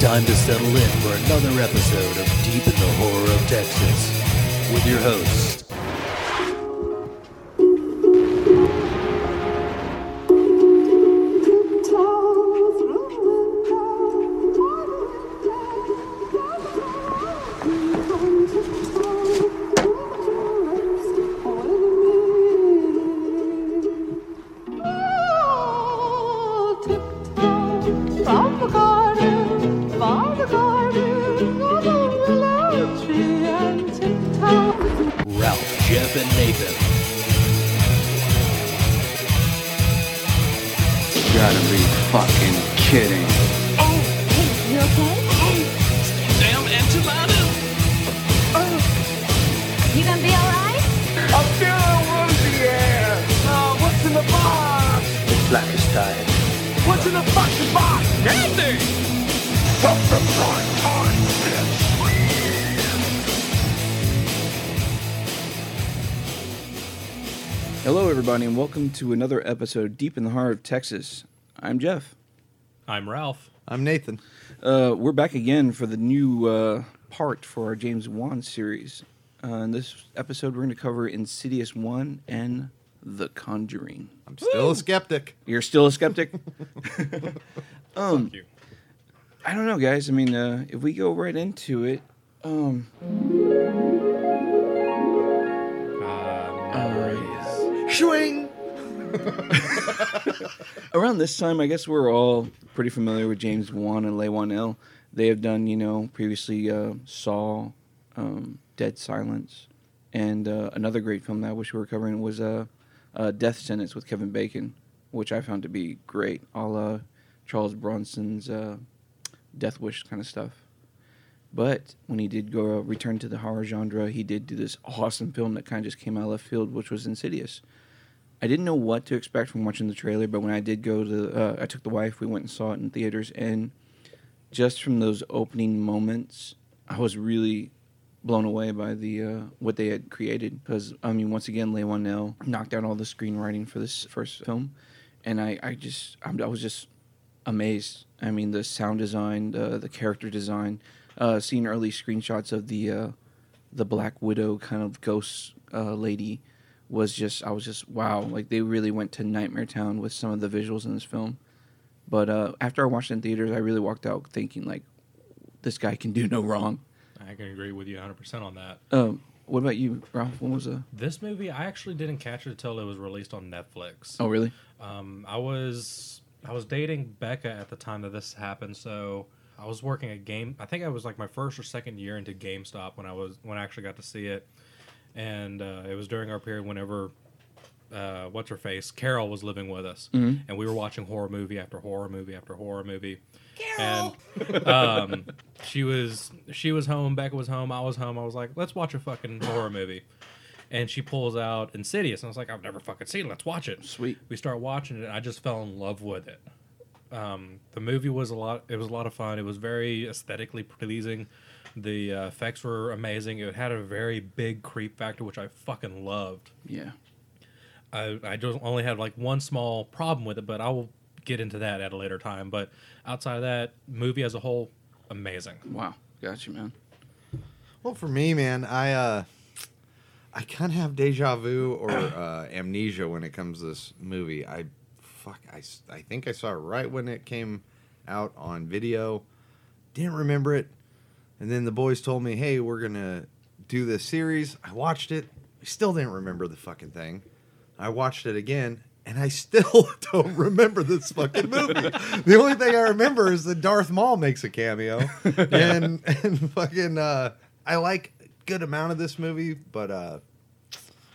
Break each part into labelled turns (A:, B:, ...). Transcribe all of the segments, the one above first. A: time to settle in for another episode of Deep in the Horror of Texas with your host.
B: From the garden, from the garden, along the lime tree and tiptoe.
A: Ralph, Jeff, and Nathan.
C: gotta be fucking kidding. Oh
D: You gonna be alright?
E: Hello, everybody, and welcome to another episode deep in the heart of Texas. I'm Jeff.
F: I'm Ralph.
G: I'm Nathan.
E: Uh, we're back again for the new uh, part for our James Wan series. Uh, in this episode, we're going to cover Insidious 1 and The Conjuring.
G: I'm still a skeptic.
E: You're still a skeptic? Um,
F: Fuck you.
E: I don't know, guys. I mean, uh, if we go right into it, um, Swing. Around this time, I guess we're all pretty familiar with James Wan and Leigh-Whannell. They have done, you know, previously uh, Saw, um, Dead Silence, and uh, another great film that I wish we were covering was uh, uh, Death Sentence with Kevin Bacon, which I found to be great, a la Charles Bronson's uh, Death Wish kind of stuff. But when he did go uh, return to the horror genre, he did do this awesome film that kind of just came out of left field, which was Insidious. I didn't know what to expect from watching the trailer, but when I did go to, uh, I took the wife. We went and saw it in theaters, and just from those opening moments, I was really blown away by the uh, what they had created. Because I mean, once again, Leigh Whannell knocked out all the screenwriting for this first film, and I, I just, I'm, I was just amazed. I mean, the sound design, uh, the character design, uh, seeing early screenshots of the uh, the Black Widow kind of ghost uh, lady was just, I was just wow. Like they really went to Nightmare Town with some of the visuals in this film. But uh, after I watched it in theaters, I really walked out thinking like, this guy can do no wrong.
F: I can agree with you 100% on that.
E: Um, what about you, Ralph? When was uh, the?
F: This movie, I actually didn't catch it until it was released on Netflix.
E: Oh, really?
F: Um, I was I was dating Becca at the time that this happened, so I was working at game. I think I was like my first or second year into GameStop when I was when I actually got to see it, and uh, it was during our period whenever. Uh, what's her face? Carol was living with us, and we were watching horror movie after horror movie after horror movie. Carol, and, um, she was she was home. Becca was home. I was home. I was like, let's watch a fucking horror movie. And she pulls out Insidious, and I was like, I've never fucking seen it. Let's watch it
E: Sweet.
F: we start watching it and i just fell in love with it um, the movie was a lot it was a lot of fun it was very aesthetically pleasing the uh, effects were amazing it had a very big creep factor which i fucking loved
E: Yeah.
F: i, I just only had like one small problem with it but i will get into that at a later time but outside of that movie as a whole amazing
E: Wow. Gotcha, man.
G: Well, for me, man, I uh, I kind of have deja vu or uh, amnesia when it comes to this movie. I fuck, I, s- I think I saw it right when it came out on video. Didn't remember it, and then the boys told me, "Hey, we're gonna do this series." I watched it. I still didn't remember the fucking thing. I watched it again. And I still don't remember this fucking movie. the only thing I remember is that Darth Maul makes a cameo, and and fucking uh, I like a good amount of this movie, but uh,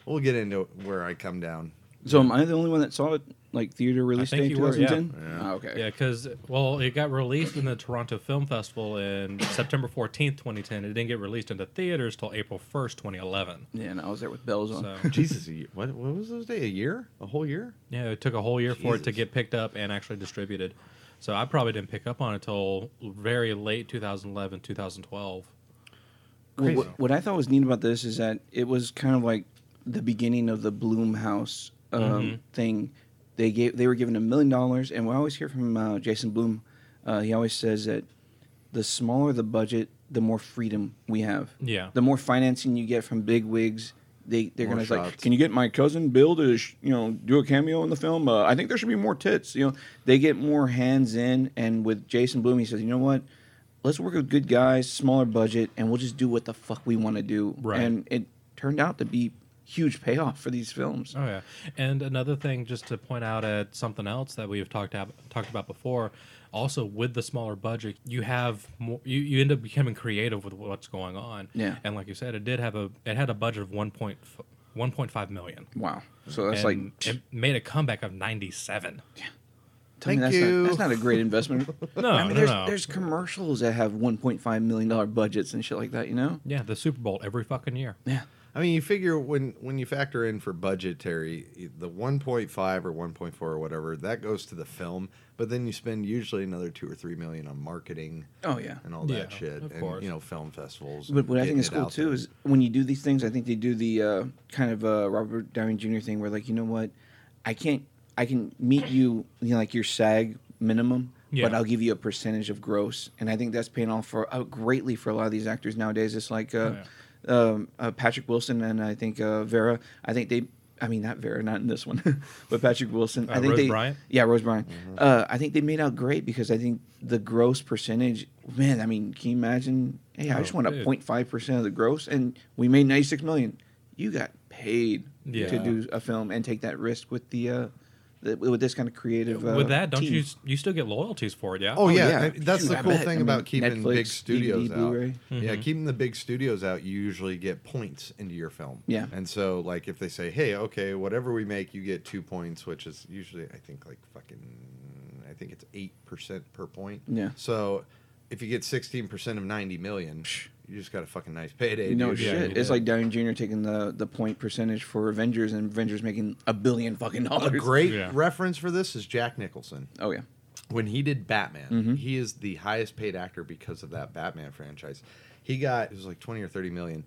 G: we'll get into where I come down.
E: So am I the only one that saw it like theater release
F: think
E: day in
F: you were, yeah.
E: 2010? Ah, okay.
F: yeah because well it got released in the toronto film festival in september 14th 2010 it didn't get released into theaters till april 1st 2011
E: Yeah, and I was there with bells on.
F: so
G: Jesus, a year, what what was those day? A year? A whole year?
F: Yeah, it took a whole year for it to
G: Jesus.
F: get picked up and actually distributed. So I probably didn't pick up on it till very late 2011, 2012.
E: Well, what, what I thought was neat about this is that it was kind of like the beginning of the Bloomhouse um, thing. They gave they were given a million dollars, and we always hear from uh, Jason Bloom. Uh, he always says that the smaller the budget, the more freedom we have.
F: Yeah.
E: The more financing you get from big wigs, they they're
G: More
E: gonna be like,
G: shots.
E: can you get my cousin Bill to sh- you know do a cameo in the film? Uh, I think there should be more tits. You know, they get more hands in, and with Jason Bloom, he says, you know what. Let's work with good guys, smaller budget, and we'll just do what the fuck we want to do.
F: Right.
E: And it turned out to be huge payoff for these films.
F: Oh yeah, and another thing, just to point out at something else that we have talked ab- talked about before. Also, with the smaller budget, you have more. You, you end up becoming creative with what's going on.
E: Yeah.
F: and like you said, it did have a it had a budget of one point one point five million.
E: Wow. So that's
F: and
E: like
F: it made a comeback of ninety seven.
E: Tell me
G: Thank
E: that's
G: you.
E: Not, that's not a great investment.
F: No,
E: I mean,
F: no,
E: there's,
F: no.
E: there's commercials that have 1.5 million dollar budgets and shit like that. You know?
F: Yeah, the Super Bowl every fucking year.
E: Yeah.
G: I mean, you figure when when you factor in for budgetary, the 1.5 or 1.4 or whatever that goes to the film, but then you spend usually another two or three million on marketing
E: Oh yeah.
G: and all that
F: Yeah,
G: shit,
F: of
G: and
F: course.
G: you know, film festivals.
E: But
G: and
E: what I
G: getting
E: think is
G: it
E: cool
G: out
E: too
G: there.
E: is when you do these things, I think they do the uh, kind of uh, Robert Downey Jr. thing where like you know what, I can't, I can meet you, you know, like your SAG minimum,
F: Yeah.
E: but I'll give you a percentage of gross, and I think that's paying off for uh, greatly for a lot of these actors nowadays. It's like uh, um, uh, Patrick Wilson and I think uh, Vera. I think they. I mean, not Vera, not in this one, but Patrick Wilson.
F: Uh,
E: I think
F: Rose
E: they,
F: Bryant?
E: yeah, Rose Bryant. Uh, I think they made out great because I think the gross percentage, man. I mean, can you imagine? Hey, I
F: Oh,
E: just want a
F: dude.
E: 0.5 percent of the gross, and we made ninety six million. You got paid to
F: Yeah.
E: do a film and take that risk with the, uh, the with this kind of creative. Uh,
F: with that, don't
E: team.
F: you you still get loyalties for it? Yeah.
G: Oh, yeah,
E: yeah.
G: I- that's
E: Shoot,
G: the
E: I
G: cool
E: bet. I
G: thing
E: mean,
G: about keeping big
E: Netflix,
G: studios
E: DVD,
G: out.
E: Blu-ray.
F: Mm-hmm.
G: Yeah, keeping the big studios out, you usually get points into your film.
E: Yeah.
G: and so like if they say, hey, okay, whatever we make, you get two points, which is usually I think like fucking, I think it's eight percent per point.
E: Yeah.
G: So if you get sixteen percent of ninety million, you just got a fucking nice payday.
E: You know,
G: dude.
F: Yeah,
E: shit.
F: you
E: it's
F: did.
E: like Downey Jr. taking the, the point percentage for Avengers and Avengers making a billion fucking
G: A
E: dollars.
G: great
F: Yeah.
G: reference for this is Jack Nicholson.
E: Oh yeah.
G: when he did Batman, he is the highest paid actor because of that Batman franchise. He got it was like twenty or thirty million,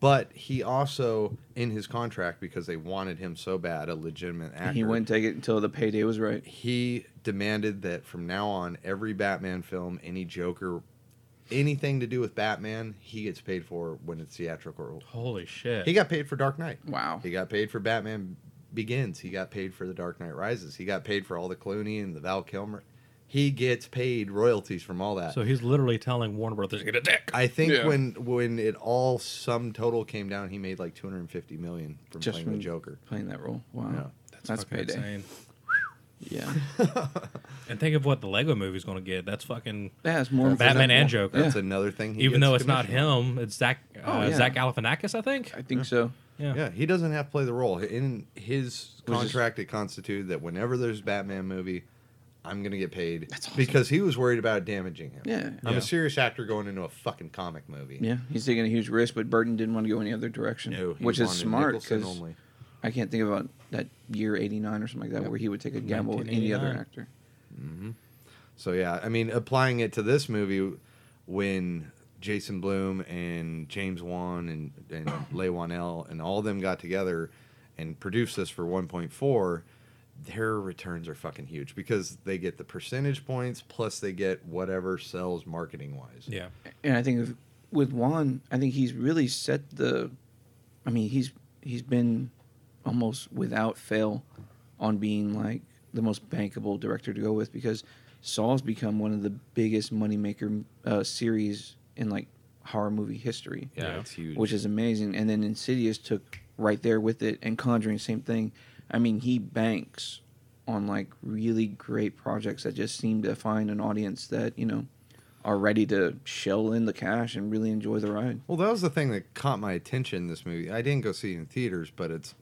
G: but he also in his contract because they wanted him so bad, a legitimate actor.
E: He wouldn't take it until the payday was right.
G: He demanded that from now on, every Batman film, any Joker, anything to do with Batman, he gets paid for when it's theatrical.
F: Holy shit.
G: He got paid for Dark Knight.
E: Wow.
G: He got paid for Batman Begins. He got paid for The Dark Knight Rises. He got paid for all the Clooney and the Val Kilmer. He gets paid royalties from all that.
F: so he's literally telling Warner Brothers, "Get a dick."
G: I think
E: Yeah.
G: when when it all sum total came down, he made like 250 million from
E: Just
G: playing
E: from-
G: the Joker.
E: Playing that role. Wow.
G: Yeah.
E: that's
F: Fucking
E: payday.
F: insane.
E: Yeah.
F: And think of what the Lego movie's going to get. That's fucking
E: Yeah, it's more
F: Batman
E: presentable.
F: and Joker.
G: That's
E: Yeah.
G: another thing. He
F: Even
G: gets
F: though it's not
G: commission.
F: him, it's Zach uh,
E: Oh, yeah.
F: Zach Galifianakis, I think.
E: I think so.
F: Yeah.
G: Yeah, he doesn't have to play the role. In his
E: Was
G: contract, it constituted that whenever there's a Batman movie, I'm gonna get paid because he was worried about it damaging him.
E: Yeah.
G: I'm
F: Yeah.
G: a serious actor going into a fucking comic movie.
E: Yeah, he's taking a huge risk, but Burton didn't want to go any other direction,
G: No, he
E: which is
G: wanted
E: smart
G: Nicholson
E: because
G: only.
E: I can't think about that year '89 or something like that where he would take a gamble with any other
F: 1989.
E: actor.
G: So yeah, I mean, applying it to this movie, when Jason Bloom and James Wan and and Leigh Whannell and all of them got together and produced this for 1.4, their returns are fucking huge because they get the percentage points plus they get whatever sells marketing wise.
F: Yeah.
E: And I think if, with Juan, I think he's really set the. I mean, he's he's been almost without fail on being like the most bankable director to go with because Saw's become one of the biggest moneymaker uh, series in like horror movie history.
F: Yeah.
G: it's huge.
E: which is amazing. And then Insidious took right there with it, and Conjuring, same thing. I mean, he banks on like really great projects that just seem to find an audience that you know are ready to shell in the cash and really enjoy the ride.
G: Well, that was the thing that caught my attention in this movie. I didn't go see it in theaters, but it's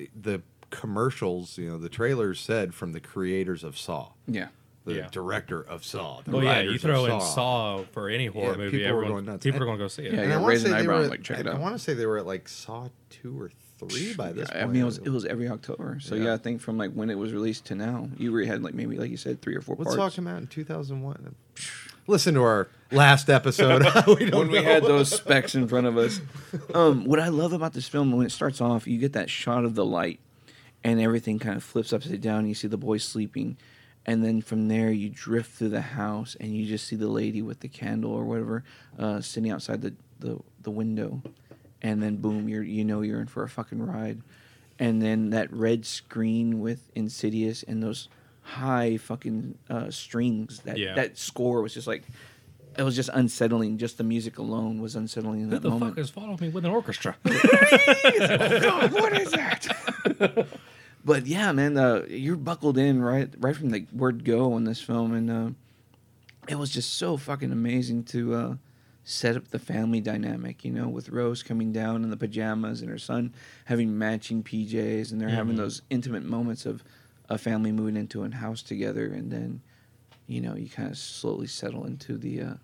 G: eh, the commercials, you know, the trailers said from the creators of Saw,
E: Yeah,
G: the
F: Yeah.
G: director of Saw. The
F: Well, yeah,
G: writers
F: you
G: of
F: throw in Saw for any horror
G: Yeah,
F: movie,
G: people were
F: everyone,
G: going nuts.
F: people
G: And-
F: are going to go see it.
G: And
E: Yeah,
G: I
E: yeah,
G: want
E: raise
G: to
E: an
G: say they
E: eyebrow
G: were,
E: and,
G: at-
E: like, check it
G: I,
E: out.
G: want to say they were at like Saw two or three by this
E: I
G: point.
E: mean, it was it was every October. So yeah,
G: Yeah.
E: I think from like when it was released to now, you really had like maybe like you said three or four
G: what Saw
E: parts.
G: came out in two thousand one? Listen to our last episode. we don't
E: when we
G: know.
E: had those specs in front of us. Um, what I love about this film when it starts off, you get that shot of the light, and everything kind of flips upside down. You see the boy sleeping, and then from there you drift through the house and you just see the lady with the candle or whatever uh, sitting outside the, the, the window and then boom you're you know you're in for a fucking ride and then that red screen with insidious and those high fucking uh, strings that
F: Yeah.
E: that score was just like it was just unsettling just the music alone was unsettling in
F: Who
E: that
F: the
E: moment
F: fuck is following me with an orchestra?
E: what is that? but yeah, man, uh, you're buckled in right right from the word go on this film, and uh, it was just so fucking amazing to uh, set up the family dynamic, you know, with Rose coming down in the pajamas and her son having matching PJs, and they're having those intimate moments of a family moving into a house together, and then you know you kind of slowly settle into the uh,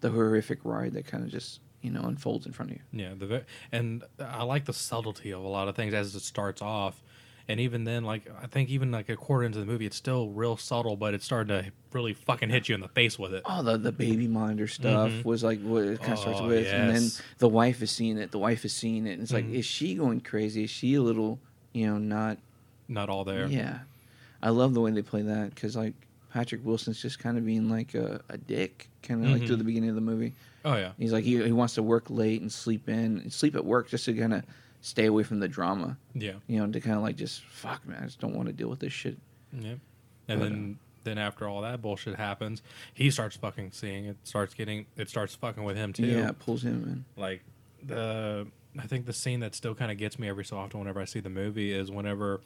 E: the horrific ride that kind of just you know unfolds in front of you.
F: Yeah, the ve- and I like the subtlety of a lot of things as it starts off, and even then, like I think even like a quarter into the movie, it's still real subtle, but it's starting to really fucking hit you in the face with it.
E: oh the, the baby monitor stuff was like what it kind of starts
F: Mm-hmm. Oh,
E: with and then
F: yes. Mm.
E: the wife is seeing it the wife is seeing it and it's like is she going crazy is she a little you know not
F: Not all there.
E: yeah i love the way they play that because like patrick wilson's just kind of being like a, a dick kind of
F: Mm-hmm.
E: like through the beginning of the movie
F: Oh yeah.
E: he's like he, he wants to work late and sleep in and sleep at work just to kind of stay away from the drama
F: Yeah.
E: you know to kind of like just fuck man i just don't want to deal with this shit
F: Yeah. And then then after all that bullshit happens, he starts fucking seeing it. Starts getting it. Starts fucking with him too.
E: yeah it pulls him in
F: like the I think the scene that still kind of gets me every so often whenever I see the movie is whenever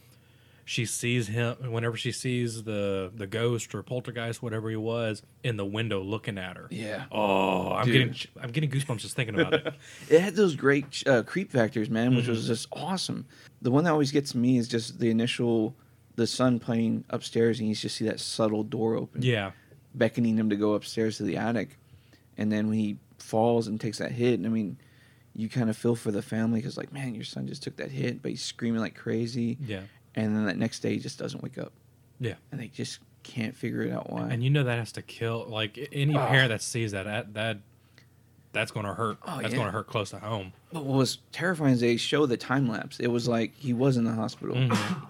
F: she sees him whenever she sees the the ghost or poltergeist whatever he was in the window looking at her.
E: yeah
F: Oh, I'm
E: Dude.
F: getting ch- I'm getting goosebumps just thinking about it.
E: it had those great uh, creep factors, man, which
F: Mm-hmm.
E: was just awesome. The one that always gets me is just the initial, the son playing upstairs, and you just see that subtle door open,
F: Yeah.
E: beckoning him to go upstairs to the attic, and then when he falls and takes that hit, and I mean, you kind of feel for the family because like, man, your son just took that hit, but he's screaming like crazy,
F: Yeah.
E: and then that next day he just doesn't wake up,
F: Yeah.
E: and they just can't figure it out why.
F: And you know that has to kill like a- any
E: Ah.
F: parent that sees that that, that that's going to hurt.
E: Oh,
F: that's
E: yeah.
F: going to hurt close to home.
E: But what was terrifying is they show the time lapse. It was like he was in the hospital.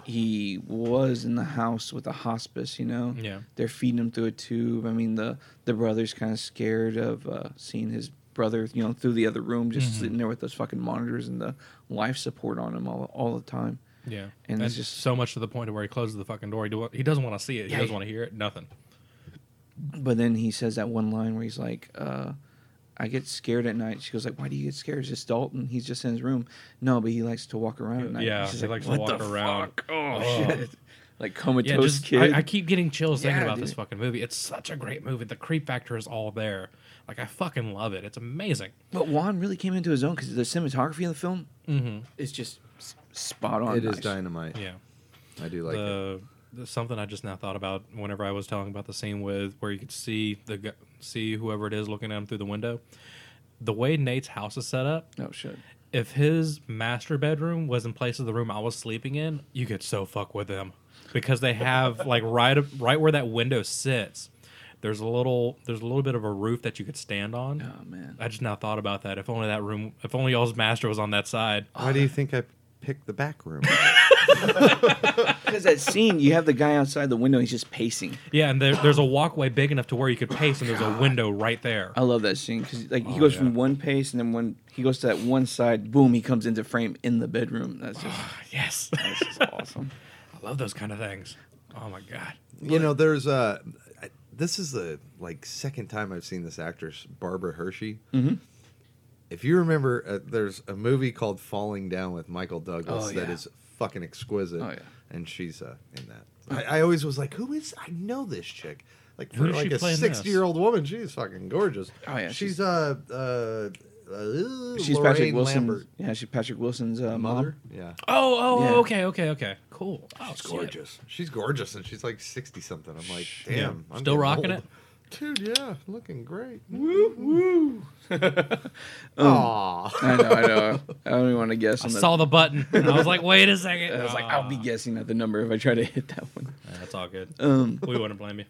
E: He was in the house with the hospice. You know,
F: Yeah.
E: They're feeding him through a tube. I mean, the the brother's kind of scared of uh, seeing his brother. You know, through the other room, just sitting there with those fucking monitors and the life support on him all all the time.
F: Yeah.
E: And
F: And,
E: it's
F: it's
E: just-
F: just so much to the point of where he closes the fucking door. He, do, he doesn't want to see it. He
E: Yeah.
F: doesn't want to hear it. Nothing.
E: But then he says that one line where he's like, uh, "I get scared at night." She goes like, "Why do you get scared?" It's just Dalton. He's just in his room. No, but he likes to walk around at night.
F: Yeah,
E: She's
F: he likes to
E: "What
F: walk
E: the
F: around."
E: fuck? Oh, shit! Like comatose
F: Yeah, just,
E: kid.
F: I, I keep getting chills thinking
E: Yeah,
F: about this
E: dude.
F: fucking movie. It's such a great movie. The creep factor is all there. Like I fucking love it. It's amazing.
E: But Juan really came into his own because the cinematography in the film
F: Mm-hmm.
E: is just s- spot on.
G: It is
E: nice.
G: dynamite.
F: Yeah.
G: I do like it.
F: the, the- something I just now thought about whenever I was telling about the scene with where you could see the gu- see whoever it is looking at him through the window. The way Nate's house is set up,
E: Oh shit!
F: if his master bedroom was in place of the room I was sleeping in, you could so fuck with them because they have like right right where that window sits. There's a little there's a little bit of a roof that you could stand on.
E: Oh man!
F: I just now thought about that. If only that room, if only y'all's master was on that side.
G: Why do you think I picked the back room?
E: Because that scene, you have the guy outside the window. He's just pacing.
F: Yeah, and there, there's a walkway big enough to where you could pace, and there's a window right there.
E: I love that scene because like he goes
F: Oh, yeah.
E: from one pace and then when he goes to that one side, boom, he comes into frame in the bedroom. That's just,
F: Yes,
E: that's just awesome.
F: I love those kind of things. Oh my god.
G: you know, there's a. I- This is the like second time I've seen this actress, Barbara Hershey.
E: Mm-hmm.
G: If you remember, uh, there's a movie called Falling Down with Michael Douglas
E: Oh,
G: that
E: yeah.
G: is fucking exquisite,
E: Oh, yeah. Mm.
G: and she's uh, in that. I, I always was like, who is? I know this chick. Like
F: Who
G: for
F: does she
G: like a
F: play in this?
G: sixty year old woman, she's fucking gorgeous.
E: Oh, yeah,
G: she's, uh uh. Uh,
E: She's
G: Lorraine
E: Patrick Wilson.
G: Lambert.
E: Yeah, she's Patrick Wilson's
G: mother.
E: uh, mother.
G: Yeah,
F: Oh, oh,
E: Yeah.
F: okay, okay, okay. Cool. Oh,
G: she's
F: shit.
G: gorgeous. She's gorgeous, and she's like sixty something. I'm like, damn,
F: Yeah.
G: I'm
F: Still
G: getting
F: rocking
G: old.
F: it?
G: dude. Yeah, looking great. Mm-hmm. Woo woo.
F: Um,
G: Oh,
E: I know, I know. I don't even want to guess.
F: I
E: on the-
F: saw the button. And I was like, wait a second. Oh,
E: I was like, I'll be guessing at the number if I try to hit that one.
F: That's all good.
E: Um,
F: we wouldn't blame you.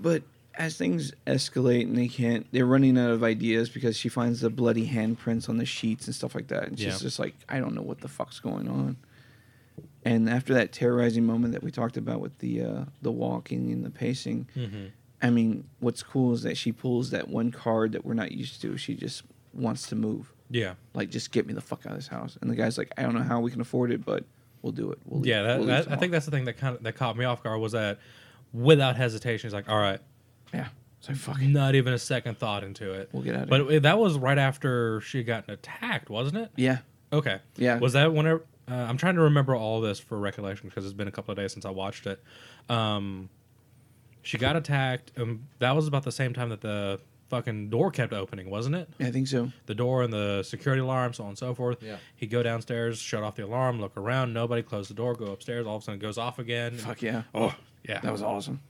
E: But as things escalate and they can't, they're running out of ideas because she finds the bloody handprints on the sheets and stuff like that. And she's
F: Yeah.
E: just like, I don't know what the fuck's going on. And after that terrorizing moment that we talked about with the uh, the walking and the pacing, I mean, what's cool is that she pulls that one card that we're not used to. She just wants to move,
F: Yeah.
E: like just get me the fuck out of this house. And the guy's like, I don't know how we can afford it, but we'll do it. We'll leave-
F: Yeah, that,
E: we'll leave
F: that, I
E: tomorrow."
F: think that's the thing that kind of that caught me off guard was that without hesitation, he's like, "All right,
E: yeah. So fucking
F: not even a second thought into it.
E: We'll get outta
F: But it- that was right after she had gotten attacked, wasn't it?
E: yeah,
F: Okay.
E: Yeah.
F: Was that whenever? Uh, I'm trying to remember all this for recollection because it's been a couple of days since I watched it. Um, she got attacked, and that was about the same time that the fucking door kept opening, wasn't it?
E: I think so.
F: The door and the security alarm, so on and so forth.
G: Yeah.
F: He'd go downstairs, shut off the alarm, look around, nobody, close the door, go upstairs. All of a sudden, it goes off again.
E: Fuck yeah.
F: Oh, yeah.
E: That was awesome.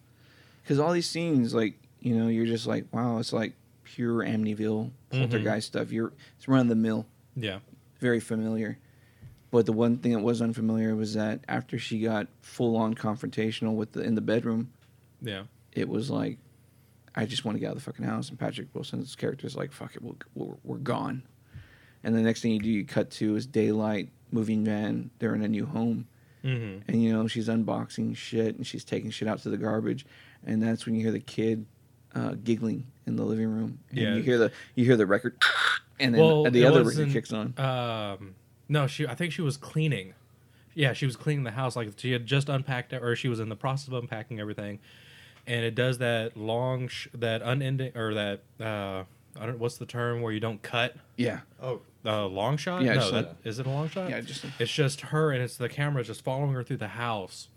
E: Because all these scenes, like you know, you're just like, wow, it's like pure Amityville
F: Mm-hmm.
E: poltergeist stuff. You're it's run of the mill,
F: yeah.
E: very familiar. But the one thing that was unfamiliar was that after she got full on confrontational with the in the bedroom,
F: Yeah.
E: it was like, I just want to get out of the fucking house. And Patrick Wilson's character is like, fuck it, we'll, we're, we're gone. And the next thing you do, you cut to is daylight, moving van. They're in a new home
F: Mm-hmm.
E: and you know she's unboxing shit and she's taking shit out to the garbage and that's when you hear the kid uh, giggling in the living room and
F: Yeah.
E: you hear the you hear the record and then
F: Well,
E: the
F: it
E: other
F: wasn't-
E: record kicks on
F: Um, no, she. I think she was cleaning. Yeah, she was cleaning the house. Like she had just unpacked, or she was in the process of unpacking everything, and it does that long, sh- that unending, or that uh, I don't. What's the term where you don't cut?
E: yeah
G: Oh,
F: Uh, long shot?
E: Yeah,
F: no,
E: just
F: that,
E: like-
F: is it a long shot?
E: Yeah, just like-
F: it's just her, and it's the camera just following her through the house,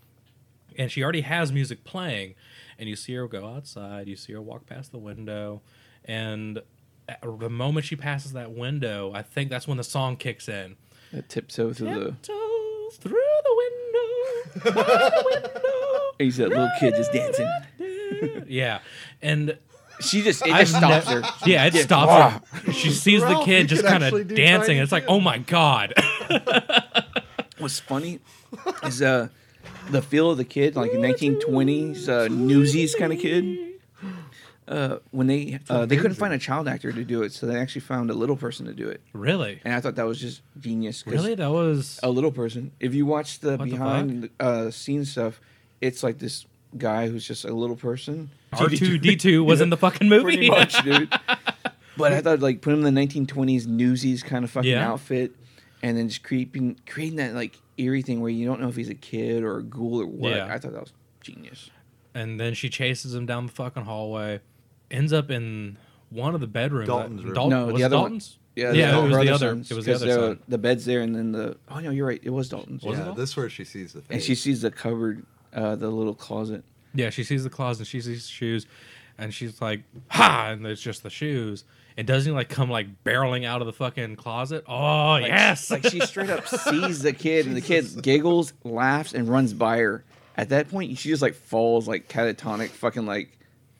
F: and she already has music playing, and you see her go outside, you see her walk past the window, and at the moment she passes that window, I think that's when the song kicks in.
E: that tiptoe through the
F: Tiptoes through the window, by the
E: he's that little kid just dancing
F: window. yeah, and
E: she just it
F: I've
E: just stops
F: nev-
E: her
F: Yeah, it stops her. She sees the
G: Ralph, you
F: kid just
G: could
F: kind
G: actually
F: of
G: do
F: dancing.
G: Tiny
F: It's like,
G: Tim.
F: oh my god.
E: what's funny is uh the feel of the kid like 1920s uh, newsies kind of kid uh, when they uh, they couldn't find a child actor to do it, so they actually found a little person to do it.
F: Really?
E: and I thought that was just genius. 'cause
F: Really? That was.
E: A little person. If you watch the
F: What the
E: behind the uh, scene stuff, it's like this guy who's just a little person.
F: R2D2 was in the fucking movie.
E: Pretty much, dude. But I thought like put him in the 1920s newsies kind of fucking
F: Yeah.
E: outfit, and then just creeping, creating that like eerie thing where you don't know if he's a kid or a ghoul or what.
F: Yeah.
E: I thought that was genius.
F: and then she chases him down the fucking hallway, ends up in one of the bedrooms.
G: Dalton's
F: Uh,
G: room.
F: Dal-
E: No,
F: was
E: the
F: it
E: other one.
F: Dalton's?
E: Yeah,
F: Yeah, it was
E: her
F: the
E: other
F: other-
E: sons,
F: it was the
E: 'cause
F: other
E: there-
F: son.
E: The bed's there, and then the oh no, you're right, it was Dalton's.
F: Was it
G: yeah.
F: all?
G: That's where she sees the face.
E: And she sees the cupboard, uh, the little closet.
F: Yeah, she sees the closet, she sees the shoes, and she's like, "Ha!" And it's just the shoes. And doesn't he like come like barreling out of the fucking closet? Oh yes,
E: Like she straight up sees the kid, and the kid giggles, laughs, and runs by her. At that point, she just like falls like catatonic, fucking like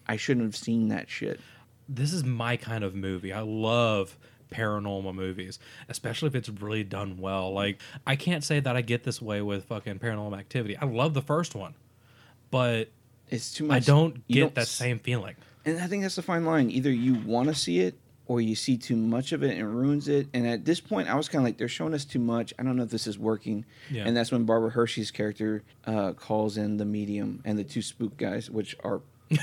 E: I shouldn't have seen that shit.
F: this is my kind of movie. I love paranormal movies, especially if it's really done well. Like I can't say that I get this way with fucking paranormal activity. I love the first one, but
E: It's too
F: I
E: much.
F: don't
E: you
F: get
E: don't
F: that
E: s-
F: same feeling.
G: Uh,
E: And I think that's the fine line. Either you want to see it, or you see too much of it and ruins it. And at this point, I was kind of like, they're showing us too much. I don't know if this is working.
F: Yeah.
E: And that's when Barbara Hershey's character uh, calls in the medium and the two spook guys, which are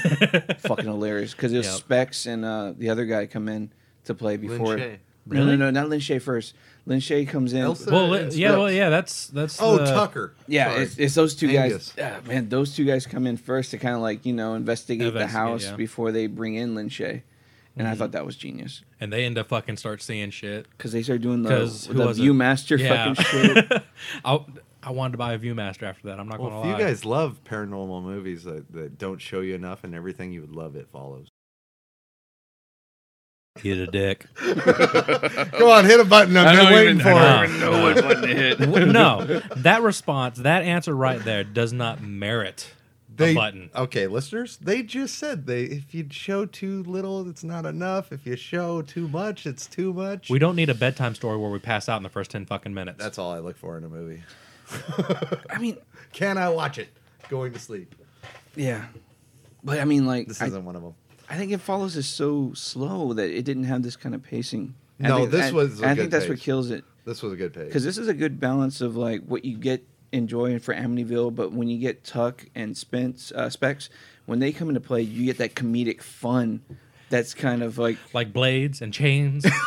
E: fucking hilarious because it was
F: Yep.
E: Specs and uh, the other guy come in to play before.
G: Shay.
E: No, no, no, not Lin Shay first. Lin Shay comes in.
G: Elsa?
F: Well,
G: and
F: yeah, well,
G: Spruce.
F: yeah. That's that's.
G: Oh,
F: the-
G: Tucker.
E: Yeah,
G: Sorry.
E: it's, it's those two
G: Angus.
E: guys. Ah, man, those two guys come in first to kind of like you know investigate, the
F: Investigate,
E: house
F: yeah. Mm-hmm.
E: before they bring in Lin Shay, and I thought that was genius
F: And they end up fucking start seeing shit.
E: because they started doing the,
F: 'Cause who
E: the
F: was it?
E: ViewMaster
F: Yeah.
E: fucking shit.
F: I I wanted to buy a ViewMaster after that. I'm not
G: Well,
F: gonna
G: if you
F: lie.
G: guys love paranormal movies that, that don't show you enough and everything, you would love It Follows.
F: Get a dick.
G: Go on, hit a button. I've been waiting for
F: I
G: it.
F: don't know what button to hit. no, that response, that answer right there, does not merit
G: They,
F: a button.
G: Okay, listeners, they just said they if you show too little, it's not enough. If you show too much, it's too much.
F: We don't need a bedtime story where we pass out in the first ten fucking minutes.
G: That's all I look for in a movie.
E: I mean,
G: Can I watch it? Going to sleep.
E: yeah, but I mean, like,
G: This
E: I,
G: isn't one of them.
E: I think it follows is so slow that it didn't have this kind of pacing. I
G: No,
E: think-
G: this
E: I-
G: was a
E: I
G: good
E: think that's what
G: pace.
E: kills it
G: This was a good page.
E: because this is a good balance of like what you get enjoying for Amityville, but when you get Tuck and Spence uh, Specs, when they come into play, you get that comedic fun. That's kind of like
F: Like blades and chains
G: Don't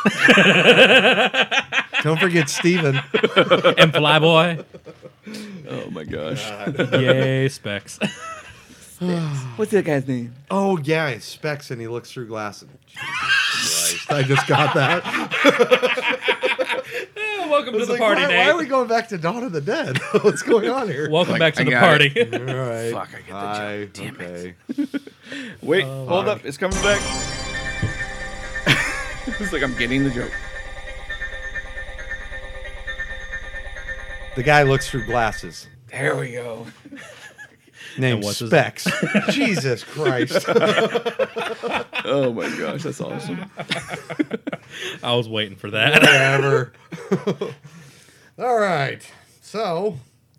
G: forget Steven.
F: and Flyboy.
E: oh my gosh,
F: Yay, specs.
E: what's that guy's name?
G: oh yeah, it's specs and he looks through glasses. Jesus Christ, I just got that.
F: Welcome to the
G: Like,
F: party,
G: why, why
F: Nate.
G: are we going back to Dawn of the Dead? What's going on here?
F: Welcome back to
C: I
F: the
C: got
F: party.
G: All right.
E: Fuck, I get the
G: Hi. okay.
E: Wait,
G: Oh,
E: hold up, it's coming back. it's like I'm getting the joke.
G: The guy looks through glasses.
E: There we go.
G: Named
F: what's his-
G: Specs. Jesus Christ.
E: Oh my gosh, that's awesome.
F: I was waiting for that.
G: Whatever. All right. So,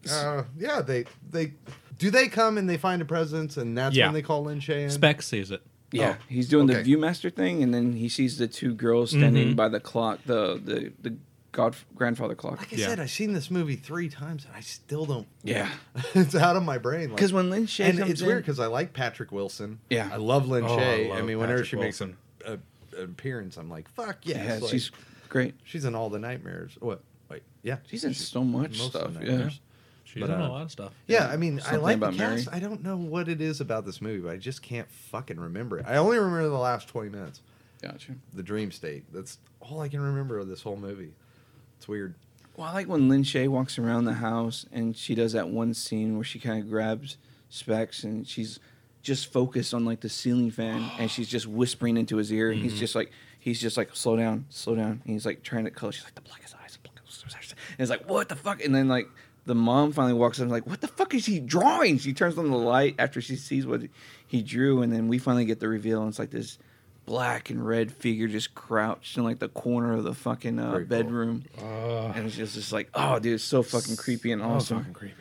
G: uh, yeah, they they do they come and they find the presidents and that's
F: Yeah.
G: when they call in Cheyenne.
F: Specs sees it.
E: Yeah, he's doing
G: okay.
E: the ViewMaster thing, and then he sees the two girls standing
G: Mm-hmm.
E: by the clock, the the the god grandfather clock.
G: Like I
F: Yeah.
G: said, I've seen this movie three times and I still don't.
E: Yeah,
G: it's out of my brain. like-
E: because when Lin Shay
G: and
E: comes
G: it's weird
E: in,
G: because I like Patrick Wilson.
E: Yeah.
G: I love Lynn
F: Oh, I
G: Shay. I,
F: love
G: mean, whenever
F: Patrick
G: she makes an
F: Wilson.
G: a, an appearance, I'm like, fuck yes.
E: yeah,
G: like,
E: she's great.
G: she's in all the nightmares. What? Wait, yeah,
E: She's in so much
G: most of
E: stuff.
G: the
E: Yeah,
G: nightmares.
F: She's
G: But,
F: done
G: uh,
F: a lot of stuff.
G: Yeah, I mean, I
E: Something
G: like the
E: about
G: cast.
E: Mary.
G: I don't know what it is about this movie, but I just can't fucking remember it. I only remember the last 20 minutes,
E: gotcha.
G: the dream state. That's all I can remember of this whole movie. It's weird.
E: Well, I like when Lin Shay walks around the house and she does that one scene where she kind of grabs Specs and she's just focused on like the ceiling fan and she's just whispering into his ear and he's
G: Mm-hmm.
E: just like he's just like slow down, slow down. And he's like trying to color. She's like the blackest eyes, the blackest eyes. And it's like what the fuck? And then like the mom finally walks up and like what the fuck is he drawing? She turns on the light after she sees what he drew and then we finally get the reveal and it's like this black and red figure just crouched in like the corner of the fucking uh,
G: Very cool.
E: bedroom and it's just, just like, oh, dude, it's so fucking creepy and awesome.
F: creepy.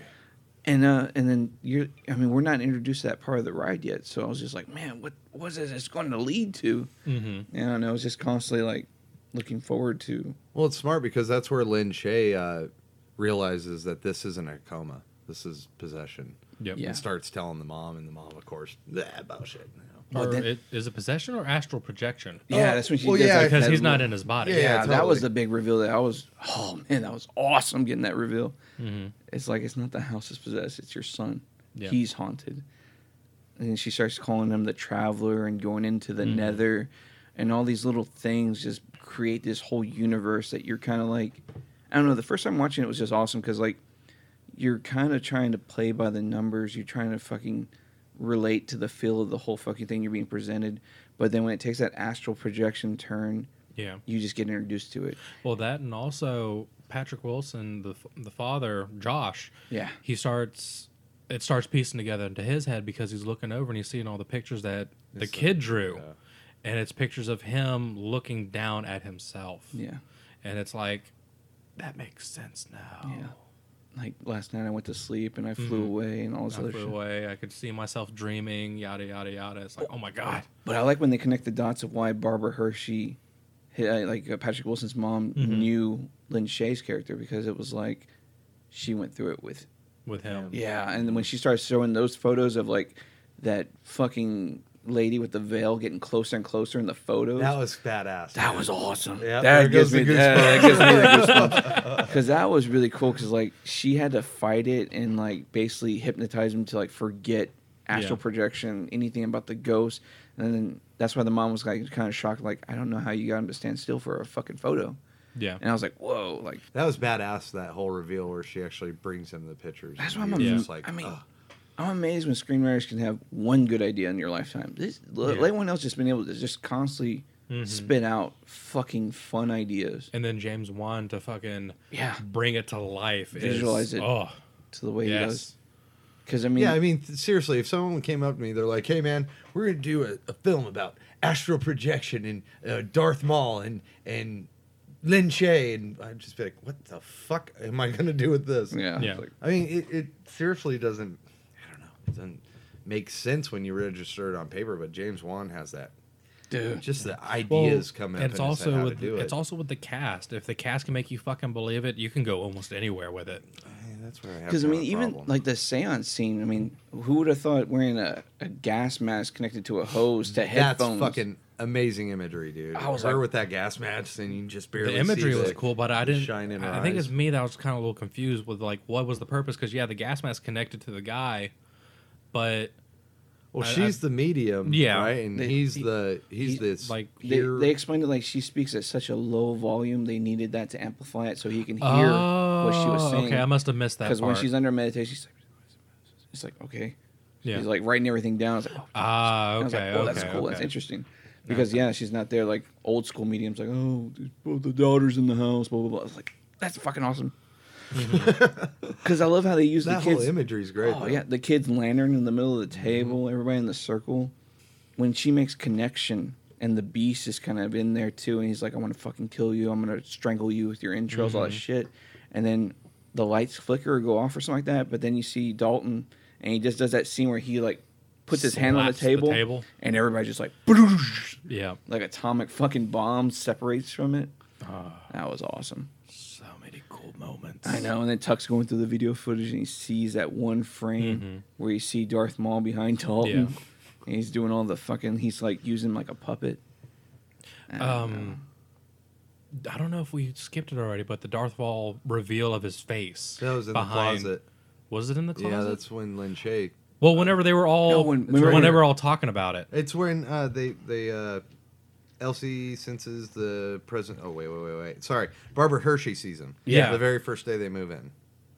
E: And uh, and then you're, I mean, we're not introduced to that part of the ride yet, so I was just like, man, what was it? It's going to lead to,
F: Mm-hmm.
E: and I don't know, I was just constantly like looking forward to.
G: Well, it's smart because that's where Lynn Shay uh, realizes that this isn't a coma. This is possession.
F: Yep.
E: Yeah.
G: And starts telling the mom, and the mom, of course, that bullshit. You know.
E: Oh,
F: Or
E: that-
F: it, is it possession or astral projection?
E: Yeah, that's when she
G: well,
E: does
G: yeah,
E: like,
F: Because
E: that
F: he's not
E: little-
F: in his body.
G: Yeah,
E: Yeah, that was
G: totally.
E: the big reveal that I was. Oh man, that was awesome getting that reveal.
F: Mm-hmm.
E: It's like it's not the house that's possessed; it's your son.
F: Yeah.
E: He's haunted. And then she starts calling him the traveler and going into the nether, and all these little things just create this whole universe that you're kind of like, I don't know. The first time watching it was just awesome because like you're kind of trying to play by the numbers. You're trying to fucking relate to the feel of the whole fucking thing you're being presented. But then when it takes that astral projection turn,
F: Yeah.
E: you just get introduced to it.
F: Well, that and also Patrick Wilson, the f- the father, Josh.
E: Yeah.
F: He starts. It starts piecing together into his head because he's looking over and he's seeing all the pictures that the
G: It's, uh,
F: kid drew,
G: yeah.
F: and it's pictures of him looking down at himself.
E: Yeah.
F: And it's like, that makes sense now.
E: Yeah. Like last night, I went to sleep and I flew away and all this
F: Mm-hmm. I
E: other
F: flew
E: shit.
F: away. I could see myself dreaming. Yada yada yada. It's like, oh my god.
E: But I like when they connect the dots of why Barbara Hershey, hi- uh, like uh, Patrick Wilson's mom,
F: Mm-hmm.
E: knew Lynn Shay's character because it was like she went through it with
F: With him.
E: Yeah, and then when she starts showing those photos of like that fucking lady with the veil getting closer and closer in the photos,
G: That was badass.
E: that was awesome.
G: Yeah, there
E: that,
G: goes
E: gives
G: the
E: me, yeah, that gives me the goosebumps. Because that was really cool. Because like she had to fight it and like basically hypnotize him to like forget astral
F: Yeah.
E: projection, anything about the ghost, and then that's why the mom was like kind of shocked. Like I don't know how you got him to stand still for a fucking photo.
F: Yeah.
E: And I was like, whoa, like
G: That was badass. That whole reveal where she actually brings him the pictures.
E: That's
G: and
E: why I'm
G: he was
E: am-
G: just like,
E: I mean,
G: "Ugh."
E: I'm amazed when screenwriters can have one good idea in your lifetime. This let
F: Yeah.
E: anyone else just been able to just constantly
G: Mm-hmm.
E: spit out fucking fun ideas
F: And then James Wan to fucking
E: Yeah.
F: bring it to life. is-
E: Visualize it.
F: Oh.
E: to the way he
F: Yes.
E: does. Because I mean,
G: yeah, I mean, th- seriously, if someone came up to me, they're like, "Hey, man, we're gonna do a, a film about astral projection and uh, Darth Maul and and Lin Shay," and I'd just be like, "What the fuck am I gonna do with this?"
E: yeah,
F: Yeah.
E: Like,
G: I mean, it, it seriously doesn't. I don't know. It doesn't make sense when you register it on paper, but James Wan has that.
E: dude,
G: Just the
F: Well,
G: ideas come up.
F: and It's
G: in his head
F: also
G: how
F: with
G: to do
F: it's
G: it.
F: also with the cast. If the cast can make you fucking believe it, you can go almost anywhere with it.
G: Yeah, that's where I have
E: Because I
G: kind
E: mean,
G: of a
E: even
G: problem.
E: like the seance scene. I mean, who would have thought wearing a, a gas mask connected to a hose to headphones?
G: That's fucking amazing imagery, dude.
F: I was
G: Her
F: like-
G: with that gas mask, and you just barely
F: the imagery
G: see
F: was
G: the
F: cool, but I didn't.
G: shine in her
F: I I think
G: eyes.
F: it's me that I was kind of a little confused with like what was the purpose? Because yeah, the gas mask connected to the guy, but
G: Well,
F: I-
G: she's the medium,
F: Yeah.
G: right? And
E: They-
G: he's
E: he-
G: the he's
F: he-
G: this
F: like,
E: They,
G: pure-
E: they explained it like she speaks at such a low volume. They needed that to amplify it so he can hear what she was
F: Oh,
E: saying.
F: Okay, I must have missed that
E: Because
F: part.
E: when she's under meditation, she's like, it's like okay,
F: yeah.
E: she's like writing everything down. It's like, oh,
F: ah,
E: I
F: okay,
E: was like, oh,
F: okay,
E: that's cool. That's
F: okay.
E: interesting. Because yeah, she's not there. Like old school mediums, like oh, there's both the daughters in the house, blah blah blah. It's like that's fucking awesome. Because I love how they use
G: Mm-hmm. that
E: the
G: whole
E: kids.
G: imagery is great.
E: oh
G: though.
E: yeah, the kid's lantern in the middle of the table, everybody in the circle. When she makes connection, and the beast is kind of in there too, and he's like, "I want to fucking kill you. I'm gonna strangle you with your entrails, all that shit." And then the lights flicker or go off or something like that. But then you see Dalton, and he just does that scene where he like puts his hand on the
F: Slaps the
E: table,
F: table.
E: and everybody just like,
F: Yeah,
E: like atomic fucking bomb separates from it. that was awesome.
F: so many cool moments.
E: I know, and then Tuck's going through the video footage and he sees that one frame where you see Darth Maul behind Dalton,
F: Mm-hmm. Yeah.
E: and he's doing all the fucking. He's like using like a puppet. uh,
F: Um, I don't know if we skipped it already, but the Darth Maul reveal of his face
G: that was in
F: behind-
G: the closet.
F: Was it in the closet?
G: Yeah, that's when Lin Shay.
F: well, whenever they were all
E: No, when-
F: when,
E: when we were-
F: they were all talking about it.
G: It's when uh, they they uh, Elsie senses the present. Oh wait, wait, wait, wait. Sorry, Barbara Hershey sees him.
F: Yeah.
G: the very first day they move in.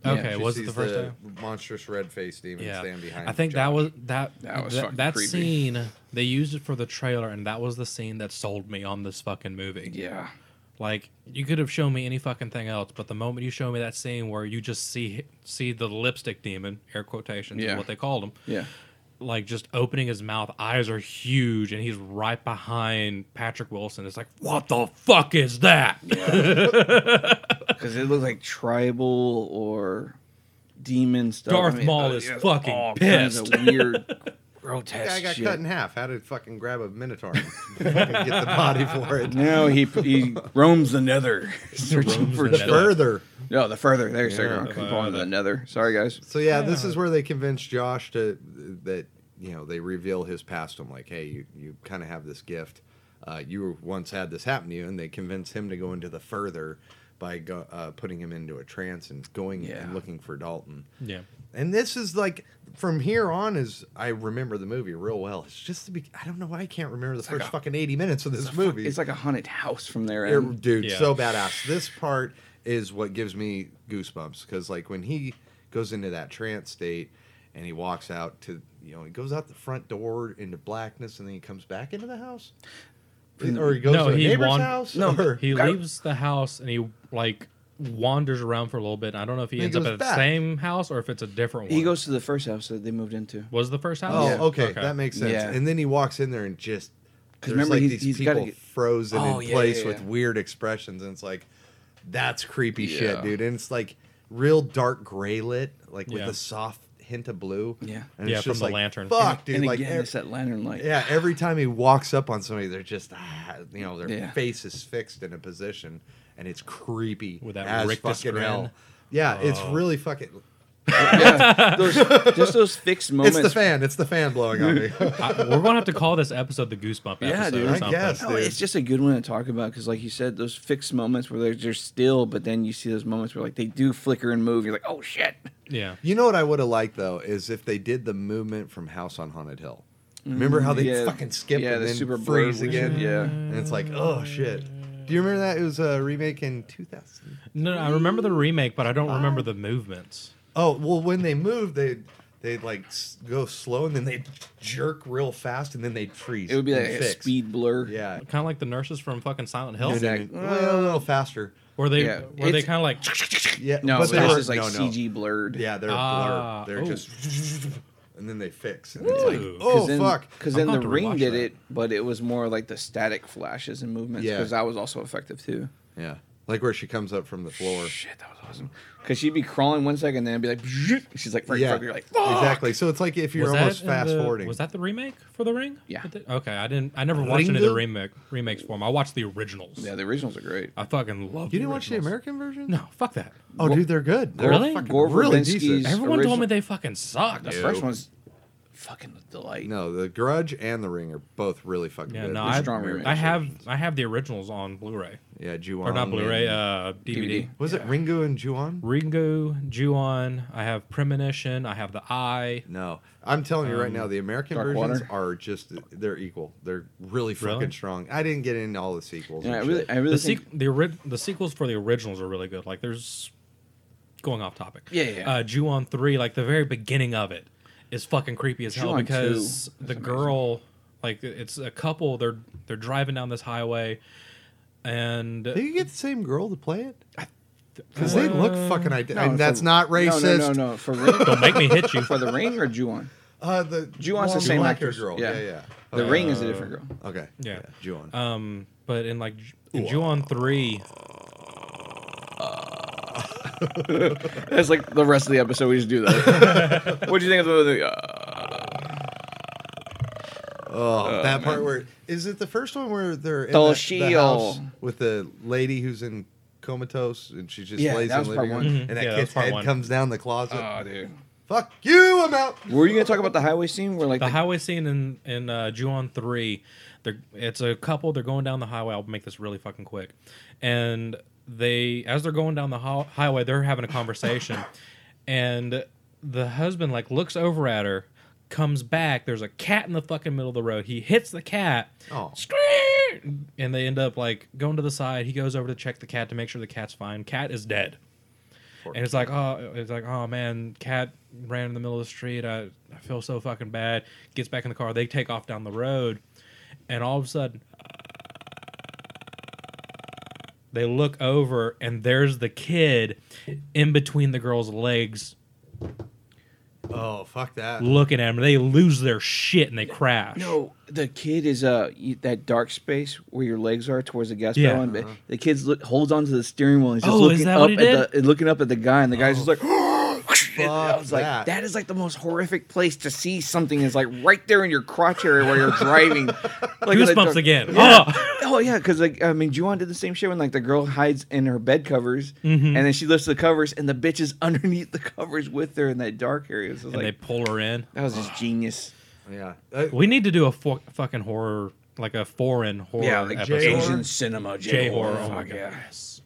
E: Yeah,
F: Okay,
G: She
F: was it
G: sees
F: the first time?
G: monstrous red faced demon
F: Yeah,
G: stand behind?
F: I think that
G: Josh.
F: was that
E: That
F: that,
E: was fucking
F: that,
E: creepy.
F: scene. They used it for the trailer, and that was the scene that sold me on this fucking movie.
E: Yeah,
F: Like you could have shown me any fucking thing else, but the moment you show me that scene where you just see see the lipstick demon, air quotations, is
E: Yeah.
F: what they called him,
E: yeah.
F: like just opening his mouth, eyes are huge, and he's right behind Patrick Wilson. It's like, what the fuck is that?
E: Because it looked like tribal or demon stuff.
F: Darth
E: I mean,
F: Maul
E: uh,
F: is
E: yeah,
F: fucking
E: all kinds
F: pissed.
E: of weird,
G: The
E: grotesque
G: guy got
E: shit.
G: cut in half. How did fucking grab a minotaur? and fucking get the body for it.
E: Now he he roams the nether, searching
F: Roams
E: for
F: the
E: tr-
F: nether.
G: Further.
E: no the further. There, you
G: Yeah.
E: go. I'm calling it the nether. Sorry guys.
G: So yeah, this is where they convince Josh to that you know they reveal his past. I'm like, hey, you you kind of have this gift. Uh, you once had this happen to you, and they convince him to go into the further by go, uh, putting him into a trance and going
E: Yeah.
G: and looking for Dalton.
F: yeah,
G: And this is like from here on is I remember the movie real well. It's just the be- I don't know why I can't remember the first fucking 80 minutes of this movie.
E: It's like a haunted house from there.
G: It-
E: end.
G: dude,
F: Yeah.
G: so badass. This part is what gives me goosebumps because, like, when he goes into that trance state and he walks out to, you know, he goes out the front door into blackness and then he comes back into the house, or he goes
F: Mm, No,
G: to a
F: he
G: neighbor's
F: wan-
G: house.
E: No,
G: or-
F: he
E: Guy-
F: leaves the house and he like wanders around for a little bit. I don't know if he
G: He
F: ends up
G: goes
F: at the
G: back.
F: same house or if it's a different one.
E: He goes to the first house that they moved into.
F: Was the first house?
G: oh, okay, that makes sense.
E: Yeah.
G: And then he walks in there and just. Because
E: remember,
G: like
E: he's-
G: these
E: he's gotta
G: people
E: get-
G: frozen
E: Oh,
G: in
E: yeah,
G: place
E: yeah,
G: with
E: yeah.
G: weird expressions, and it's like, that's creepy
E: Yeah.
G: shit, dude. And it's like real dark gray lit, like with
F: Yeah.
G: a soft hint of blue.
E: Yeah.
G: and
F: Yeah,
G: it's
F: from
G: just
F: the
G: like,
F: lantern.
G: Fuck, dude.
E: and
G: like,
E: again,
G: ev-
E: it's that lantern light.
G: yeah, every time he walks up on somebody, they're just, ah, you know, their
E: Yeah.
G: face is fixed in a position, and it's creepy
F: With that
G: as
F: rictus
G: fucking
F: grin. Oh.
G: hell. Yeah, it's really fucking.
E: Yeah, those, just those fixed moments.
G: It's the fan. It's the fan blowing on me.
F: I- we're gonna have to call this episode the Goosebump episode.
E: Yeah, dude.
F: or
E: I
F: something.
G: guess.
E: No, it's
G: dude.
E: just a good one to talk about because, like you said, those fixed moments where they're, they're still, but then you see those moments where like they do flicker and move. You're like, oh shit.
F: Yeah.
G: You know what I would have liked though is if they did the movement from House on Haunted Hill. Remember how they
E: Mm, Yeah.
G: fucking skip
E: Yeah,
G: and
E: the
G: then
E: super
G: freeze
E: blurred
G: again?
E: vision. Yeah.
G: and it's like, oh shit. Do you remember that? It was a remake in 2000.
F: No, I remember the remake, but I don't remember
G: Uh-huh.
F: the movements.
G: Oh well, when they moved, they they like s- go slow and then they jerk real fast and then they freeze.
E: It would be
G: and
E: like a
G: fix.
E: speed blur.
G: Yeah,
F: Kind of like the nurses from fucking Silent Hill.
E: Exactly.
G: well, a little faster.
F: Were they
E: Yeah,
F: were they
E: it's-
F: kind of like
G: Yeah,
E: No,
G: but
E: but
G: they
E: this
G: were-
E: is like
G: no, no.
E: CG blurred.
G: Yeah, they're
F: Ah,
G: blurred. They're
F: oh.
G: just and then they fix. And it's like,
F: Ooh.
E: 'Cause
G: oh
E: then,
G: fuck.
E: Because
F: I'm
E: then
F: gonna
E: the
F: have to
E: ring
F: rewatch
E: did
F: that.
E: it, but it was more like the static flashes and movements.
G: Yeah.
E: Because that was also effective too.
G: Yeah. Like where she comes up from the floor.
E: Shit, that was awesome. Because she'd be crawling one second, then it'd be like, "Bzzzt." she's like, yeah. you're like, "Fuck!"
G: exactly. So it's like if you're
F: Was that
G: almost
F: in the-
G: fast forwarding.
F: Was that the remake for The Ring?
E: Yeah.
F: With it? Okay, I didn't. I never watched any of
G: Ringo?
F: the remake remakes for 'em. I watched the originals.
E: Yeah, the originals are great.
F: I fucking love.
G: you didn't watch the American version?
F: No, fuck that.
G: Oh, dude, they're good. They're
F: Really?
G: fucking
E: Gore
G: really
E: Verbinski's-
G: decent.
F: Everyone told me
E: original-
F: they fucking sucked.
E: The
G: Yeah.
E: first one's fucking a delight.
G: No, The Grudge and The Ring are both really fucking
F: Yeah,
G: good.
F: no,
E: They're
F: I,
E: strong remakes.
F: I have I have the originals on Blu-ray
G: yeah, Juon.
F: or not Blu-ray,
G: and-
F: uh, DVD.
E: DVD.
G: was it Ringo and Juon?
F: Ringo, Ju-on, I have Premonition. I have the Eye.
G: No, I'm telling you right now, the American
E: Um, Dark
G: versions
E: Water?
G: are just they're equal. They're really fucking
F: Really?
G: strong. I didn't get into all the sequels.
E: Yeah, I
G: and
E: really,
G: shit.
E: I really
F: The
E: think,
F: sequ- the, ori- the sequels for the originals are really good. Like there's going off topic.
E: Yeah, yeah, yeah.
F: Uh, Ju-on three, like the very beginning of it, is fucking creepy as hell
E: Ju-on 2
F: because
E: is
F: the
E: amazing.
F: girl, like it's a couple. They're they're driving down this highway, and
G: Did you get the same girl to play it? Because they
F: Uh,
G: look fucking identical.
E: No,
G: and that's
E: for-
G: not racist.
E: No, no, no, no. For ring,
F: don't make me hit you.
E: for the ring or Juon.
G: Uh, the
E: Ju-on's the
G: blonde
E: same
G: black
E: actress.
G: girl.
E: Yeah.
G: Yeah, yeah.
E: The ring
F: Uh,
E: is a different girl.
G: Okay.
F: Yeah.
G: Juon.
F: Um, but in like Ju- in Ju-on three,
E: That's like the rest of the episode. We just do that. what do you think of the movie? Uh,
G: oh, that part where is it the first one where they're in
E: The
G: the, the
E: shield.
G: house with the lady who's in comatose and she just
E: Yeah,
G: lays in
E: that was
G: the
E: part
G: living
E: one.
G: room
F: Mhm.
G: and that
F: Yeah, that
G: kid's
F: was part
G: head
F: one.
G: comes down the closet.
E: oh, dude.
G: Fuck you, I'm out.
E: Were you gonna talk about the highway scene where like
F: the
E: the
F: highway scene in in uh, Ju-on three, they're it's a couple. They're going down the highway. I'll make this really fucking quick, and they as they're going down the ho- highway, they're having a conversation, and the husband like looks over at her, comes back. There's a cat in the fucking middle of the road. He hits the cat.
G: Oh.
F: Scream! And they end up like going to the side. He goes over to check the cat to make sure the cat's fine. Cat is dead. And it's like, oh, it's like, oh man, cat ran in the middle of the street. I, I feel so fucking bad. Gets back in the car. They take off down the road, and all of a sudden, they look over, and there's the kid in between the girl's legs,
G: Oh, fuck that.
F: looking at him. They lose their shit and they crash.
E: no the kid is uh you- that dark space where your legs are towards the gas
F: Yeah.
E: pedal.
G: Uh-huh.
E: and The kid's look, holds onto the steering wheel and he's just
F: Oh, is
E: looking
F: that
E: up
F: what
E: at
F: he
E: the looking up at the guy and the guy's just like. And
G: Oh.
E: I
G: Fuck
E: was like,
G: that.
E: that is like the most horrific place to see something is like right there in your crotch area where you're driving. Like, in the
F: Goosebumps
E: dark-
F: again.
E: Yeah.
F: Oh!
E: Oh yeah, because like I mean, Juwan did the same shit when like the girl hides in her bed covers,
F: Mm-hmm.
E: and then she lifts the covers, and the bitch is underneath the covers with her in that dark area. So it's
F: and
E: like
F: they pull her in.
E: that was just genius.
G: Yeah. Uh,
F: We need to do a fo- fucking horror, like a foreign horror.
E: Yeah, like
F: episode.
G: J-horror.
E: Asian cinema, J
F: J
E: horror.
F: horror. Oh my
E: Fuck yeah.
F: god.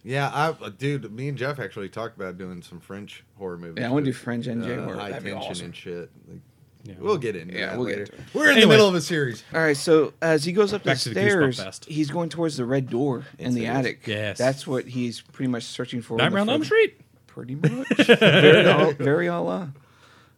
G: yeah, I, uh, dude, me and Jeff actually talked about doing some French horror movies.
E: Yeah, I wanna do
G: with,
E: French and J horror.
G: High
E: That'd be
G: tension
E: awesome.
G: and shit. Like,
F: Yeah.
G: We'll get into
E: Yeah,
G: that
E: we'll get
G: later.
E: into it.
G: We're in the
F: Anyway.
G: middle of a series.
E: All right, so as he goes up
F: Back
E: the
F: to the Goosebump
E: stairs,
F: Fest.
E: he's going towards the red door
G: Yes,
E: in the
G: it is.
E: attic.
F: Yes.
E: that's what he's pretty much searching for. in
F: Nightmare on
E: the
F: Elm
E: fir-
F: Street.
E: pretty much. very, all, very Allah.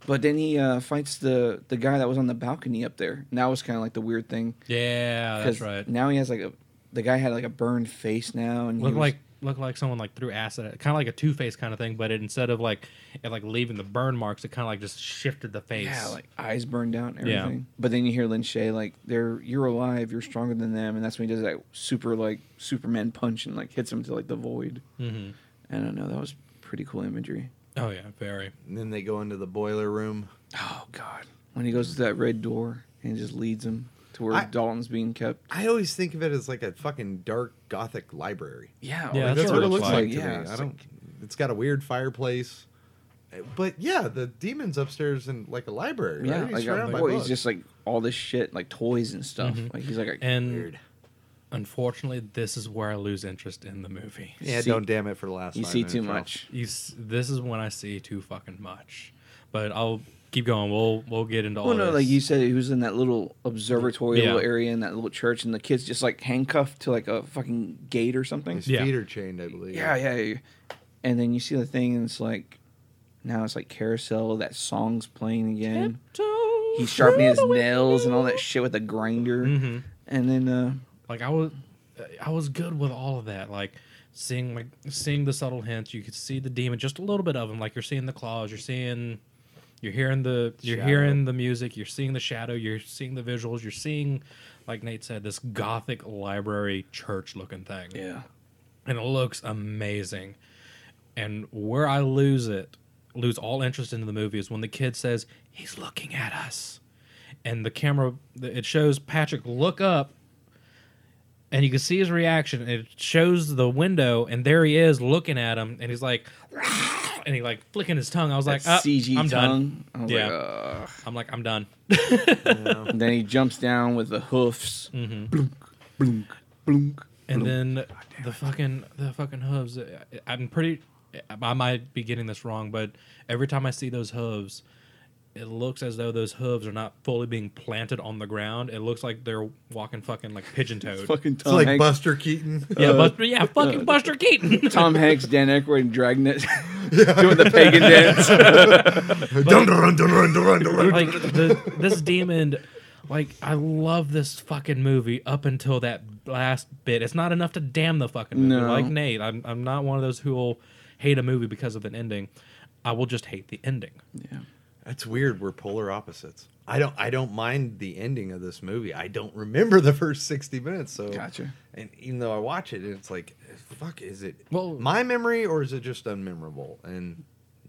E: But then he uh, fights the the guy that was on the balcony up there. And that was kind of like the weird thing.
F: Yeah, that's
E: 'Cause
F: right.
E: Now he has like a the guy had like a burned face now, and he
F: Look
E: was-
F: like look like someone like threw acid, at kind of like a Two Face kind of thing, but it, instead of like it like leaving the burn marks, it kind of like just shifted the face.
E: yeah, like eyes burned out and
F: Yeah.
E: everything. But then you hear Lin Shay like they're you're alive, you're stronger than them, and that's when he does that super like Superman punch and like hits him to like the void.
G: Mm-hmm.
F: Mhm.
E: I don't know. That was pretty cool imagery.
F: oh yeah, very.
G: And then they go into the boiler room.
E: Oh God, when he goes to that red door and just leads him to where
G: I-
E: Dalton's being kept.
G: I always think of it as like a fucking dark gothic library.
E: Yeah,
F: Yeah,
E: like,
G: That's,
F: That's
G: what
F: what
G: it
F: it
G: looks
F: looks
G: like,
E: like,
G: to
E: yeah,
G: me.
E: it's
G: I don't. It's got a weird fireplace, but yeah, the demons upstairs in like a library.
E: Yeah,
G: right? He's
E: like,
G: surrounded by
E: well, he's
G: books.
E: just like all this shit, like toys and stuff.
G: Mm-hmm.
E: Like he's like, a,
F: And
G: Weird.
E: Mm,
F: unfortunately, this is where I lose interest in the movie.
G: yeah.
E: see-
G: don't damn it for the last.
E: you
G: five
E: see
G: minutes,
E: too
G: Ralph.
E: much.
F: You, s- this is when I see too fucking much. But I'll keep going. We'll we'll get into all.
E: Well, no,
F: this.
E: like you said, he was in that little observatory
F: Yeah.
E: little area in that little church, and the kid's just like handcuffed to like a fucking gate or something.
G: His
F: Yeah.
G: feet are chained, I believe.
E: Yeah, yeah. yeah. And then you see the thing, and it's like, now it's like carousel. That song's playing again. He's sharpening his nails and all that shit with a grinder.
F: Mhm.
E: And then, uh,
F: like I was I was good with all of that like seeing like seeing the subtle hints you could see the demon just a little bit of him like you're seeing the claws you're seeing you're hearing the you're
G: Shadow.
F: hearing the music you're seeing the shadow you're seeing the visuals you're seeing like Nate said this gothic library church looking thing
E: yeah,
F: and it looks amazing. And where I lose it, lose all interest into the movie is when the kid says, "He's looking at us." And the camera it shows Patrick look up and you can see his reaction. and It shows the window and there he is looking at him and he's like "Rah!" and he like flicking his tongue. I was like,
E: That
F: "Ah,
E: CG
F: I'm done.
E: tongue. I was like,
F: Yeah.
E: "Ugh."
F: I'm like, I'm done.
E: And then he jumps down with the hoofs.
F: Mm-hmm.
E: Blunk, blunk, blunk.
F: and then the fucking the fucking hooves. I- I'm pretty. I might be getting this wrong, but every time I see those hooves, it looks as though those hooves are not fully being planted on the ground. It looks like they're walking fucking like pigeon toed.
E: Fucking
G: It's
E: Tom
G: like
E: Hanks.
G: Buster Keaton.
F: yeah, Buster, yeah, fucking Buster Keaton.
E: Tom Hanks, Dan Aykroyd, and Dragnet doing the pagan dance.
G: Dun, dun, dun, dun, dun, dun, dun.
F: like the, this demon. Like I love this fucking movie up until that last bit. It's not enough to damn the fucking movie.
E: No.
F: Like Nate, I'm I'm not one of those who will hate a movie because of an ending. I will just hate the ending.
G: That's weird. We're polar opposites. I don't. I don't mind the ending of this movie. I don't remember the first sixty minutes. So
E: Gotcha.
G: And even though I watch it, it's like, fuck, is it
F: Well-
G: my memory or is it just unmemorable? And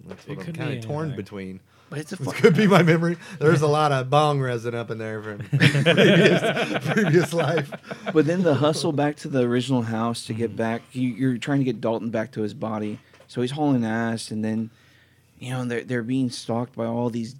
G: that's
F: It
G: what I'm
F: could be
G: kind of torn
F: anything.
G: between.
E: But it's a
G: It
E: fucking
G: could be my memory. There's a lot of bong resin up in there from previous, previous life.
E: But then the hustle back to the original house to get back, you, you're trying to get Dalton back to his body. So he's hauling ass, and then, you know, they're, they're being stalked by all these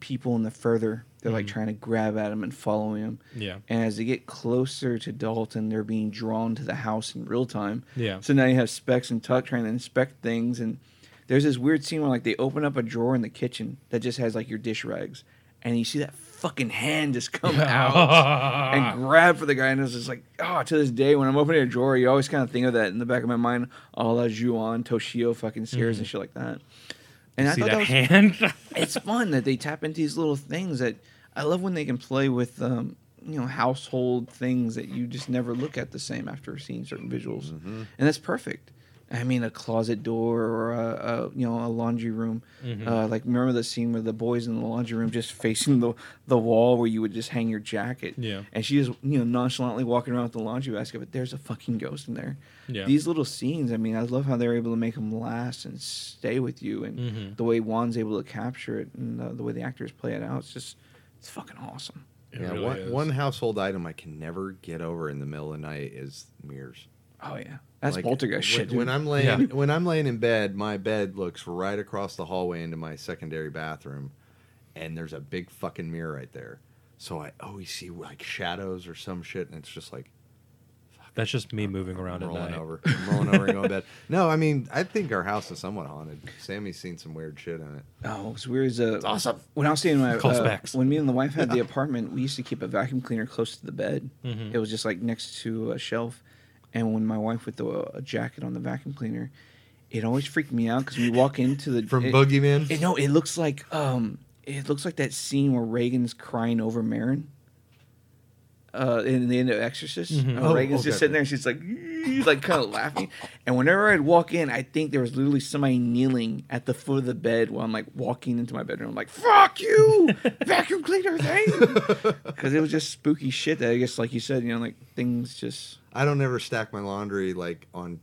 E: people in the further. They're like trying to grab at him and follow him.
F: Yeah.
E: And as they get closer to Dalton, they're being drawn to the house in real time.
F: Yeah.
E: So now you have Specs and Tuck trying to inspect things, and there's this weird scene where like they open up a drawer in the kitchen that just has like your dish rags, and you see that fucking hand just come out and grab for the guy, and it's just like, oh, to this day when I'm opening a drawer, you always kind of think of that in the back of my mind, a la Juan, Toshio, fucking Sears and shit like that. And I
F: Mm-hmm. See
E: thought
F: that,
E: that was
F: hand?
E: it's fun that they tap into these little things that I love when they can play with um, you know household things that you just never look at the same after seeing certain visuals, and that's perfect. I mean, a closet door or a, a you know a laundry room.
F: Mm-hmm.
E: Uh, like remember the scene where the boys in the laundry room just facing the the wall where you would just hang your jacket.
F: Yeah.
E: and she just you know nonchalantly walking around with the laundry basket, but there's a fucking ghost in there.
F: Yeah.
E: These little scenes, I mean, I love how they're able to make them last and stay with you, and
G: Mm-hmm.
E: the way Juan's able to capture it, and uh, the way the actors play it out, it's just it's fucking awesome.
F: It
G: yeah,
F: really
G: one,
F: is.
G: one household item I can never get over in the middle of the night is mirrors.
E: Oh yeah, that's
G: Like,
E: poltergeist
G: when,
E: shit. dude.
G: When I'm laying
F: Yeah.
G: when I'm laying in bed, my bed looks right across the hallway into my secondary bathroom, and there's a big fucking mirror right there. So I always see like shadows or some shit, and it's just like
F: That's just me moving around at
G: rolling
F: night.
G: over, I'm rolling over and going to bed. No, I mean I think our house is somewhat haunted. Sammy's seen some weird shit in it.
E: Oh, it's weird as a. It's awesome. When I was staying in my
F: Call us
E: uh,
F: back.
E: when me and the wife had the apartment, we used to keep a vacuum cleaner close to the bed.
G: Mm-hmm.
E: It was just like next to a shelf, and when my wife with the a jacket on the vacuum cleaner, it always freaked me out because we walk into the
G: From
E: it-
G: Boogeyman?
E: It, no, it looks like um, it looks like that scene where Reagan's crying over Marin. Uh, in the end of Exorcist, Uh,
G: Oh,
E: Reagan's
G: okay.
E: just sitting there and she's like, like kind of laughing. And whenever I'd walk in, I think there was literally somebody kneeling at the foot of the bed while I'm like walking into my bedroom. I'm like, fuck you, vacuum cleaner thing. Because it was just spooky shit that I guess, like you said, you know, like things just.
G: I don't ever stack my laundry like on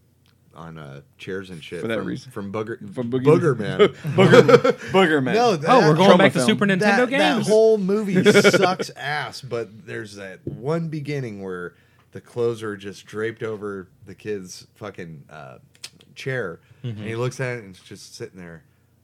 G: on uh, chairs and shit
E: For that
G: from,
E: reason.
G: from booger
E: From Boogie-
G: booger man.
E: Booger man.
G: No,
F: Oh, we're going
E: Trauma
F: back to
E: film.
F: Super Nintendo
G: that,
F: games.
G: That whole movie sucks ass, but there's that one beginning where the clothes are just draped over the kid's fucking uh, chair, and he looks at it and it's just sitting there.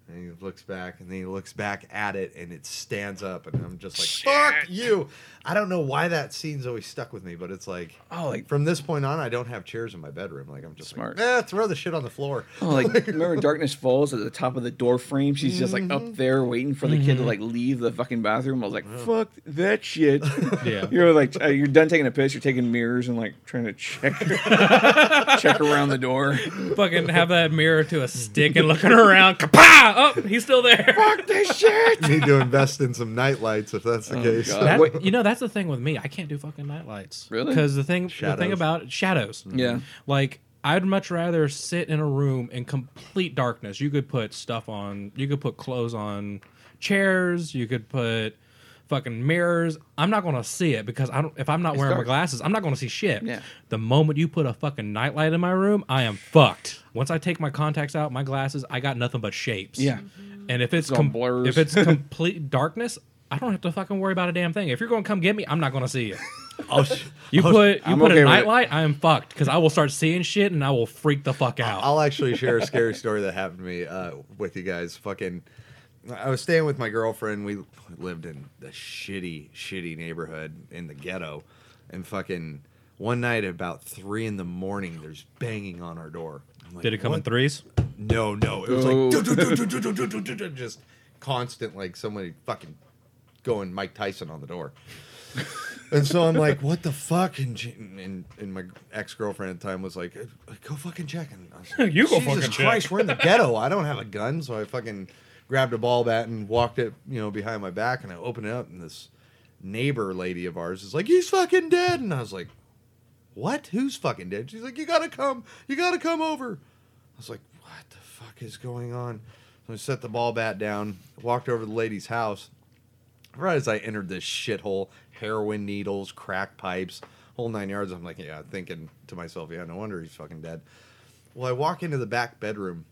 G: And he looks back, and then he looks back at it, and it stands up, and I'm just like, "Fuck you!" I don't know why that scene's always stuck with me, but it's like,
E: Oh, like-
G: from this point on, I don't have chairs in my bedroom. Like I'm just
E: Smart.
G: like, eh, throw the shit on the floor.
E: Oh, like remember Darkness Falls at the top of the door frame? She's just like up there waiting for the kid to like leave the fucking bathroom. I was like, fuck that shit.
F: Yeah.
E: You're like uh, you're done taking a piss. You're taking mirrors and like trying to check check around the door.
F: Fucking have that mirror to a stick and looking around. Kapow! Oh, he's still there.
E: Fuck this shit.
G: Need to invest in some nightlights if that's the case.
E: God.
F: That-
E: Wait.
F: you know, that's the thing with me. I can't do fucking nightlights.
E: Really? Mm-hmm.
F: Because the thing, the thing
G: Shadows.
F: about shadows.
E: Yeah.
F: Like I'd much rather sit in a room in complete darkness. You could put stuff on. You could put clothes on chairs. You could put fucking mirrors. I'm not gonna see it because I don't. If I'm not
E: It's
F: wearing
E: dark.
F: my glasses, I'm not gonna see shit.
E: Yeah.
F: The moment you put a fucking nightlight in my room, I am fucked. Once I take my contacts out, my glasses, I got nothing but shapes.
E: Yeah.
F: And if it's
E: It's all
F: com-
E: blurs.
F: if it's complete darkness, I don't have to fucking worry about a damn thing. If you're gonna come get me, I'm not gonna see you.
G: Oh,
F: You put you
E: I'm
F: put
E: okay with it.
F: a nightlight, I am fucked because I will start seeing shit and I will freak the fuck out.
G: I'll actually share a scary story that happened to me uh, with you guys. Fucking, I was staying with my girlfriend. We lived in the shitty, shitty neighborhood in the ghetto, and fucking one night at about three in the morning, there's banging on our door. I'm like,
F: Did it come in
G: "What
F: threes?
G: No, no. It was
E: Oh.
G: like "Do, do, do, do, do, do, do, do, do," just constant, like somebody fucking going Mike Tyson on the door. and so I'm like, what the fuck? And she, and, and my ex girlfriend at the time was like, "Uh, go fucking check. And I was like,
F: You go
G: Jesus
F: fucking check."
G: Christ, we're in the ghetto. I don't have a gun, so I fucking grabbed a ball bat and walked it, you know, behind my back, and I opened it up, and this neighbor lady of ours is like, he's fucking dead, and I was like, what? Who's fucking dead? She's like, you gotta come, you gotta come over. I was like, what the fuck is going on? So I set the ball bat down, walked over to the lady's house. Right as I entered this shithole, heroin needles, crack pipes, whole nine yards, I'm like, yeah, thinking to myself, yeah, no wonder he's fucking dead. Well, I walk into the back bedroom,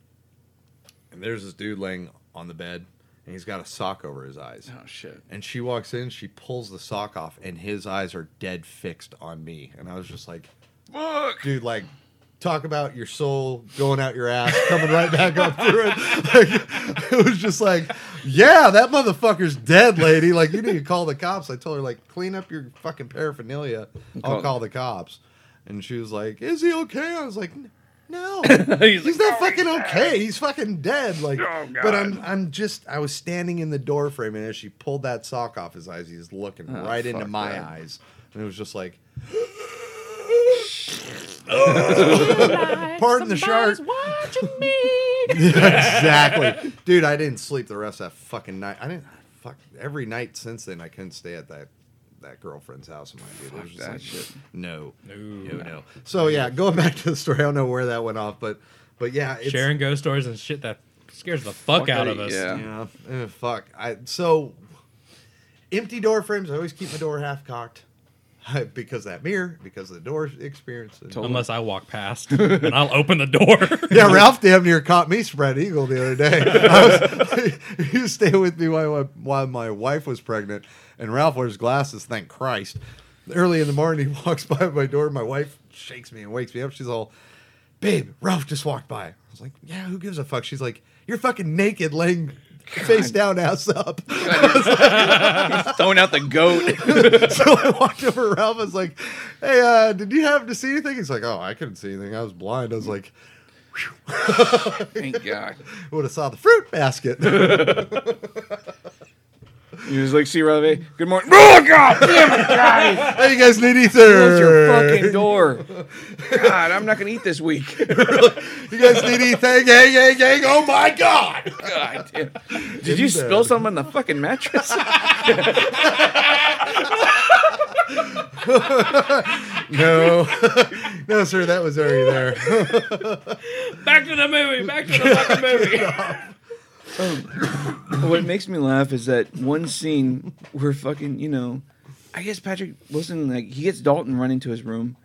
G: and there's this dude laying on the bed, and he's got a sock over his eyes.
E: Oh shit.
G: And she walks in, she pulls the sock off, and his eyes are dead fixed on me. And I was just like, fuck. Dude, like, talk about your soul going out your ass, coming right back up through it. Like, it was just like, yeah, that motherfucker's dead, lady. Like, you need to call the cops. I told her, like, clean up your fucking paraphernalia. I'll
E: Call-
G: call the cops. And she was like, is he okay? I was like, no, he's, not fucking okay. He's fucking dead. Like, but I'm, I'm just, I was standing in the door frame, and as she pulled that sock off his eyes, he's looking
E: Oh,
G: right into
E: fuck
G: my
E: that.
G: eyes, and it was just like, pardon the shark. exactly, dude. I didn't sleep the rest of that fucking night. I didn't. Fuck. Every night since then, I couldn't stay at that that girlfriend's house of mine, dude. It was just
E: that
G: like,
E: shit.
G: no, no,
F: No.
G: no. So yeah, going back to the story, I don't know where that went off, but but yeah, it's,
F: Sharing ghost stories and shit that scares the fuck,
E: Fuck
F: out
E: out-
F: of us.
E: yeah.
G: Yeah. Eh, fuck. I so empty door frames. I always keep my door half cocked because that mirror, because of the door experience. And-
E: Totally.
F: Unless I walk past and I'll open the door.
G: yeah, Ralph damn near caught me spread eagle the other day. I was, he was staying with me while, while my wife was pregnant, and Ralph wears glasses. Thank Christ. Early in the morning, he walks by my door. My wife shakes me and wakes me up. She's all, "Babe, Ralph just walked by." I was like, "Yeah, who gives a fuck?" She's like, "You're fucking naked, laying face down, ass up."
E: Throwing out the goat.
G: so I walked over to Ralph. I was like, "Hey, uh, did you happen to see anything?" He's like, "Oh, I couldn't see anything. I was blind." I was like,
E: Thank God.
G: "Would have saw the fruit basket."
E: He was like, "See, Ravi, good morning." Oh God, damn it, guys!
G: hey, you guys need ether.
E: Close your fucking door. God, I'm not gonna eat this week.
G: You guys need anything? Hey, hey, hey! Oh my God!
E: God damn. Did you spill something on the fucking mattress?
G: No, no, sir, that was already there.
F: back to the movie. Back to the fucking movie.
E: Um, what makes me laugh is that one scene where fucking you know, I guess Patrick Wilson like he gets Dalton run into his room,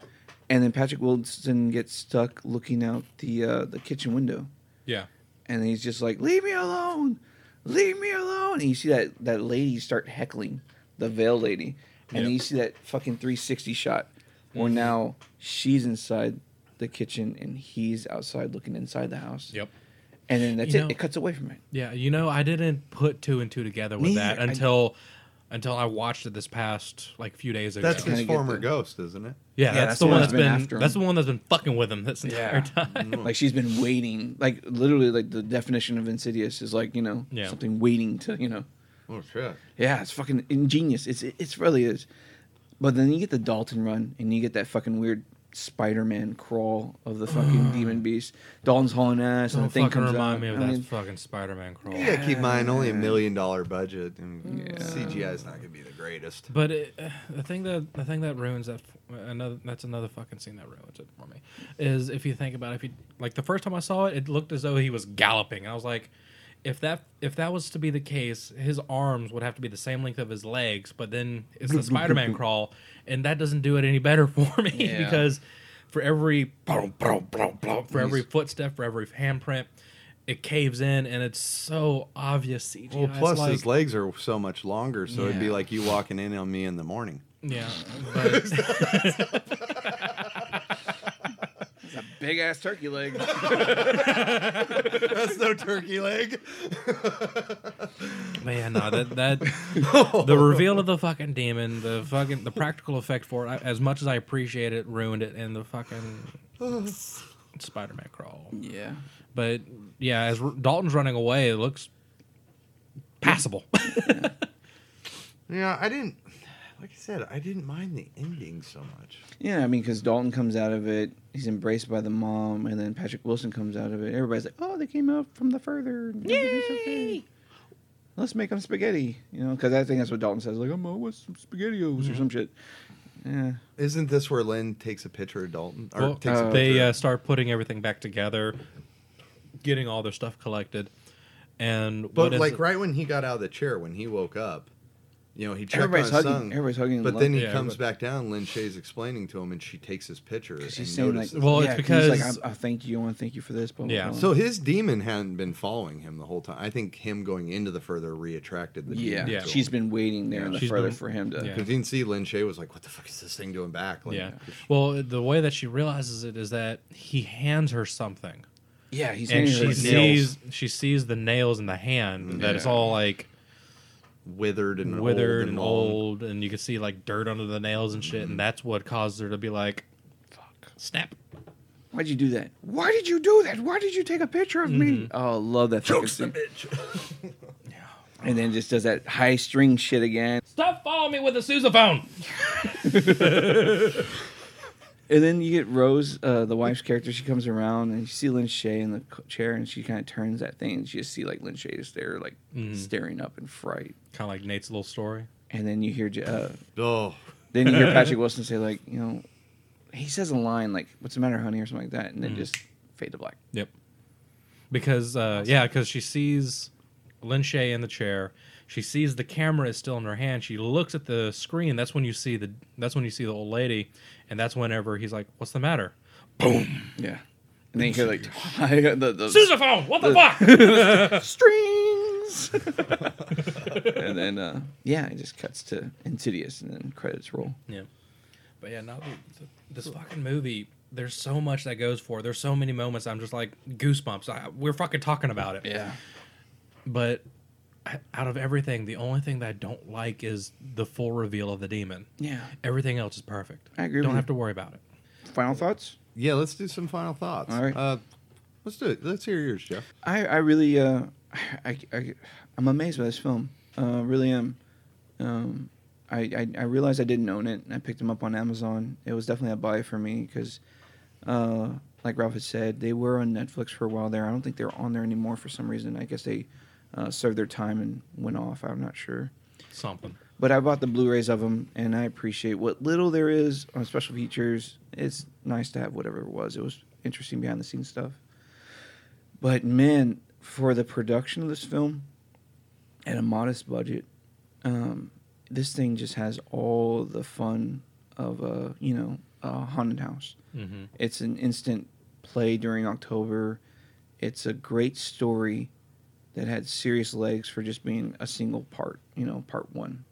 E: and then Patrick Wilson gets stuck looking out the uh, the kitchen window,
F: Yeah.
E: and he's just like, "Leave me alone, leave me alone." And you see that that lady start heckling the veil lady, and then
F: Yep. Mm-hmm.
E: you see that fucking 360 shot where now she's inside the kitchen and he's outside looking inside the house.
F: Yep.
E: And then that's
F: You
E: it.
F: know-
E: it cuts away from it.
F: Yeah. You know, I didn't put two and two together with
E: Neither.
F: that until until I watched it this past like few days ago.
G: That's
E: Kinda
G: his
E: get
G: former
E: the-
G: ghost, isn't it?
F: yeah, that's, the one that's been,
E: after him.
F: that's the one that's been fucking with him this entire time.
E: Like she's been waiting, like literally, like the definition of insidious is like you know
F: Yeah.
E: something waiting to you know.
G: Oh shit!
E: Yeah, it's fucking ingenious. It's it's really is. But then you get the Dalton run, and you get that fucking weird Spider-Man crawl of the fucking demon beast. Dalton's hauling ass, and
F: Mm. Don't
E: the thing
F: fucking
E: comes
F: remind
E: out.
F: me of
E: I
F: that
E: mean,
F: fucking Spider-Man crawl.
G: Yeah, keep in mind only a million dollar budget, and
E: Yeah.
G: CGI's not gonna be the greatest.
F: But it, uh, the thing that the thing that ruins that another that's another fucking scene that ruins it for me is if you think about it, if you like the first time I saw it, it looked as though he was galloping. I was like, if that if that was to be the case, his arms would have to be the same length of his legs, but then it's the Spider-Man crawl, and that doesn't do it any better for me
E: Yeah.
F: because for every boom, boom, boom, boom, for every footstep, for every handprint, it caves in, and it's so obvious CGI.
G: Well,
F: It's
G: plus
F: like,
G: his legs are so much longer, so it'd be
F: Yeah.
G: like you walking in on me in the morning.
F: yeah, but-
E: Big ass turkey leg.
G: That's no turkey leg.
F: Man, no, that that the reveal of the fucking demon, the fucking the practical effect for it. I- As much as I appreciate it, ruined it in the fucking Spider-Man crawl.
E: yeah.
F: But yeah, as R- Dalton's running away, it looks passable.
G: Yeah, I didn't. Like I said, I didn't mind the ending so much.
E: Yeah, I mean, because Dalton comes out of it, he's embraced by the mom, and then Patrick Wilson comes out of it. Everybody's like, "Oh, they came out from the further." Yay! Let's make them spaghetti, you know, because I think that's what Dalton says. Like, I'm gonna want some spaghettios
F: Mm.
E: or some shit. Yeah,
G: Isn't this where Lynn takes a picture of Dalton? Or
F: Well,
G: takes a
F: they
G: picture?
F: uh, start putting everything back together, getting all their stuff collected, and
G: but
F: what is
G: like
F: it-
G: right when he got out of the chair, when he woke up, you know, he checked
E: everybody's
G: on his
E: hugging.
G: son,
E: Everybody's hugging.
G: But then he
F: Yeah,
G: comes
F: but-
G: back down. Lynn Shay's explaining to him, and she takes his picture. And
E: she's saying like,
G: notices.
F: Well,
E: yeah,
F: it's
E: 'cause he's
F: because-
E: like, I, I thank you, I want to thank you for this." Blah, blah,
F: Yeah.
E: blah.
G: so his demon hadn't been following him the whole time. I think him going into the further reattracted the
E: yeah,
G: demon.
F: Yeah.
E: she's been waiting there in the
F: She's
E: further
F: been-
E: for him to.
F: yeah.
G: Because you can see Lynn Shay was like, "What the fuck is this thing doing back?" Like,
F: yeah. Well, the way that she realizes it is that he hands her something.
E: Yeah, he's
F: and
E: handing
F: she
E: her
F: sees
E: nails.
F: she sees the nails in the hand that it's
E: Yeah.
F: all like
G: withered and
F: withered and,
G: long.
F: old and you can see like dirt under the nails and shit and that's what caused her to be like fuck snap
E: Why'd you do that? Why did you do that? Why did you take a picture of
F: Mm-hmm.
E: me? Oh, love that. fucking scene. And then just does that high string shit again.
F: stop following me with a sousaphone
E: And then you get Rose, uh, the wife's character. She comes around and you see Lynn Shay in the co- chair, and she kind of turns that thing. And you just see like Lynn Shay is there, like
F: Mm-hmm.
E: staring up in fright.
F: kind of like Nate's little story
E: And then you hear, J- uh,
G: Oh,
E: then you hear Patrick Wilson say like, you know, he says a line like, "What's the matter, honey?" or something like that, and then just fade to black.
F: yep because uh yeah because she sees Lin Shay in the chair she sees the camera is still in her hand she looks at the screen that's when you see the that's when you see the old lady and that's whenever he's like what's the matter
E: Yeah. And then you hear like the, the
F: sousaphone what the fuck
E: strings. and then uh, yeah, it just cuts to Insidious, and then credits roll.
F: Yeah. But yeah, now th- this fucking movie, there's so much that goes for. it. There's so many moments I'm just like goosebumps. I, we're fucking talking about it.
E: Yeah.
F: But I- out of everything, the only thing that I don't like is the full reveal of the demon.
E: Yeah.
F: Everything else is perfect.
E: I agree with
F: Don't
E: you.
F: have to worry about it.
E: Final thoughts?
G: yeah. Let's do some final thoughts.
E: All right.
G: Uh, let's do it. Let's hear yours, Jeff.
E: I I really uh, I, I I'm amazed by this film. Uh, really am. Um, I, I I realized I didn't own it, and I picked them up on Amazon. It was definitely a buy for me because, uh, like Ralph had said, they were on Netflix for a while there. I don't think they're on there anymore for some reason. I guess they uh, served their time and went off. I'm not sure.
F: Something.
E: But I bought the Blu-rays of them, and I appreciate what little there is on special features. It's nice to have whatever it was. It was interesting behind-the-scenes stuff. But man, for the production of this film, and a modest budget, um, this thing just has all the fun of a you know a haunted house.
F: Mm-hmm.
E: It's an instant play during October. It's a great story that had serious legs for just being a single part, you know, part one,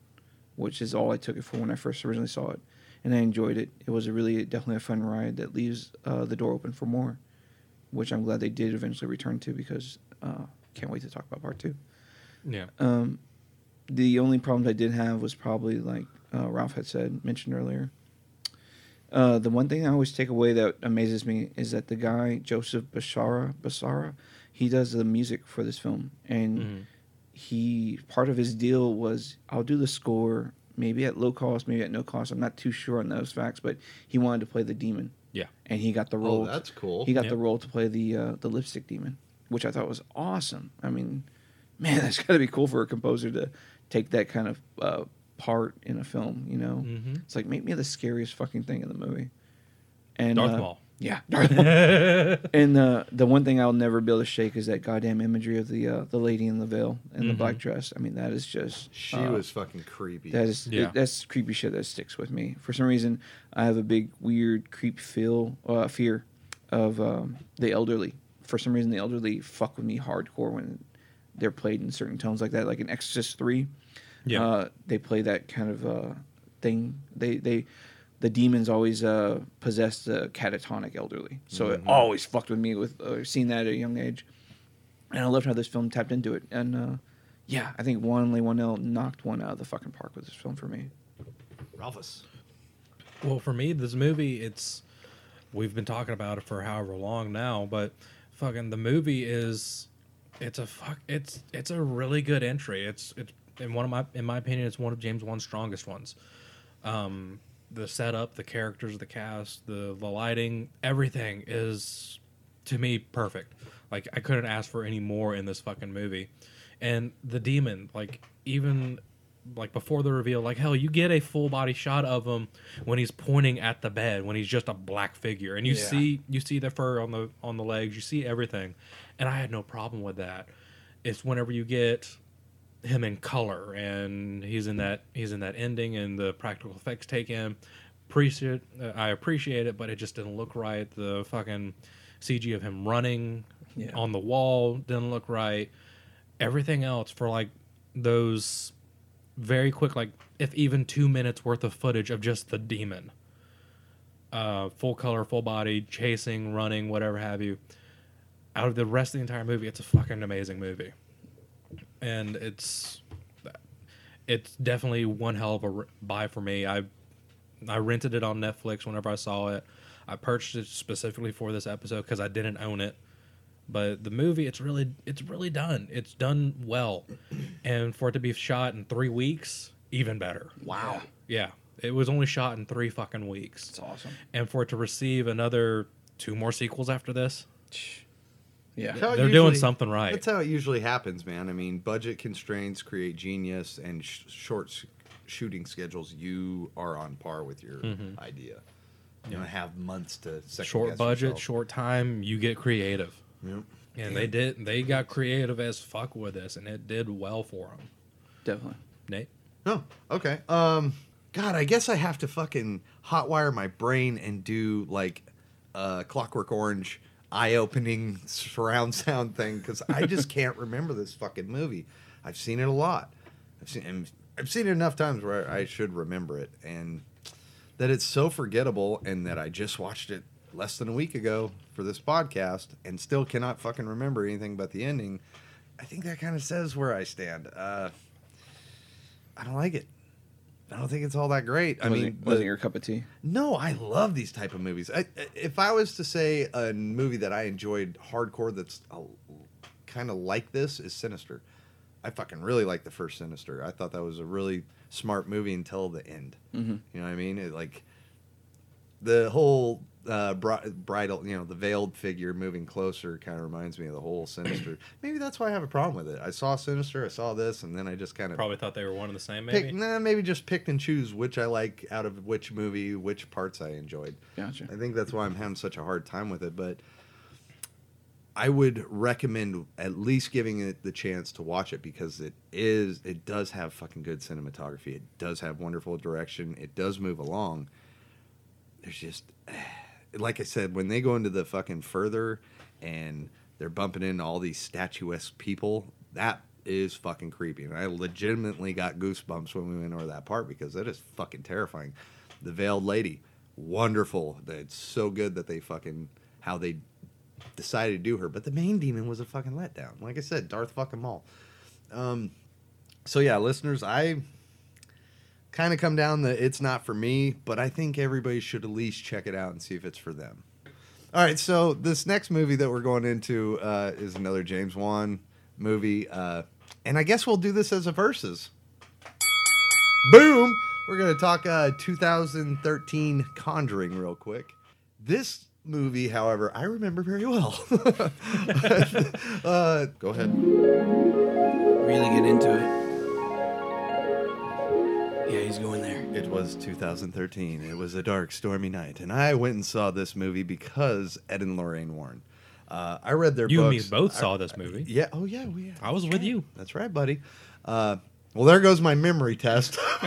E: which is all I took it for when I first originally saw it. And I enjoyed it. It was a really, definitely a fun ride that leaves uh, the door open for more, which I'm glad they did eventually return to because uh, can't wait to talk about part two.
F: Yeah.
E: Um, the only problems I did have was probably like uh, Ralph had said mentioned earlier. Uh, the one thing I always take away that amazes me is that the guy Joseph Bashara Basara, he does the music for this film, and
F: Mhm.
E: he part of his deal was I'll do the score maybe at low cost, maybe at no cost. I'm not too sure on those facts, but he wanted to play the demon.
F: Yeah.
E: and he got the role.
G: Oh, that's cool.
E: He got
F: Yep.
E: the role to play the uh, the lipstick demon, which I thought was awesome. I mean, man, that's got to be cool for a composer to take that kind of uh, part in a film. You know,
G: Mm-hmm.
F: Mhm.
E: it's like make me the scariest fucking thing in the movie. And
F: Darth
E: uh,
F: Maul.
E: Yeah. and uh, the one thing I'll never be able to shake is that goddamn imagery of the uh, the lady in the veil and the black dress. I mean, that is just
G: Mm-hmm. She
E: uh,
G: was fucking creepy.
E: That is
F: Yeah.
E: that's creepy shit that sticks with me. For some reason, I have a big weird creep feel uh, fear of um, the elderly. For some reason, the elderly fuck with me hardcore when they're played in certain tones like that, like in Exorcist Three.
F: Yeah.
E: uh, they play that kind of uh, thing. They they the demons always uh, possess the catatonic elderly, so it always fucked with me with uh, seeing that at a young age. And I loved how this film tapped into it. And uh, yeah, I think Juan Leonel knocked one out of the fucking park with this film for me.
G: Ralphus.
F: Well, for me, this movie, it's we've been talking about it for however long now, but fucking the movie is it's a fuck it's it's a really good entry. It's it's in one of my in my opinion, it's one of James Wan's strongest ones. Um, the setup, the characters, the cast, the the lighting, everything is to me perfect. Like I couldn't ask for any more in this fucking movie. And the demon, like even like before the reveal, like hell, you get a full body shot of him when he's pointing at the bed, when he's just a black figure, and you see you see the fur on the on the legs, you see everything, and I had no problem with that. It's whenever you get him in color and he's in that he's in that ending and the practical effects take him appreciate uh, i appreciate it but it just didn't look right the fucking cg of him running
E: Yeah.
F: on the wall didn't look right everything else for like those very quick like if even two minutes worth of footage of just the demon uh full color full body chasing running whatever have you out of the rest of the entire movie it's a fucking amazing movie and it's it's definitely one hell of a r- buy for me. I I rented it on Netflix whenever I saw it. I purchased it specifically for this episode because I didn't own it. But the movie, it's really it's really done. It's done well, and for it to be shot in three weeks, even better. Wow. Yeah, it was only shot in three fucking weeks.
E: It's awesome.
F: And for it to receive another two more sequels after this,
E: Yeah.
G: That's how it
F: They're doing something right.
G: That's how it usually happens, man. I mean, budget constraints create genius, and sh- short s- shooting schedules. You are on par with your idea. You don't have months to second
F: Mm-hmm. short
G: guess
F: budget,
G: yourself.
F: short time, you get creative. And they did. They got creative as fuck with this, and it did well for them.
E: Definitely.
F: Nate,
G: No. Okay. Um. God, I guess I have to fucking hotwire my brain and do like a Clockwork Orange eye-opening surround sound thing because I just can't remember this fucking movie. I've seen it a lot. I've seen and I've seen it enough times where I should remember it, and that it's so forgettable, and that I just watched it less than a week ago for this podcast, and still cannot fucking remember anything but the ending. I think that kind of says where I stand. Uh, I don't like it. I don't think it's all that great. I
E: wasn't,
G: mean, the-
E: wasn't your cup of tea.
G: no, I love these type of movies. I, if I was to say a movie that I enjoyed hardcore, that's kind of like this, is Sinister. I fucking really like the first Sinister. I thought that was a really smart movie until the end. You know what I mean? It, like the whole uh, bri- bridal, you know, the veiled figure moving closer kind of reminds me of the whole Sinister. Maybe that's why I have a problem with it. I saw Sinister, I saw this, and then I just kind of
F: probably thought they were one and the same. Maybe.
G: Pick, nah, maybe just picked and choose which I like out of which movie, which parts I enjoyed.
E: Gotcha.
G: I think that's why I'm having such a hard time with it, but I would recommend at least giving it the chance to watch it because it is it does have fucking good cinematography. It does have wonderful direction. It does move along. There's just like I said, when they go into the fucking further and they're bumping into all these statuesque people, that is fucking creepy. And I legitimately got goosebumps when we went over that part because that is fucking terrifying. The veiled lady, wonderful. It's so good that they fucking how they decided to do her. But the main demon was a fucking letdown. Like I said, Darth fucking Maul. Um, so yeah, listeners, I kind of come down that it's not for me, but I think everybody should at least check it out and see if it's for them. All right, so this next movie that we're going into uh, is another James Wan movie, uh, and I guess we'll do this as a versus. Boom! We're going to talk uh, 2013 Conjuring real quick. This movie, however, I remember very well. uh, go ahead.
E: Really get into it. Yeah, he's going there.
G: It was 2013. It was a dark, stormy night, and I went and saw this movie because Ed and Lorraine Warren. Uh, I read their
F: You and
G: books.
F: me both
G: I-
F: saw this movie.
G: Yeah. Oh yeah. We.
F: I was with you.
G: That's right, buddy. Uh, well, there goes my memory test.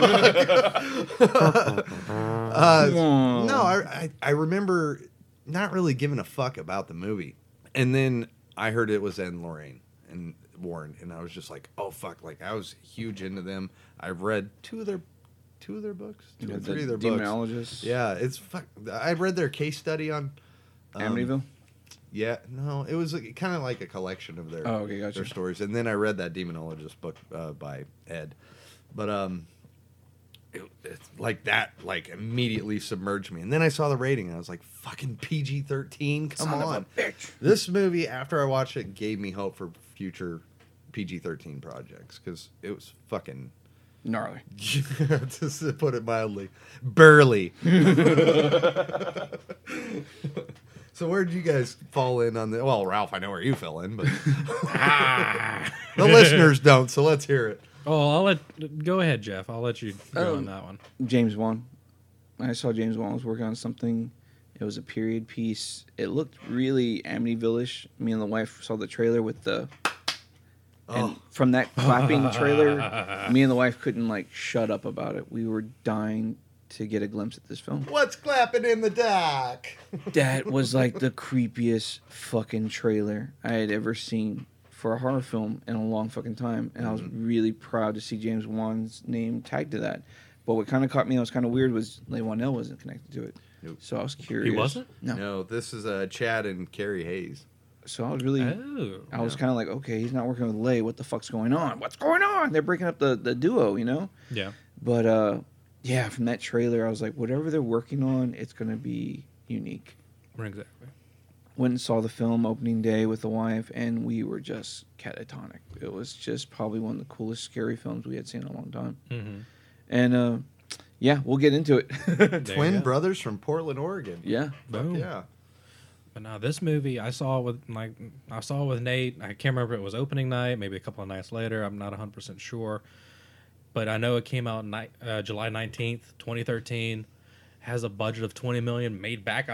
G: Uh,
E: Aw.
G: no, I, I I remember not really giving a fuck about the movie, and then I heard it was Ed and Lorraine and Warren, and I was just like, oh fuck! Like I was huge into them. I've read two of their two of their books, two
E: Yeah,
G: or
E: the
G: three of their books.
E: demonologist.
G: Yeah, it's fuck. I read their case study on um,
E: Amityville.
G: yeah, no, it was kind of like a collection of their
E: Oh, okay, gotcha.
G: their stories, and then I read that demonologist book uh, by Ed, but um, it, it's like that like immediately submerged me, and then I saw the rating, and I was like, "Fucking PG thirteen, come
E: Son of a
G: on!"
E: bitch.
G: This movie, after I watched it, gave me hope for future PG thirteen projects because it was fucking
E: Gnarly.
G: just to put it mildly, burly. so where did you guys fall in on the? Well, Ralph, I know where you fell in, but the listeners don't. So let's hear it.
F: Oh, I'll let go ahead, Jeff. I'll let you go
E: Um,
F: on that one.
E: James Wan. I saw James Wan was working on something. It was a period piece. It looked really Amityville-ish. Me and the wife saw the trailer with the. And from that clapping trailer, me and the wife couldn't like shut up about it. We were dying to get a glimpse at this film.
G: What's clapping in the dock?
E: That was like the creepiest fucking trailer I had ever seen for a horror film in a long fucking time. And I was really proud to see James Wan's name tagged to that. But what kind of caught me that was kind of weird was Lewanel wasn't connected to it.
G: Nope.
E: So I was curious.
F: wasn't?
E: No.
G: No, this is uh, Chad and Carrie Hayes.
E: So I was really,
F: Oh,
E: I was kind of like, okay, he's not working with Lay. What the fuck's going on? What's going on? They're breaking up the, the duo, you know?
F: yeah.
E: But uh, yeah, from that trailer, I was like, whatever they're working on, it's going to be unique.
F: Exactly.
E: went and saw the film opening day with the wife, and we were just catatonic. It was just probably one of the coolest scary films we had seen in a long time.
F: Mhm.
E: And uh, yeah, we'll get into it.
F: There you
G: Twin
F: go.
G: brothers from Portland, Oregon.
E: yeah,
G: Fuck
F: Boom.
G: yeah.
F: But now this movie, I saw it with like I saw it with Nate. I can't remember if it was opening night, maybe a couple of nights later. I'm not 100 percent sure, but I know it came out ni- uh, July 19th, 2013. Has a budget of 20 million, made back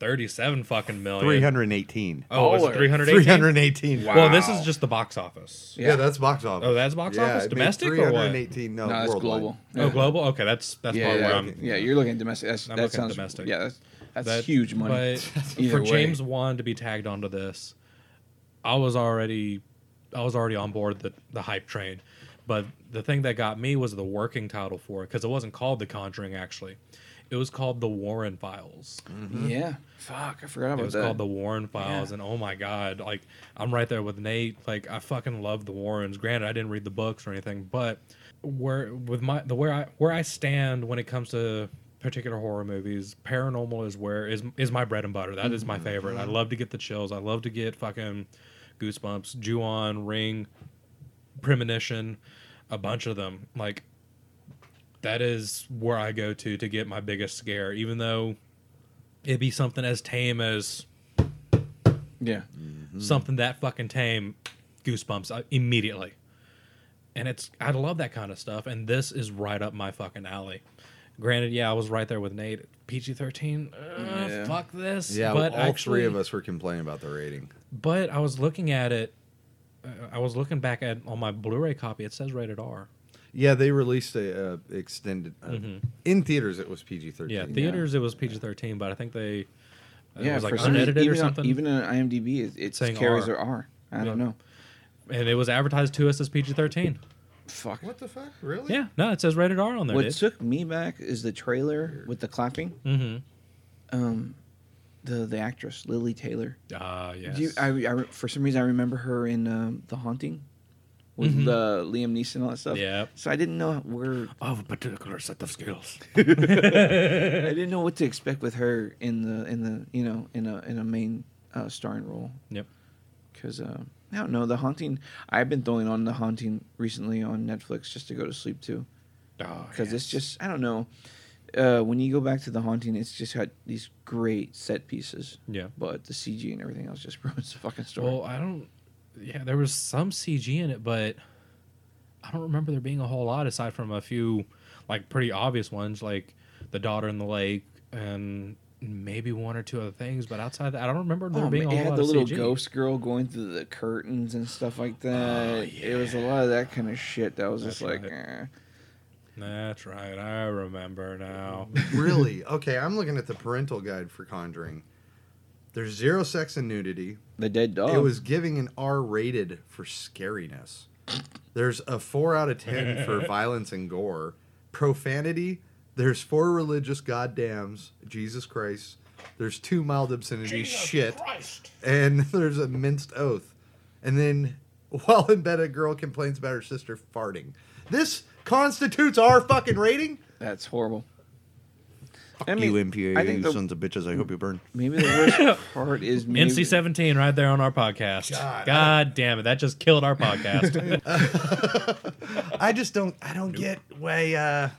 F: 137 fucking million.
G: Three hundred and eighteen.
F: Oh, was
E: Dollar.
F: it 318?
G: Three hundred eighteen.
F: Well, this is just the box office.
G: yeah. that's box office.
F: Oh, that's box office?
G: it made
F: Domestic or what?
G: 318, No,
E: no, that's
G: worldwide.
E: global.
F: Oh, global. Okay, that's that's
E: Yeah,
F: probably
E: yeah,
F: where
E: yeah.
F: I'm.
E: Yeah, you're looking at domestic. That's,
F: I'm
E: that
F: looking at
E: sounds
F: domestic.
E: Yeah, that's, that's
F: That-
E: huge money.
F: But
E: Either
F: for
E: way.
F: James Wan to be tagged onto this, I was already I was already on board the, the hype train. But the thing that got me was the working title for it because it wasn't called The Conjuring actually. It was called The Warren Files.
G: Mm-hmm.
E: Yeah, fuck, Mm, I forgot
F: It
E: about
F: was
E: that.
F: called The Warren Files, and oh my god, like I'm right there with Nate. Like I fucking love the Warrens. Granted, I didn't read the books or anything, but where with my the where I where I stand when it comes to particular horror movies, paranormal is where is is my bread and butter. That is my favorite. I love to get the chills. I love to get fucking goosebumps. Ju-on, Ring, Premonition, a bunch of them. Like that is where I go to to get my biggest scare, even though it'd be something as tame as
E: yeah,
G: Mm.
F: something that fucking tame, goosebumps uh, immediately. And it's I love that kind of stuff, and this is right up my fucking alley. Granted, yeah, I was right there with Nate. PG thirteen, uh,
E: Yeah.
F: fuck this.
G: Yeah,
F: but
G: all
F: actually-
G: three of us were complaining about the rating.
F: But I was looking at it. uh, I was looking back at on my Blu-ray copy. It says rated R.
G: Yeah, they released a uh, extended uh, in theaters. It was PG thirteen.
F: Mm-hmm. Yeah, theaters it was PG thirteen, but I think they it
E: yeah.
F: was like
E: for some reason,
F: unedited
E: even
F: or something.
E: On, even on IMDb, it, it
F: Saying
E: carries
F: R.
E: R. R. I don't
F: Yeah.
E: know.
F: and it was advertised to us as PG thirteen.
E: Fuck.
G: What the fuck? Really?
F: Yeah, no, it says rated R on there.
E: What
F: dude.
E: took me back is the trailer with the clapping.
F: Mhm.
E: Um, the the actress Lily Taylor.
F: Ah, yes.
E: Do you, I, I re- for some reason I remember her in um, The Haunting with the Liam Neeson and all that stuff.
F: Mm-hmm. Yep.
E: So I didn't know where
F: of a particular set of skills.
E: I didn't know what to expect with her in the in the you know in a in a main uh, starring role
F: Yep.
E: because uh, I don't know The Haunting. I've been throwing on The Haunting recently on Netflix just to go to sleep to.
F: Ah, Oh,
E: because it's just I don't know. Uh, when you go back to the haunting, it's just had these great set pieces.
F: Yeah.
E: But the CG and everything else just ruins the fucking story.
F: Well, I don't. Yeah, there was some CG in it, but I don't remember there being a whole lot aside from a few. like pretty obvious ones, like the daughter in the lake and maybe one or two other things. But outside that, I don't remember there
E: Oh,
F: being
E: man,
F: a
E: it
F: whole
E: had
F: lot
E: the
F: of
E: little
F: CG.
E: ghost girl going through the curtains and stuff like that. It was a lot of that kind of shit that was just
F: Oh, That's
E: like, eh.
F: That's right. I remember now.
G: really? Okay, I'm looking at the parental guide for Conjuring. There's zero sex and nudity.
E: the dead dog.
G: It was giving an R rated for scariness. There's a four out of ten for violence and gore. Profanity. There's four religious goddams. Jesus Christ. There's two mild obscenities. shit. And there's a minced oath. And then while in bed, a girl complains about her sister farting. This constitutes our fucking rating.
E: That's horrible.
G: Fuck
E: I mean,
G: you, MPA,
E: I think
G: you
E: the-
G: sons of bitches. I hope you burn.
E: Maybe the worst part is maybe,
F: NC seventeen right there on our podcast.
G: God.
F: God, damn it, that just killed our podcast.
G: I just don't. I don't get way. Uh,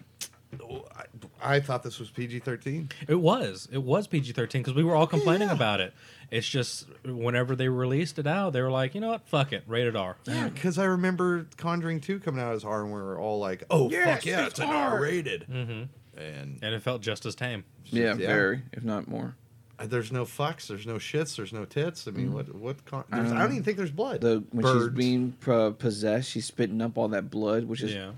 G: I, I thought this was PG thirteen.
F: it was it was PG thirteen because we were all complaining about it. It's just whenever they released it out, they were like, you know what, fuck it, rated R.
G: Yeah, because I remember Conjuring two coming out as R, and we were all like, "Oh fuck yeah, it's an R rated." Mm-hmm. And
F: And it felt just as tame.
E: Yeah,
G: Yeah.
E: very, if not more.
G: uh, there's no fucks, there's no shits, there's no tits. I mean, what what? Con- there's, I don't even think there's blood.
E: The when she's
G: Birds.
E: being uh, possessed, she's spitting up all that blood, which is
F: Yeah.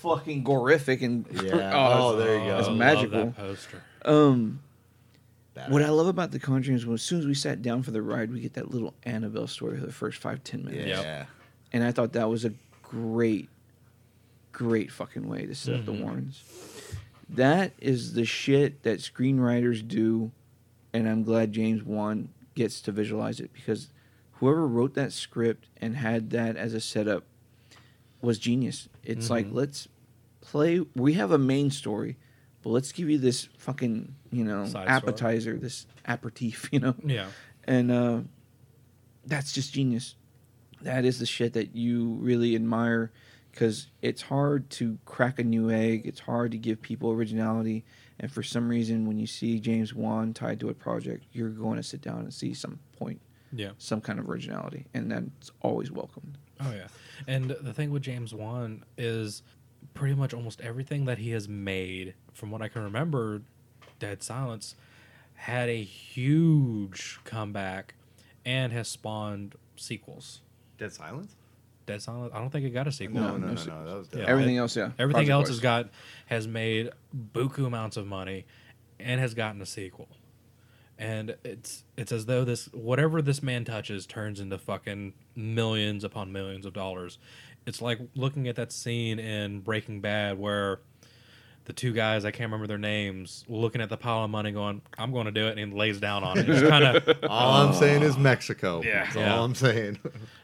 E: fucking horrific and
G: Yeah.
E: oh,
G: Oh, there you go.
E: It's
F: I love
E: magical.
F: that poster.
E: Um,
G: Badass.
E: what I love about the Conjuring is when as soon as we sat down for the ride, we get that little Annabelle story for the first five ten minutes.
G: yeah.
F: Yep.
E: and I thought that was a great, great fucking way to set up
F: Mm-hmm.
E: the Warrens. That is the shit that screenwriters do, and I'm glad James Wan gets to visualize it because whoever wrote that script and had that as a setup was genius. It's like
F: Mm-hmm.
E: let's play. We have a main story, but let's give you this fucking you know
F: Side story.
E: appetizer, this aperitif, you know
F: Yeah.
E: and uh, that's just genius. That is the shit that you really admire because it's hard to crack a new egg. It's hard to give people originality, and for some reason, when you see James Wan tied to a project, you're going to sit down and see some point,
F: Yeah.
E: some kind of originality, and that's always welcomed.
F: Oh yeah, and the thing with James Wan is pretty much almost everything that he has made, from what I can remember, Dead Silence had a huge comeback and has spawned sequels.
G: Dead silence.
F: Dead Silence, I don't think it got a sequel.
G: No, no,
E: no
G: no, no.
E: sequels.
G: That was
F: Yeah.
G: dead.
E: Everything else, yeah.
F: Everything else has
E: project-wise.
F: got has made buku amounts of money and has gotten a sequel. And it's it's as though this whatever this man touches turns into fucking millions upon millions of dollars. It's like looking at that scene in Breaking Bad where the two guys I can't remember their names looking at the pile of money going I'm going to do it and he lays down on it. It's kind of
G: All I'm saying is Mexico.
F: Yeah.
G: That's
F: Yeah.
G: all I'm saying.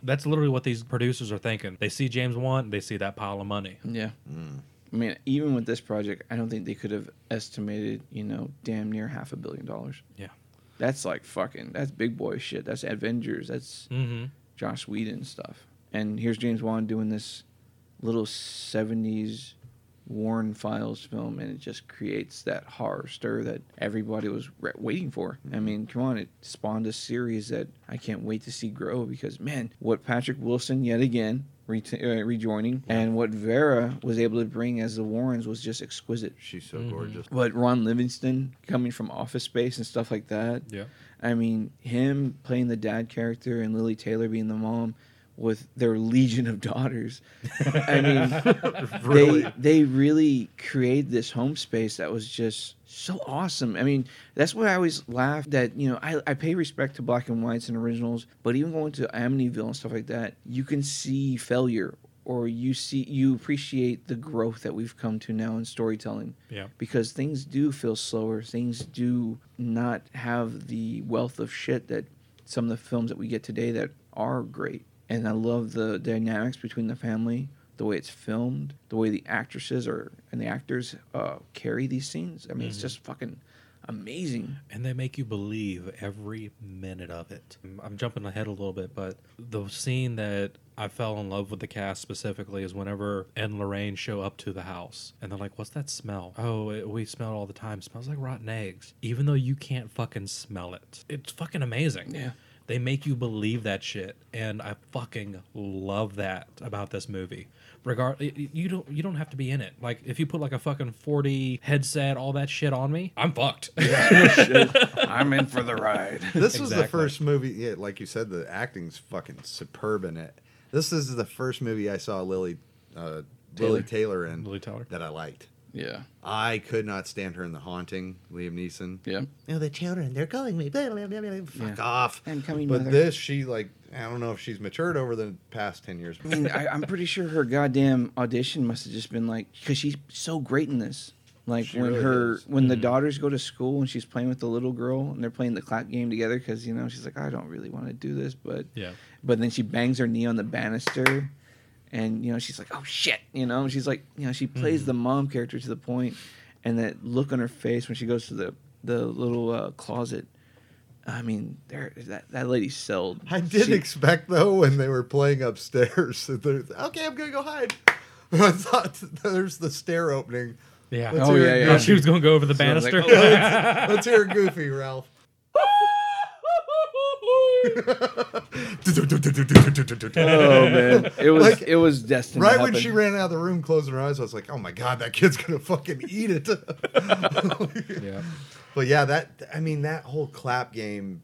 F: that's literally what these producers are thinking. They see James Wan, they see that pile of money.
E: Yeah. Mm. I mean, even with this project, I don't think they could have estimated, you know, damn near half a billion dollars.
F: Yeah.
E: That's like fucking. That's big boy shit. That's Avengers. That's
G: Mm-hmm.
F: Mhm.
E: Josh Whedon stuff. And here's James Wan doing this little '70s Warren Files film, and it just creates that horror stir that everybody was re- waiting for. I mean, come on, it spawned a series that I can't wait to see grow because man, what Patrick Wilson yet again. Re- uh, rejoining and what Vera was able to bring as the Warrens was just exquisite.
G: She's so
F: Mm-hmm.
G: gorgeous.
E: But Ron Livingston coming from Office Space and stuff like that,
F: Yeah.
E: I mean, him playing the dad character and Lily Taylor being the mom with their legion of daughters. I mean,
G: Really.
E: they they really created this home space that was just so awesome. I mean, that's why I always laugh that you know I, I pay respect to black and whites and originals, but even going to Amityville and stuff like that, you can see failure or you see you appreciate the growth that we've come to now in storytelling
F: Yeah.
E: because things do feel slower. Things do not have the wealth of shit that some of the films that we get today that are great. And I love the dynamics between the family, the way it's filmed, the way the actresses are and the actors uh, carry these scenes. I mean, it's just fucking amazing.
F: and they make you believe every minute of it. I'm jumping ahead a little bit, but the scene that I fell in love with the cast specifically is whenever Ed and Lorraine show up to the house and they're like, "What's that smell?" "Oh, it, we smell it all the time. It smells like rotten eggs." Even though you can't fucking smell it. It's fucking amazing.
E: Yeah.
F: They make you believe that shit, and I fucking love that about this movie. Regard, y- y- you don't you don't have to be in it. Like if you put like a fucking forty headset, all that shit on me, I'm fucked.
E: I'm in for the ride.
G: This was the
F: Exactly.
G: first movie. Yeah, like you said, the acting's fucking superb in it. This is the first movie I saw Lily, uh, Lily Taylor in
F: Lily Taylor.
G: that I liked.
E: Yeah.
G: I could not stand her in The Haunting, Liam Neeson.
E: Yeah.
G: No, the children, they're calling me. Blah, blah, blah, blah. Fuck off.
E: I'm coming,
G: But
E: mother.
G: this, she, like, I don't know if she's matured over the past 10 years.
E: I mean, I, I'm pretty sure her goddamn audition must have just been like, because she's so great in this. Like
G: She
E: when
G: really
E: her
G: is.
E: when the daughters go to school and she's playing with the little girl and they're playing the clap game together because you know she's like I don't really want to do this but
F: Yeah.
E: but then she bangs her knee on the banister and you know she's like oh shit you know she's like you know she plays the mom character to the point and that look on her face when she goes to the the little uh, closet I mean there that that lady sold
G: I did
E: She-
G: expect, though, when they were playing upstairs, that they're, okay, I'm going to go hide. I thought there's the stair opening.
F: yeah. Oh,
G: Let's hear
E: yeah,
G: it
E: yeah.
G: go.
F: She was gonna go over the
E: I was like,
F: banister.
E: "Oh,
G: Let's hear Goofy, Ralph.
E: Oh man, it was
G: Like,
E: it was destined. to
G: Right when
E: happen.
G: she ran out of the room, closing her eyes, I was like, "Oh my god, that kid's gonna fucking eat it."
F: yeah.
G: But yeah, that I mean that whole clap game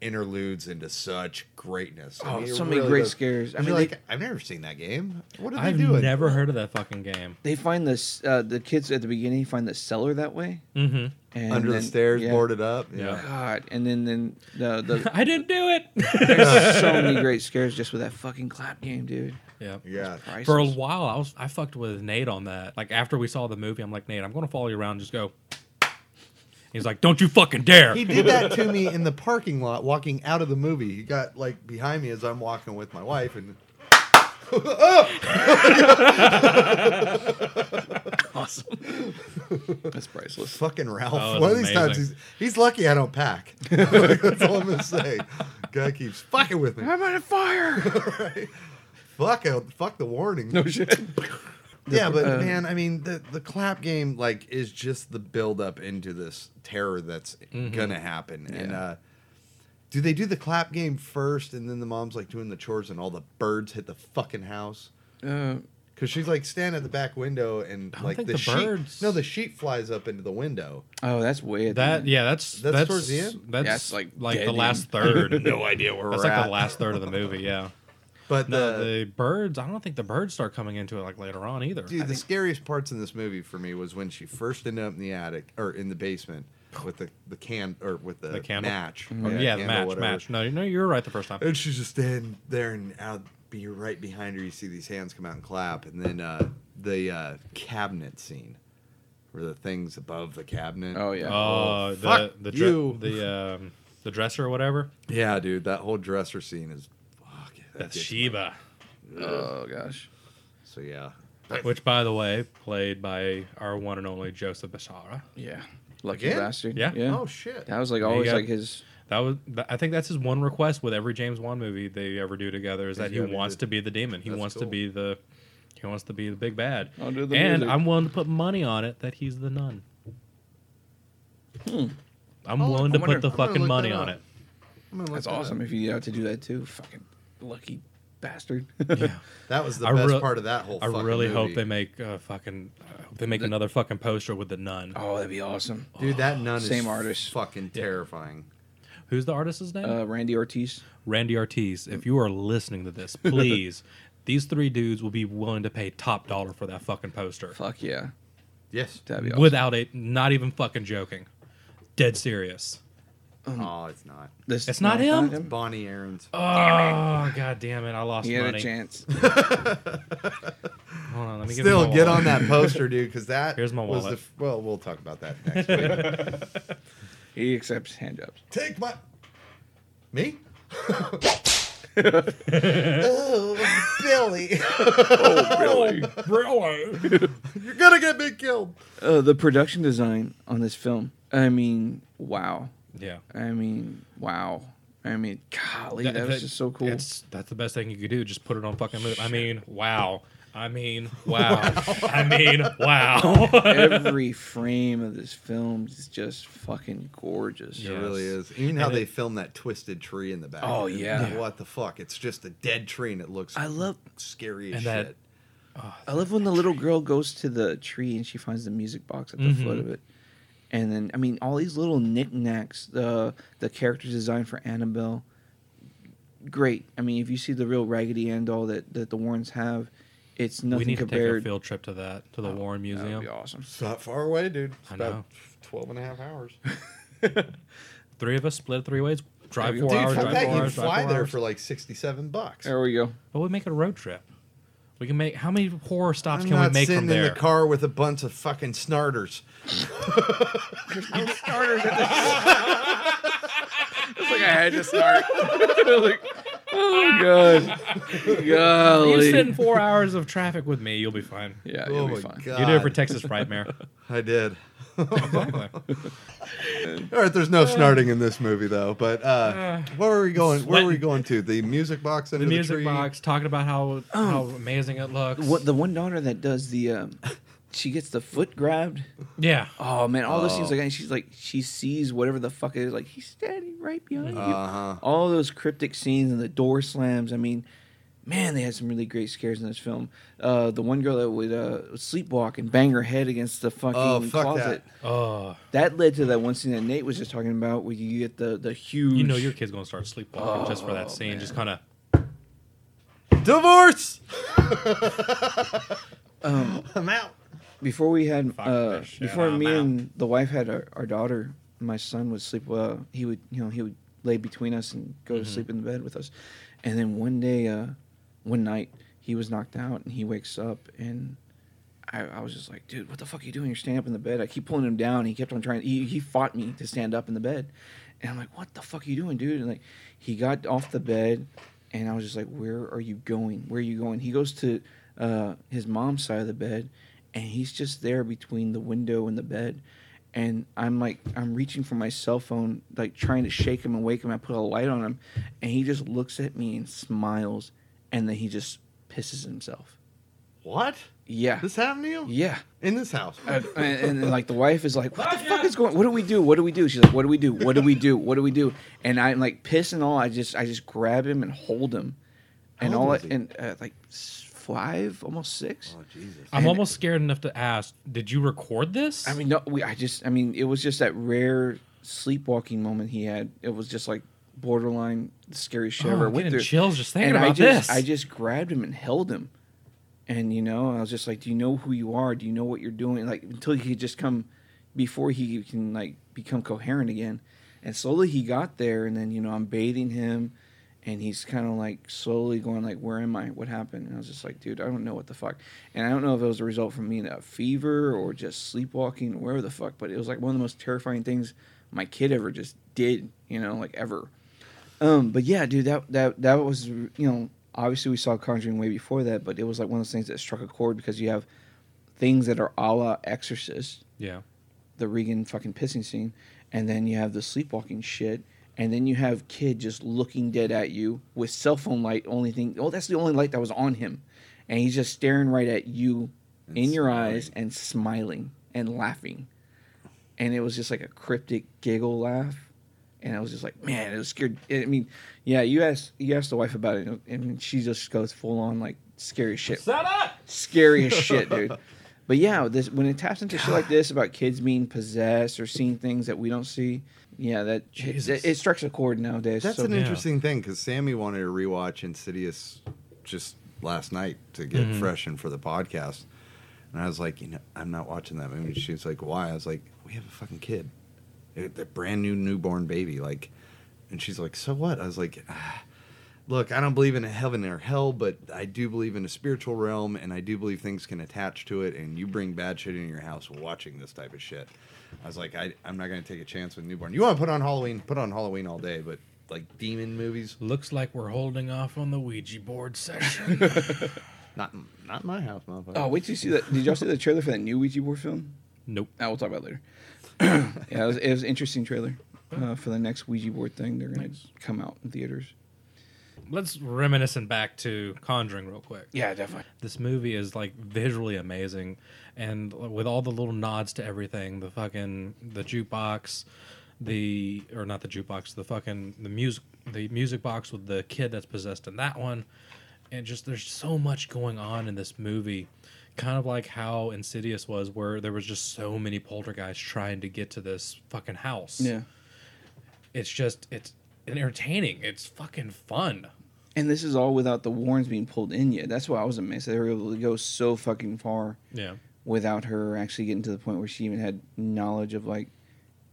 G: interludes into such greatness. I
E: Oh,
G: mean, it
E: so many great
G: does-
E: scares. I
G: You're
E: mean,
G: like
E: they-
G: I've never seen that game. What are they
F: I've
G: doing?
F: never heard of that fucking game.
E: they find this, uh, the kids at the beginning find the cellar that way,
F: Mm-hmm.
E: and
G: Under the
E: then-
G: stairs,
E: yeah. Oh,
G: boarded up. Yeah.
F: Yeah.
E: God, and then then the the
F: I didn't do it.
E: there's so many great scares just with that fucking clap game, dude.
F: yeah.
G: yeah.
E: Priceless.
F: For a while, I was I fucked with Nate on that. Like after we saw the movie, I'm like, Nate, I'm gonna follow you around. and Just go. He's like, don't you fucking dare.
G: He did that to me in the parking lot, walking out of the movie. He got like behind me as I'm walking with my wife, and
E: that's priceless.
G: fucking Ralph.
F: Oh,
G: One
F: that's
G: of these times, he's
F: amazing.
G: he's lucky I don't pack. that's all I'm gonna say. Guy keeps fucking with me.
E: I'm on fire.
G: Fuck, uh, fuck the warning.
E: no shit.
G: Yeah, but
E: uh,
G: man, I mean, the the clap game like is just the build up into this terror that's
F: Mm-hmm.
G: gonna happen. And
E: Yeah.
G: uh do they do the clap game first, and then the mom's like doing the chores, and all the birds hit the fucking house?
E: Uh,
G: Because she's like standing at the back window, and
F: I don't
G: like
F: think
G: the,
F: the
G: sheep.
F: birds-
G: No, the sheep flies up into the window.
E: oh, that's way at the
F: that
E: end.
F: yeah, that's
G: That's
F: that's,
G: towards the end?
F: That's
E: Yeah, it's like
F: like like
E: dead
F: the last third. no idea where that's
G: we're
F: like
G: at.
F: the last third of the movie. Yeah.
G: But
F: No,
G: the,
F: the birds. I don't think the birds start coming into it like later on either.
G: dude, the scariest parts in this movie for me was when she first ended up in the attic or in the basement with the the can or with the,
F: The candle?
G: match.
F: Or, yeah, the
G: candle,
F: match,
G: whatever.
F: match. No, you know you're right the first time.
G: And she's just standing there, and out be right behind her. You see these hands come out and clap, and then uh, the uh, cabinet scene, where the things above the cabinet.
E: Oh yeah.
F: Oh,
G: Oh,
F: the
G: fuck
F: the
G: you.
F: the um, the dresser or whatever.
G: yeah, dude, that whole dresser scene is. Fuck, that
F: That's
G: gets-
F: Sheba,
E: Oh gosh.
G: So yeah,
F: which by the way, played by our one and only Joseph Bishara.
E: Yeah. Lucky
G: Again?
E: bastard.
F: Yeah.
E: Yeah.
G: Oh shit.
E: that was like
F: you
E: always
F: got-
E: like his.
F: That was th- I think that's his one request with every James Wan movie they ever do together is that he
G: gotta be
F: wants
G: the-
F: to be the demon. He
G: That's
F: wants to
G: cool. Oh,
F: be the he wants to be the big bad.
E: I'll do the
F: and
E: music.
F: I'm willing to put money on it that he's the nun. I'm
G: Oh,
F: willing
E: I
F: to
E: wonder-
F: put the
G: I'm gonna
F: fucking
G: look
F: money
G: that
F: on
G: up.
F: it.
G: I'm gonna look
E: That's
G: that up.
E: awesome if you got to do that too. Fucking lucky bastard.
G: That was the
F: I
G: best
F: real-
G: part of that whole.
F: I
G: fucking
F: really
G: movie.
F: hope they make uh, fucking I hope they make another fucking poster with the nun.
E: oh, that'd be awesome.
G: Dude, that nun is
E: Same artist.
G: Fucking terrifying.
F: Who's the artist's name?
E: Uh, Randy Ortiz.
F: Randy Ortiz, if you are listening to this, please, these three dudes will be willing to pay top dollar for that fucking poster.
E: Fuck yeah.
G: Yes.
E: That'd be awesome.
F: Without it, not even fucking joking. Dead serious.
G: oh, it's not.
E: This-
F: It's not
E: no,
F: him?
G: Bonnie Aaron's.
F: Oh, god damn it. I lost
E: He Ah. had
F: money.
E: a chance.
F: Hold on, let me
G: Still
F: give him
G: get
F: my
G: on
F: wallet.
G: that poster, dude, because that
F: Here's my
G: was the.
F: wallet.
G: f- well, we'll talk about that next week.
E: He accepts hand jobs.
G: Take my. Me? oh, Billy.
F: Really?
G: You're gonna get me killed.
E: Uh, the production design on this film. I mean, wow.
F: yeah.
E: I mean, wow. I mean, golly, that, was just so cool.
F: That's, that's the best thing you could do. Just put it on fucking loop. I mean, wow. I mean, wow. I mean, wow.
E: Every frame of this film is just fucking gorgeous.
G: It
F: Yeah.
G: really is.
F: Yes.
G: Even how
F: And
G: they
F: it-
G: film that twisted tree in the back.
E: Oh,
G: It's
E: yeah.
G: like, What the fuck? It's just a dead tree and it looks
E: I love-
G: scary as
F: And
G: shit.
F: that-
E: I love when the little girl goes to the tree and she finds the music box at the
F: Mm-hmm.
E: foot of it. And then, I mean, all these little knickknacks, the the character design for Annabelle, great. I mean, if you see the real Raggedy Ann doll that, that the Warrens have, it's
F: we
E: nothing
F: need to take a
E: compared. Oh,
F: field trip to that to the Warren
E: that would
F: Museum.
E: be awesome.
G: It's not far away, dude. It's
F: I
G: about
F: know.
G: 12 and a half hours.
F: Three of us split three ways. Drive
E: Dude,
F: four
E: fuck
F: hours.
G: dude,
E: for
G: fuck
E: drive
F: Drive
G: that.
F: four
G: You can
F: hours. Drive
G: fly
F: four
G: there
F: hours.
G: for like 67 bucks.
E: There we go.
F: But we make a road trip. We can make how many horror stops
G: I'm
F: can we
G: not
F: make
G: sitting
F: from
G: in
F: there?
G: the car with a bunch of fucking snarters.
E: It's like I had to start. like, oh, God.
F: You
E: Golly.
F: sit in four hours of traffic with me, you'll be fine.
E: yeah,
G: oh
E: you'll
G: my
E: be fine.
G: god!
F: You do it for Texas Frightmare.
G: I did.
F: Exactly.
G: All right, there's
F: Uh.
G: no snarting in this movie though. But uh, where were we going? Where were we
F: sweating.
G: going to? The music box under
F: the
G: the,
F: music
G: tree?
F: box talking about how how amazing it looks.
E: Oh. What, the one daughter that does the, um, she gets the foot grabbed.
F: Yeah.
E: Oh man, all those things
G: Oh.
E: like, and she's like, she sees whatever the fuck it is. Like he's standing right behind
F: Oh.
E: you.
G: Uh-huh.
E: All those cryptic scenes and the door slams. I mean, man, they had some really great scares in this film. Uh, the one girl that would uh, sleepwalk and bang her head against the fucking
G: Oh, fuck
E: closet.
F: Oh,
E: That. led to that one scene that Nate was just talking about, where you get the the huge.
F: you know your kid's gonna start sleepwalking just for
E: Oh,
F: that scene. Just kind of.
G: Divorce.
F: Um,
G: I'm out.
E: before we had
F: Fuck
E: uh,
F: this shit,
E: before
F: I'm
E: me
F: out.
E: and the wife had our, our daughter my son would sleep well he would you know he would lay between us and go
F: Mm-hmm.
E: to sleep in the bed with us and then one day uh one night he was knocked out and he wakes up and I, I was just like, dude, what the fuck are you doing? You're standing up in the bed. I keep pulling him down. he kept on trying. He, he fought me to stand up in the bed, and I'm like, what the fuck are you doing, dude? And like, he got off the bed, and I was just like, where are you going? Where are you going? He goes to uh, his mom's side of the bed, and he's just there between the window and the bed, and I'm like, I'm reaching for my cell phone, like trying to shake him and wake him. I put a light on him, and he just looks at me and smiles, and then he just pisses himself.
G: What?
E: Yeah.
G: This happened to you?
E: yeah.
G: In this house?
F: Uh,
E: And, and, and, like the wife is like, what the fuck is going? What do we do? What do we do? She's like, what do we do? What do we do? What do we do? And I'm like pissed and all. I just I just grab him and hold him, and
G: How
E: all
G: old was he? Oh,
E: and uh, like s- five, almost six.
G: Jesus.
F: I'm
E: And-
F: almost scared enough to ask. Did you record this?
E: I mean, no, we, I just I mean it was just that rare sleepwalking moment he had. It was just like borderline the scariest shit I
F: Oh,
E: ever.
F: I'm
E: went
F: getting
E: through.
F: chills just thinking
E: and I
F: about
E: just,
F: this.
E: I just grabbed him and held him, and you know, I was just like, "Do you know who you are? Do you know what you're doing?" Like until he could just come, before he can like become coherent again. And slowly he got there, and then you know, I'm bathing him, and he's kind of like slowly going like, "Where am I? What happened?" And I was just like, "Dude, I don't know what the fuck." And I don't know if it was a result from being a fever or just sleepwalking or whatever the fuck, but it was like one of the most terrifying things my kid ever just did, you know, like ever. Um, but yeah, dude, that that that was you know obviously we saw Conjuring way before that, but it was like one of those things that struck a chord because you have things that are a la Exorcist,
F: yeah.
E: the Regan fucking pissing scene, and then you have the sleepwalking shit, and then you have kid just looking dead at you with cell phone light. Only thing, oh, that's the only light that was on him, and he's just staring right at you in your eyes and smiling and laughing, and it was just like a cryptic giggle laugh. And I was just like, man, it was scared. I mean, yeah, you asked you asked the wife about it, and she just goes full on like scary shit scary as shit, dude. But yeah, this when it taps into shit like this about kids being possessed or seeing things that we don't see, yeah, that it,
F: Jesus.
E: it, strikes a chord nowadays.
G: That's
E: so-
G: an
F: yeah.
G: interesting thing because Sammy wanted to rewatch Insidious just last night to get fresh and for the podcast. And I was like, you know, I'm not watching that movie. She was like, why? I was like, we have a fucking kid, a a brand new newborn baby. Like, and she's like, so what? I was like, ah, look, I don't believe in a heaven or hell, but I do believe in a spiritual realm, and I do believe things can attach to it. And you bring bad shit into your house watching this type of shit. I was like, I, I'm not going to take a chance with newborn. You want to put on Halloween? Put on Halloween all day, but like demon movies,
F: Looks like we're holding off on the Ouija board session.
G: not in- not in my house, motherfucker.
E: oh, wait till you see that. Did y'all see the trailer for that new Ouija board film?
F: nope.
E: Ah, we'll talk about it later. yeah, it was, it was an interesting trailer uh, for the next Ouija board thing. They're gonna come out in theaters.
F: let's reminiscing back to Conjuring real quick.
E: Yeah, definitely.
F: This movie is like visually amazing, and with all the little nods to everything, the fucking the jukebox, the or not the jukebox, the fucking the music the music box with the kid that's possessed in that one, and just there's so much going on in this movie, kind of like how Insidious was, where there was just so many poltergeists trying to get to this fucking house.
E: Yeah.
F: it's just it's entertaining. It's fucking fun.
E: And this is all without the Warrens being pulled in yet. That's why I was amazed. They were able to go so fucking far
F: Yeah.
E: without her actually getting to the point where she even had knowledge of like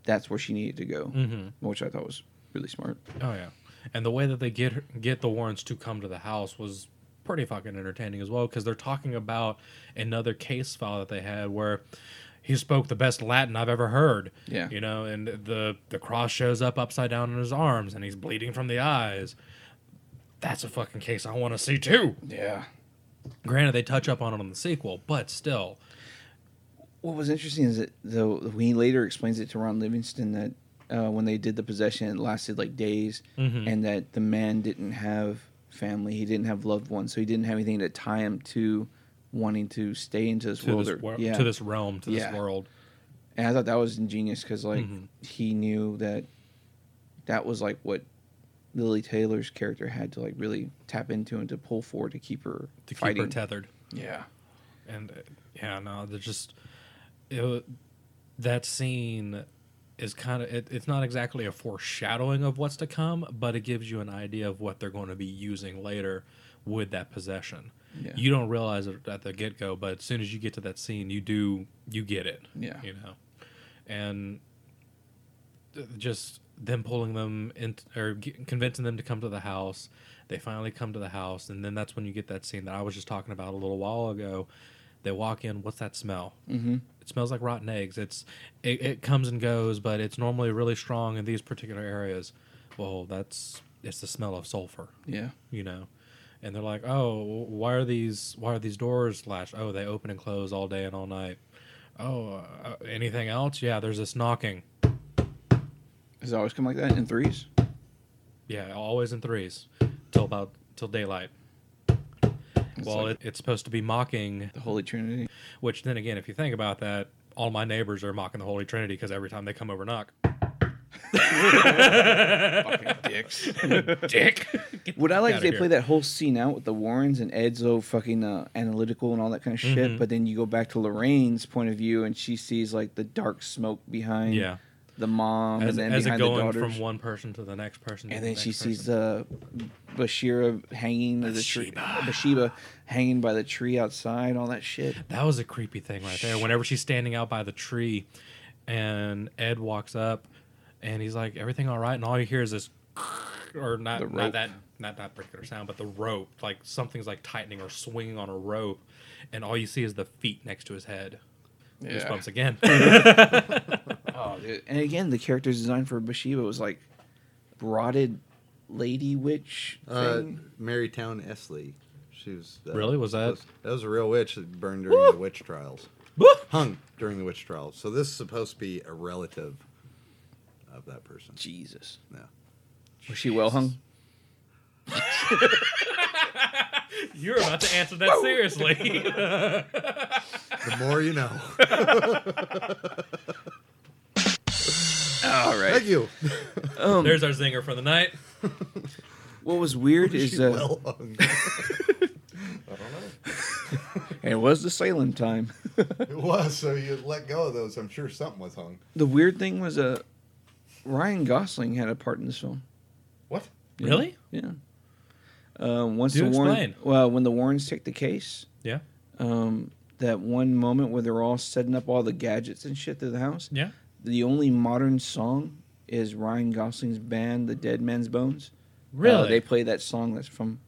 E: that's where she needed to go, mm-hmm. which I thought was really smart.
F: Oh yeah, and the way that they get her, get the Warrens to come to the house was pretty fucking entertaining as well because they're talking about another case file that they had where he spoke the best Latin I've ever heard.
E: Yeah.
F: you know, and the the cross shows up upside down in his arms and he's bleeding from the eyes. That's a fucking case I want to see too.
E: Yeah.
F: Granted, they touch up on it on the sequel, but still,
E: What was interesting is that though he later explains it to Ron Livingston that uh, when they did the possession, it lasted like days,
F: Mm-hmm.
E: and that the man didn't have family, he didn't have loved ones, so he didn't have anything to tie him to wanting to stay into this
F: to
E: world.
F: this
E: or-
F: wor-
E: yeah.
F: to this realm, to
E: Yeah.
F: this world.
E: And I thought that was ingenious because like
F: Mm-hmm.
E: he knew that that was like what Lily Taylor's character had to like really tap into and to pull for to keep her
F: to
E: fighting.
F: keep her tethered.
E: yeah,
F: and uh, yeah, no, they're just it, wa- that scene is kind of it, it's not exactly a foreshadowing of what's to come, but it gives you an idea of what they're going to be using later with that possession.
E: Yeah.
F: You don't realize it at the get go, but as soon as you get to that scene, you do you get it.
E: Yeah.
F: you know, and th- just them pulling them in or g- convincing them to come to the house. They finally come to the house, and then that's when you get that scene that I was just talking about a little while ago. They walk in. What's that smell? Mm-hmm. It smells like rotten eggs. It's it, it comes and goes, but it's normally really strong in these particular areas. Well, that's it's the smell of sulfur
E: yeah,
F: you know and they're like oh wh- why are these why are these doors latched oh they open and close all day and all night oh uh, anything else yeah there's this knocking
E: does it always come like that in threes?
F: yeah always in threes till about till daylight well
E: like-
F: it, it's supposed to be mocking
E: The Holy Trinity.
F: which then again if you think about that all my neighbors are mocking the holy trinity because every time they come over knock dick
E: What I like is
F: outta
E: they
F: here.
E: play that whole scene out with the Warrens and Ed's oh fucking uh, analytical and all that kind of
F: Mm-hmm.
E: shit, but then you go back to Lorraine's point of view and she sees like the dark smoke behind
F: yeah
E: the mom
F: as,
E: and then
F: as it
E: behind the
F: going
E: daughters.
F: from one person to the next person to
E: and
F: the
E: then she
F: next
E: sees
F: person.
E: uh, Bashira hanging to the tree, uh, Bathsheba hanging by the tree outside, all that shit.
F: That was a creepy thing right there. Whenever she's standing out by the tree, and Ed walks up, and he's like, "Everything all right?" And all you hear is this, or
E: The
F: not,
E: rope.
F: not that, not that particular sound, but the rope, like something's like tightening or swinging on a rope, and all you see is the feet next to his head. Goosebumps again.
E: Oh, dude. and again, the character's design for Bathsheba was like rotted lady witch
G: Uh,
E: thing.
G: Marytown Esley. She was uh,
F: Really? Was that-
G: was- that was a real witch that burned during the witch trials, hung during the witch trials. So this is supposed to be a relative of that person.
E: Jesus,
G: Yeah.
E: was she well hung?
F: You're about to answer that seriously.
G: The more you know.
E: All
G: Oh,
E: right. Um,
G: Thank you.
F: There's our zinger for the night.
E: What was weird is uh,
G: well hung.
E: it was the Salem time.
G: It was so you let go of those. I'm sure something was hung.
E: the weird thing was uh, Ryan Gosling had a part in this film.
G: What?
F: Really?
E: Yeah. Uh, once
F: Do
E: the Warren,
F: explain.
E: well, when the Warrens take the case,
F: Yeah.
E: um, that one moment where they're all setting up all the gadgets and shit through the house.
F: Yeah.
E: The only modern song is Ryan Gosling's band, The Dead Man's Bones. Uh,
F: Really?
E: they play that song that's from.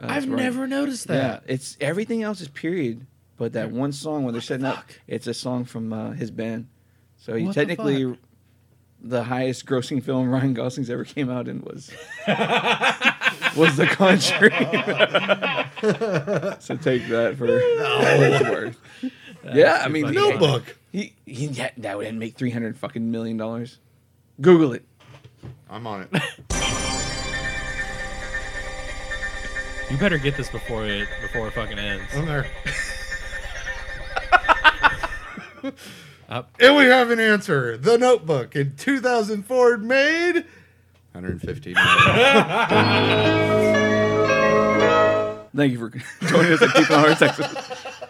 E: uh,
F: I've
E: it's Ryan-
F: never noticed
E: Yeah,
F: that.
E: it's everything else is period, but that one song when they're setting up, it's a song from uh, his band. So he
F: What the
E: technically.
F: fuck?
E: The, highest-grossing film Ryan Gosling's ever came out in was was The Conjuring. so take that for what it's worth. yeah, I mean,
F: funny. No
E: he-
G: book.
E: he, he yeah, that would make three hundred fucking million dollars. Google it.
G: I'm on it.
F: You better get this before it before it fucking ends.
G: I'm there.
F: Up.
G: And we have an answer. The Notebook in 2004 made 115 million.
E: Thank you for joining us at Deep in the Heart of Texas.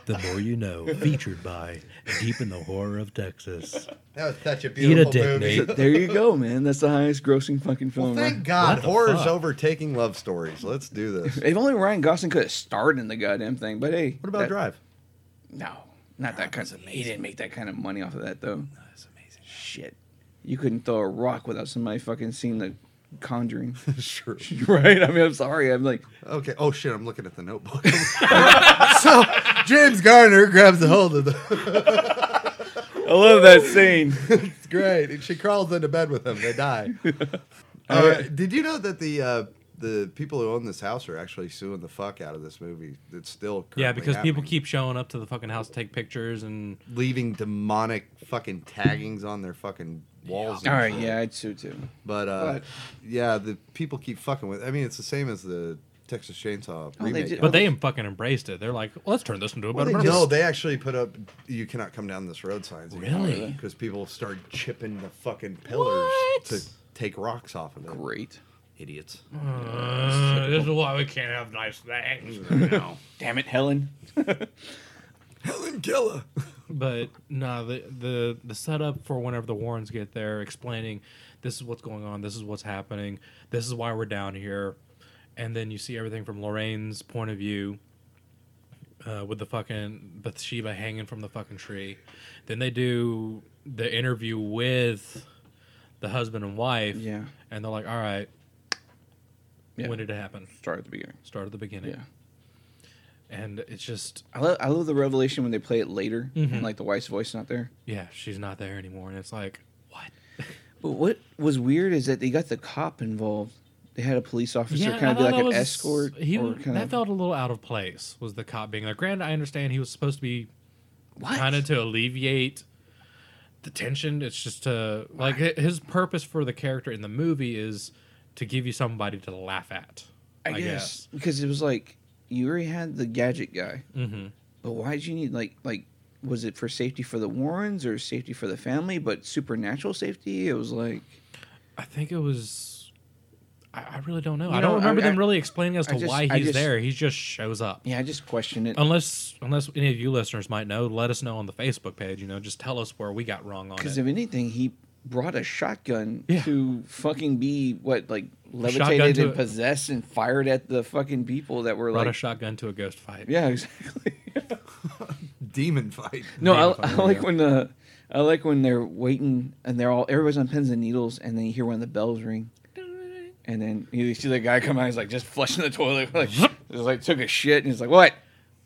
H: The More You Know, featured by Deep in the Horror of Texas.
G: that was such a
H: Eat a
G: beautiful
H: dick,
G: movie.
H: Nate.
E: There you go, man. That's the highest grossing fucking
G: Well,
E: film.
G: thank
E: right?
G: God
H: What the
G: horror's
H: fuck?
G: overtaking love stories. Let's do this.
E: If only Ryan Gosling could have starred in the goddamn thing. But hey,
G: What about
E: that-
G: Drive?
E: No, not that kind. Of, he didn't make that kind of money off of that though. That's amazing. Shit, you couldn't throw a rock without somebody fucking seeing the Conjuring,
G: sure.
E: right? I mean, I'm sorry. I'm like,
G: Okay. Oh shit! I'm looking at the Notebook. so James Garner grabs a hold of the.
E: I love that scene.
G: It's great, and she crawls into bed with him. They die. Uh, Did you know that the uh, the people who own this house are actually suing the fuck out of this movie? It's still
F: Yeah,
G: currently
F: because people
G: happening.
F: keep showing up to the fucking house to take pictures and
G: leaving demonic fucking taggings on their fucking walls.
E: All
G: and
E: right,
G: shit.
E: yeah, I'd sue too.
G: But, uh,
E: But-
G: yeah, the people keep fucking with. I mean, it's the same as the Texas Chainsaw
E: they
G: remake.
E: did-
F: but they fucking embraced it. They're like, well, let's turn this into a
G: Well,
F: better
G: they
F: movie.
G: no, they actually put up "You cannot come down this road" signs.
H: Really?
G: Because people started chipping the fucking pillars to take rocks off of it.
E: Great.
G: Idiots.
F: Uh, this is why we can't have nice things.
E: Damn it, Helen.
G: Helen Keller.
F: but no, the, the the setup for whenever the Warrens get there, explaining this is what's going on, this is what's happening, this is why we're down here, and then you see everything from Lorraine's point of view, uh, with the fucking Bathsheba hanging from the fucking tree. Then they do the interview with the husband and wife,
E: Yeah.
F: and they're like, "All right,
E: Yeah.
F: when did it happen?
E: Start at the beginning.
F: Start at the beginning."
E: Yeah.
F: And it's just,
E: I love, I love the revelation when they play it later,
G: Mm-hmm.
E: and like the wife's voice not there.
F: yeah, she's not there anymore, and it's like, what?
E: But what was weird is that they got the cop involved. They had a police officer
F: Yeah,
E: kind
F: I
E: of be
F: thought
E: like
F: that
E: an
F: was-
E: escort.
F: He
E: or
F: that
E: kind of,
F: felt a little out of place. Was the cop being there? Granted, I understand he was supposed to be
E: What?
F: kind of to alleviate the tension. It's just to like hi- his purpose for the character in the movie is to give you somebody to laugh at.
E: I, guess. because it was like you already had the gadget guy, mm-hmm. but why did you need like like was it for safety for the Warrens or safety for the family? But supernatural safety, it was like
F: I think it was. I, I really don't know.
E: You
F: I
E: know,
F: don't remember
E: I-
F: them
E: I-
F: really explaining as
E: I
F: to
E: just-
F: why
E: I
F: he's
E: just-
F: there. He just shows up.
E: yeah, I just questioned it
F: Unless, unless any of you listeners might know, let us know on the Facebook page. You know, just tell us where we got wrong on it.
E: because if anything, he brought a shotgun
F: Yeah.
E: to fucking be what like
F: Shotgun
E: levitated
F: to
E: and
F: a-
E: possessed and fired at the fucking people that were
F: Brought a
E: like
F: shotgun to a ghost fight.
E: yeah exactly.
G: Demon fight.
E: No,
F: Maybe
E: I,
F: if I
E: I
F: were
E: like
F: you.
E: when uh, I like when they're waiting and they're all everybody's on pins and needles, and then you hear one of the bells ring, and then you see the guy come out. He's like just flushing the toilet, like just like took a shit, and he's like, "What?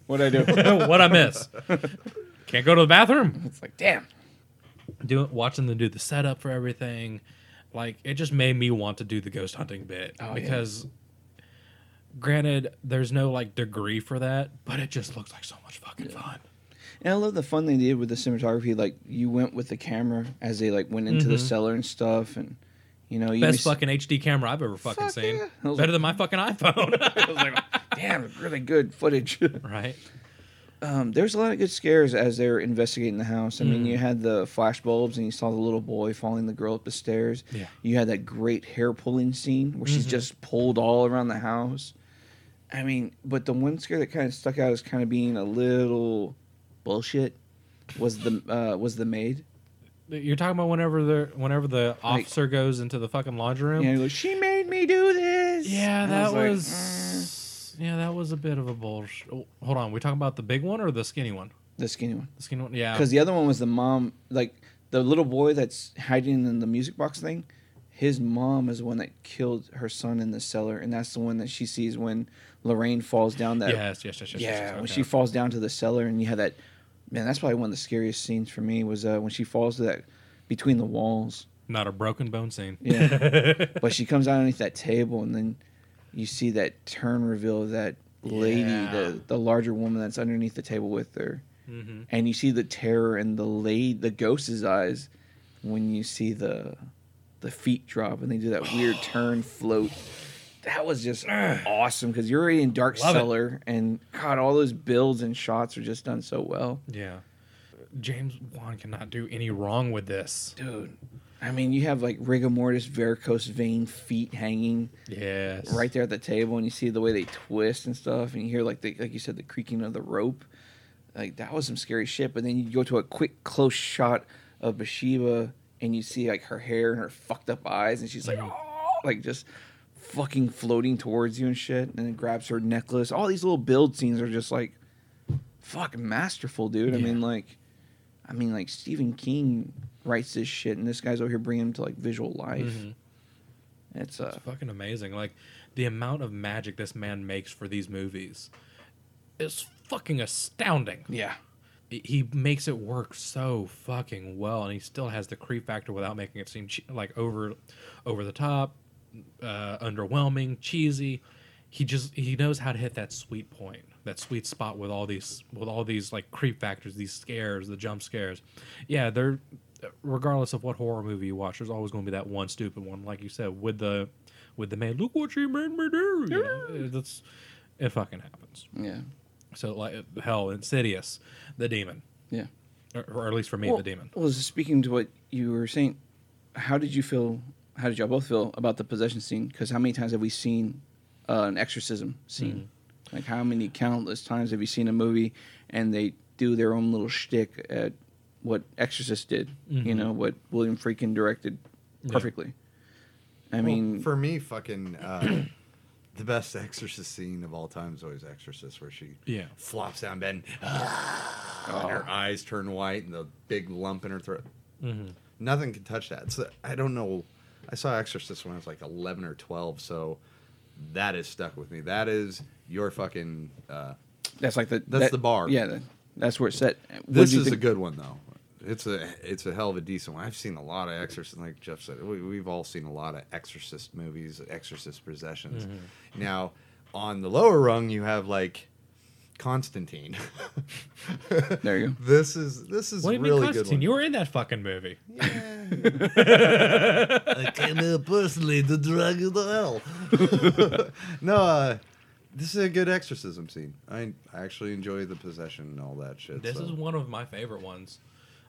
E: What would I do?"
F: what I miss. Can't go to the bathroom.
E: it's like, "Damn."
F: Doing watching them do the setup for everything, like it just made me want to do the ghost hunting bit
E: Oh, yeah.
F: because, granted, there's no like degree for that, but it just looks like so much fucking fun.
E: And I love the fun they did with the cinematography. Like you went with the camera as they like went into the cellar and stuff, and you know, you
F: Mm-hmm. Best
E: mis-
F: fucking HD camera I've ever fucking seen.
E: yeah. I was
F: Better than my fucking iPhone,
E: I was like, "Damn, really good footage."
F: right?
E: um, there's a lot of good scares as they were investigating the house. I
F: Mm.
E: mean, you had the flashbulbs and you saw the little boy following the girl up the stairs.
F: Yeah. Mm-hmm.
E: You had that great hair pulling scene where she's just pulled all around the house. I mean, but the one scare that kind of stuck out as kind of being a little bullshit was the uh, was the maid.
F: You're talking about whenever the whenever the officer goes into the fucking laundry room.
E: Yeah, you're like, she made me do this.
F: Yeah,
E: And I
F: that
E: like,
F: was.
E: "Mm."
F: Yeah, that was a bit of a bullshit. Hold on, we talking about the big one or the skinny one?
E: the skinny one.
F: The skinny one, yeah.
E: Because the other one was the mom, like the little boy that's hiding in the music box thing. His mom is the one that killed her son in the cellar, and that's the one that she sees when Lorraine falls down that.
F: yes, yes, yes, yes.
E: yeah,
F: yes, yes,
E: when
F: okay.
E: she falls down to the cellar, and you had that. Man, that's probably one of the scariest scenes for me was uh, when she falls to that between the walls.
F: not a broken bone scene.
E: Yeah, but she comes out underneath that table, and then you see that turn reveal of that lady, the the larger woman that's underneath the table with her,
F: Mm-hmm.
E: and you see the terror in the lady, the ghost's eyes, when you see the the feet drop, and they do that weird turn float, that was just awesome because you're already in Dark
F: Love it.
E: Cellar, and God, all those builds and shots are just done so well,
F: Yeah. James Wan cannot do any wrong with this.
E: dude. I mean, you have like rigor mortis, varicose vein, feet hanging
F: Yes.
E: right there at the table, and you see the way they twist and stuff, and you hear like the like you said the creaking of the rope. Like that was some scary shit. But then you go to a quick close shot of Bathsheba, and you see like her hair and her fucked up eyes, and she's like, "Oh," like just fucking floating towards you and shit, and then grabs her necklace. All these little build scenes are just like, fuck, masterful, dude. I mean, like, I mean, like Stephen King writes this shit, and this guy's over here bringing him to like visual life.
F: Mhm.
E: It's uh,
F: It's fucking amazing. Like the amount of magic this man makes for these movies is fucking astounding.
E: yeah.
F: He- He makes it work so fucking well, and he still has the creep factor without making it seem che- like over, over the top, uh, underwhelming, cheesy. He just he knows how to hit that sweet point, that sweet spot with all these with all these like creep factors, these scares, the jump scares. Yeah, they're regardless of what horror movie you watch, there's always going to be that one stupid one, like you said, with the with the man. Look what you made me do. You know, that's it. Fucking happens.
E: Yeah.
F: So like hell, Insidious, the demon,
E: Yeah.
F: or, or at least for me, the demon.
E: Well, just speaking to what you were saying, how did you feel? How did y'all both feel about the possession scene? Because how many times have we seen uh, an exorcism scene?
F: Mm-hmm.
E: Like how many countless times have you seen a movie and they do their own little shtick at what Exorcist did?
F: Mm-hmm.
E: You know what William Freakin directed perfectly. I
G: Well,
E: mean,
G: for me, fucking uh, the best exorcist scene of all time is always Exorcist, where she
F: Yeah.
G: flops down bed, and, and
E: oh,
G: her
F: Oh.
G: eyes turn white, and the big lump in her throat.
F: Mm-hmm.
G: Nothing can touch that. So I don't know. I saw Exorcist when I was like eleven or twelve, so that is stuck with me. That is your fucking. Uh,
E: that's like the
G: that's
E: that-
G: the bar.
E: Yeah, that, that's where it's set. What
G: this
E: do you
G: is a
E: think-
G: good one though. It's a it's a hell of a decent one. I've seen a lot of Exorcist, like Jeff said. We, we've all seen a lot of Exorcist movies, Exorcist possessions.
F: Mm-hmm.
G: Now, on the lower rung, you have like Constantine.
E: There you go.
G: this is this is
F: What do you
G: really
F: mean,
G: good.
F: Constantine?
G: One.
F: You were in that fucking movie.
G: I came here personally to drag you to hell. no, uh, this is a good exorcism scene. I I actually enjoy the possession and all that shit.
F: This
G: so.
F: is one of my favorite ones.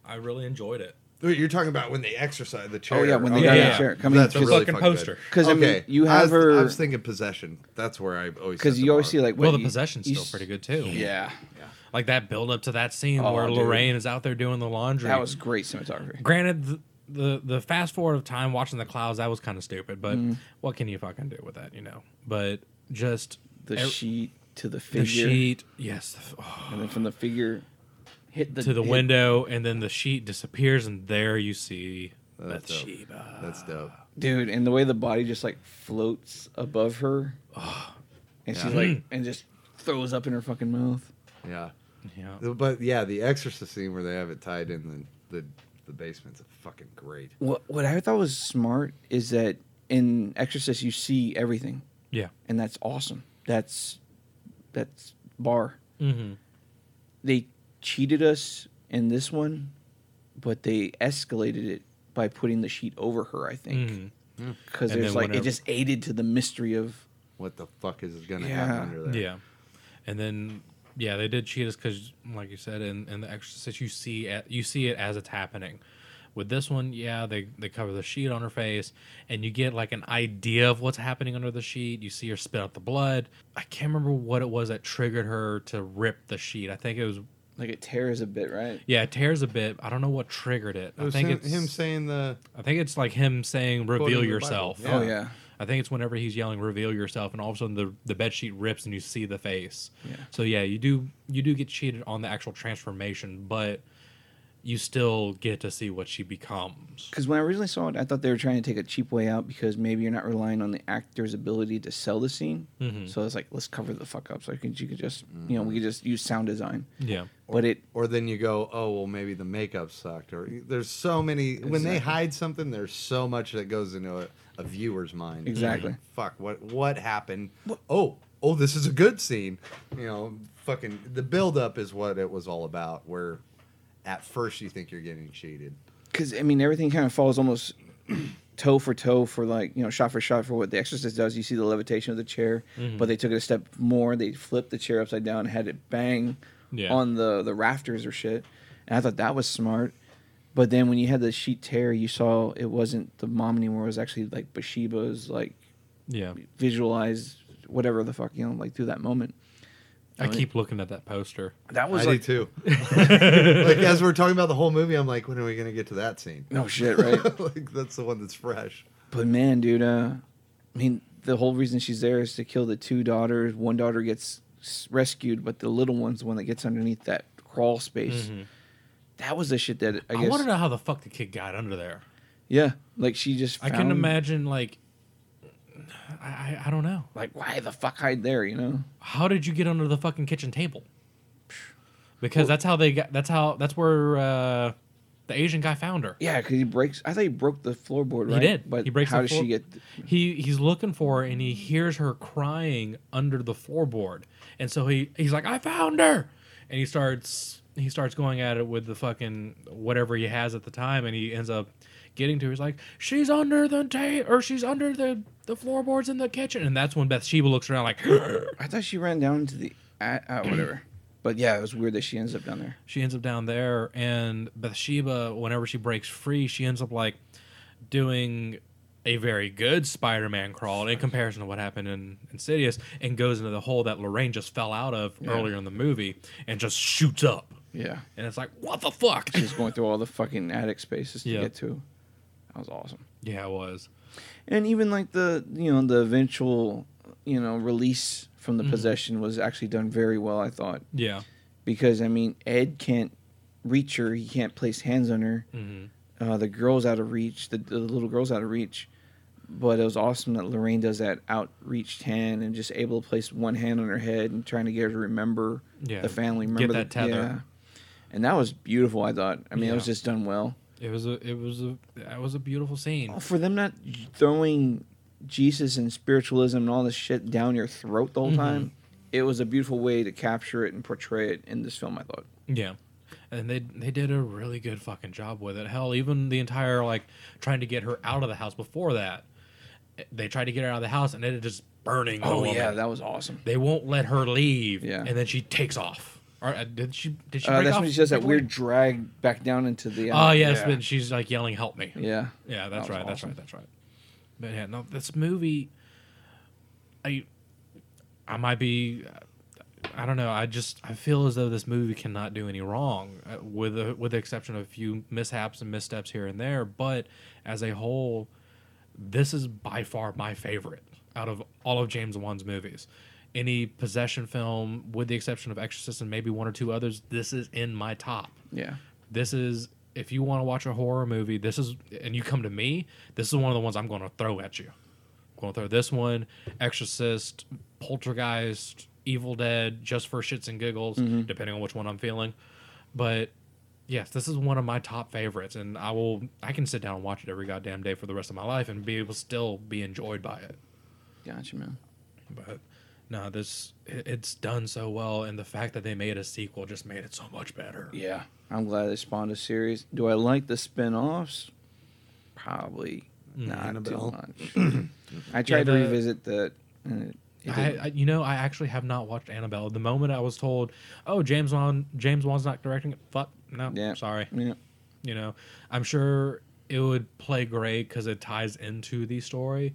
F: I really enjoyed it.
G: Wait, You're talking about when they exercise the chair.
E: Oh, yeah, when they
F: got
G: yeah.
F: in the
E: chair. Coming
G: That's
E: to-
G: a really
F: Fucking
G: fucking good.
F: poster.
E: 'Cause, I mean, you
G: I
E: have
G: was,
E: her-
G: I was thinking possession. That's where I always
E: Because
G: set
E: you always
G: bar.
E: see like
F: well,
E: what
F: the
E: you-
F: possession's
E: you
F: still
E: s-
F: pretty good too.
E: Yeah,
F: like that build up to that scene
E: Oh,
F: where
E: dude.
F: Lorraine is out there doing the laundry.
E: that was great cinematography.
F: granted the, the the fast forward of time watching the clouds that was kind of stupid, but
E: Mm-hmm.
F: what can you fucking do with that, you know? But just
E: The
F: ev-
E: sheet to the figure.
F: the sheet, yes, the f- oh,
E: and then from the figure hit the
F: to the
E: hit-
F: window, and then the sheet disappears, and there you see
G: That's dope.
F: Bathsheba.
G: That's dope.
E: dude and the way the body just like floats above her and she's
G: Yeah.
E: like and just throws up in her fucking mouth
G: Yeah.
F: Yeah,
G: The- But yeah, the exorcist scene where they have it tied in the the, the basement's fucking great.
E: what what i thought was smart is that in exorcist you see everything
F: yeah,
E: and that's awesome that's that's bar
F: mm-hmm.
E: they cheated us in this one but they escalated it by putting the sheet over her i think
G: Mm.
E: because
F: Mm-hmm. And
E: there's
F: then
E: like
F: whenever-
E: it just aided to the mystery of
G: What the fuck is going to
E: Yeah.
G: happen under there?
F: yeah, and then. Yeah, they did cheat us because, like you said, in, in the Exorcist, you see it, you see it as it's happening. With this one, yeah, they they cover the sheet on her face, and you get like an idea of what's happening under the sheet. You see her spit out the blood. I can't remember what it was that triggered her to rip the sheet. I think it was
E: like it tears a bit right
F: yeah, it tears a bit. I don't know what triggered it.
G: It was
F: I think
G: him,
F: it's
G: him saying the
F: I think it's like him saying
G: Quoting
F: "reveal
G: the Bible.
F: yourself."
G: Yeah.
E: oh yeah
F: I think it's whenever he's yelling "reveal yourself," and all of a sudden the the bed sheet rips and you see the face.
E: Yeah.
F: So yeah, you do you do get cheated on the actual transformation, but you still get to see what she becomes.
E: Because when I originally saw it, I thought they were trying to take a cheap way out because maybe you're not relying on the actor's ability to sell the scene.
F: Mm-hmm.
E: So it's like, let's cover the fuck up so I can, you could just, you know, we could just use sound design.
F: Yeah.
E: But it,
G: Mm. or then you go, "Oh, well maybe the makeup sucked." Or there's so many when they
E: Exactly.
G: hide something, there's so much that goes into a, a viewer's mind.
E: Exactly.
G: Fuck, what what happened? Oh, oh, this is a good scene. You know, fucking the build up is what it was all about where at first you think you're getting cheated.
E: because I mean, everything kind of falls almost toe for toe for like you know shot for shot for what The Exorcist does. You see the levitation of the chair,
G: Mm-hmm.
E: but they took it a step more. They flipped the chair upside down and had it bang
F: Yeah.
E: on the the rafters or shit. And I thought that was smart. But then when you had the sheet tear, you saw it wasn't the mom anymore. It was actually like Bathsheba's like
F: Yeah.
E: visualized whatever the fuck you know like through that moment.
F: I keep looking at that poster.
E: That
G: I
E: was like
G: do too. like as we're talking about the whole movie, I'm like, when are we gonna get to that scene?
E: no shit, right?
G: like that's the one that's fresh.
E: But man, dude, uh, I mean, the whole reason she's there is to kill the two daughters. One daughter gets s- rescued, but the little one's the one that gets underneath that crawl space. That was the shit that I
F: Mm-hmm. I,
E: guess.
F: want to know how the fuck the kid got under there.
E: yeah, like she just.
F: I can
E: found,
F: imagine like. I, I I don't know.
E: Like, why the fuck hide there? You know,
F: How did you get under the fucking kitchen table? Because that's how they got. That's how. That's where uh, the Asian guy found her.
E: yeah, because he breaks. I thought he broke the floorboard.
F: He
E: Right?
F: did.
E: But
F: he breaks.
E: How
F: the
E: does she
F: floor-
E: get?
F: He he's looking for her and he hears her crying under the floorboard, and so he he's like, "I found her," and he starts he starts going at it with the fucking whatever he has at the time, and he ends up getting to her. He's like, "She's under the ta- or she's under the the floorboards in the kitchen," and that's when Bathsheba looks around like,
E: I thought she ran down to the, uh, uh, whatever. But yeah, it was weird that she ends up down there.
F: she ends up down there and bathsheba whenever she breaks free she ends up like doing a very good spider-man crawl in comparison to what happened in insidious and goes into the hole that lorraine just fell out of earlier in the movie and just shoots up
E: Yeah,
F: and it's like what the fuck
E: she's going through all the fucking attic spaces to
F: Yeah.
E: get to. That was awesome.
F: yeah it was
E: and even like the you know the eventual you know release from
F: Mm-hmm.
E: the possession was actually done very well i thought
F: yeah
E: because i mean ed can't reach her he can't place hands on her
F: Mhm.
E: uh, the girl's out of reach the, the little girl's out of reach but it was awesome that lorraine does that outreached hand and just able to place one hand on her head and trying to get her to remember
F: Yeah.
E: the family
F: Get
E: remember
F: that
E: the-
F: tether.
E: and that was beautiful i thought i mean it was
F: Yeah.
E: just done well
F: it was a it was a that was a beautiful scene
E: Oh, for them not throwing Jesus and spiritualism and all this shit down your throat the
F: Mm-hmm.
E: whole time, it was a beautiful way to capture it and portray it in this film. I thought.
F: Yeah. And they they did a really good fucking job with it. Hell, even the entire like trying to get her out of the house before that. They tried to get her out of the house and it is just burning. the woman.
E: that was awesome.
F: they won't let her leave.
E: Oh, Yeah.
F: And then she takes off. Or uh, did she did she
E: Uh,
F: break
E: that's
F: off?
E: when she does that
F: Break
E: weird
F: away?
E: drag back down into the.
F: Oh yes,
E: yeah.
F: then she's like yelling, "Help me!"
E: yeah,
F: Yeah, that's
E: was
F: right. That's
E: awesome.
F: right. That's right. But yeah, no, this movie, I, I might be, I don't know. I just I feel as though this movie cannot do any wrong, uh, with a, with the exception of a few mishaps and missteps here and there. But as a whole, this is by far my favorite out of all of James Wan's movies. Any possession film, with the exception of Exorcist and maybe one or two others, this is in my top
E: yeah.
F: this is if you want to watch a horror movie this is and you come to me this is one of the ones i'm going to throw at you i'm going to throw this one exorcist poltergeist evil dead just for shits and giggles depending on which one i'm feeling but yes this is one of my top favorites and i will i can sit down and watch it every goddamn day for the rest of my life and be able still be enjoyed by it
E: Gotcha, man.
F: but no this it- it's done so well and the fact that they made a sequel just made it so much better
E: Yeah, I'm glad they spawned a series. Do I like the spin-offs? Probably not
G: Annabelle.
E: too much. I tried to
F: Mm, the-
E: revisit that. And it, it
F: I,
E: didn't.
F: I, you know, I actually have not watched Annabelle. The moment I was told, "Oh, James Wan, James Wan's not directing it," fuck, no,
E: yeah,
F: sorry.
E: Yeah.
F: You know, I'm sure it would play great because it ties into the story,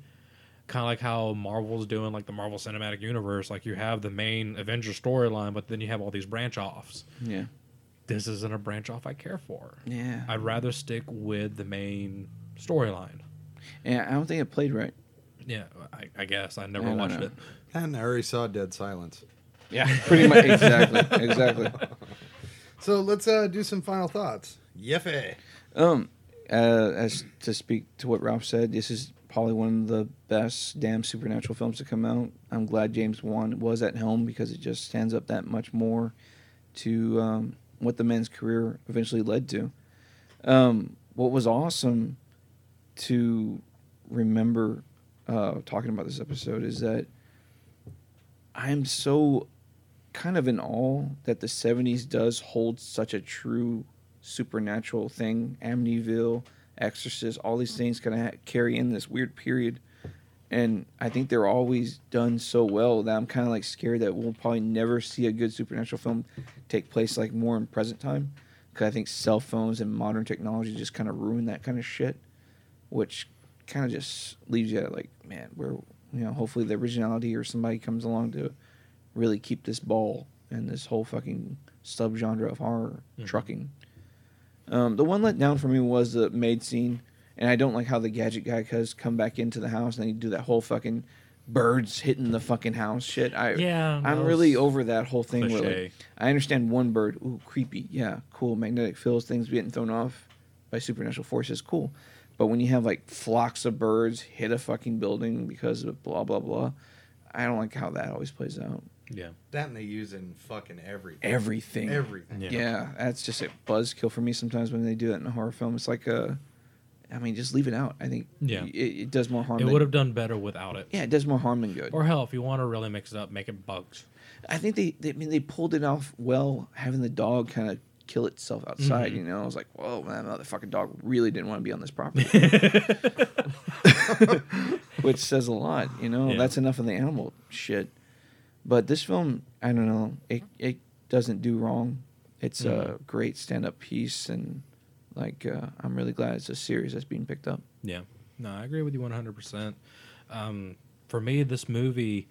F: kind of like how Marvel's doing, like the Marvel Cinematic Universe. Like you have the main Avengers storyline, but then you have all these branch offs.
E: Yeah.
F: This isn't a branch off I care for.
E: Yeah.
F: I'd rather stick with the main storyline.
E: And I don't think it played right.
F: Yeah, I, I guess I never
E: Yeah, no,
F: watched
E: no.
F: it.
G: And I already saw Dead Silence.
E: Yeah, pretty much exactly, exactly.
G: So let's uh, do some final thoughts. Yiffy.
E: Um, uh, as to speak to what Ralph said, this is probably one of the best damn supernatural films to come out. I'm glad James Wan was at helm because it just stands up that much more to um, what the man's career eventually led to. Um, what was awesome to remember uh, talking about this episode is that I'm so kind of in awe that the 70s does hold such a true supernatural thing. Amityville, Exorcist, all these things kind of ha- carry in this weird period. And I think they're always done so well that I'm kind of like scared that we'll probably never see a good supernatural film take place like more in present time. Because I think cell phones and modern technology just kind of ruin that kind of shit, which kind of just leaves you at like, man, where you know, hopefully the originality or somebody comes along to really keep this ball and this whole fucking subgenre of horror trucking. Um, the one letdown for me was the maid scene, and I don't like how the gadget guy has come back into the house and they do that whole fucking birds hitting the fucking house shit. I
F: Yeah, that
E: I'm really
F: was
E: over that whole thing. Where, like,
F: cliche.
E: I understand one bird, ooh, creepy, yeah, cool. Magnetic fields, things getting thrown off by supernatural forces, cool. But when you have like flocks of birds hit a fucking building because of blah blah blah, I don't like how that always plays out.
F: Yeah.
G: That and they use in fucking everything.
E: Everything.
G: Everything.
E: Yeah.
F: Yeah.
E: that's just a buzzkill for me sometimes when they do that in a horror film. It's like a, I mean, just leave it out. I think
F: Yeah.
E: it, it does more harm.
F: It
E: than-
F: would have done better without it.
E: Yeah, it does more harm than good.
F: Or hell, if you want to really mix it up, make it bugs.
E: I think they, they, I mean, they pulled it off well, having the dog kind of kill itself outside. You know, I was like, whoa, man, that motherfucking dog really didn't want to be on this property, which says a lot. You know,
F: Yeah.
E: that's enough of the animal shit. But this film, I don't know, it it doesn't do wrong. It's a great stand up piece, and like uh, I'm really glad it's a series that's being picked up.
F: Yeah. No, I agree with you 100%. Um, for me, this movie,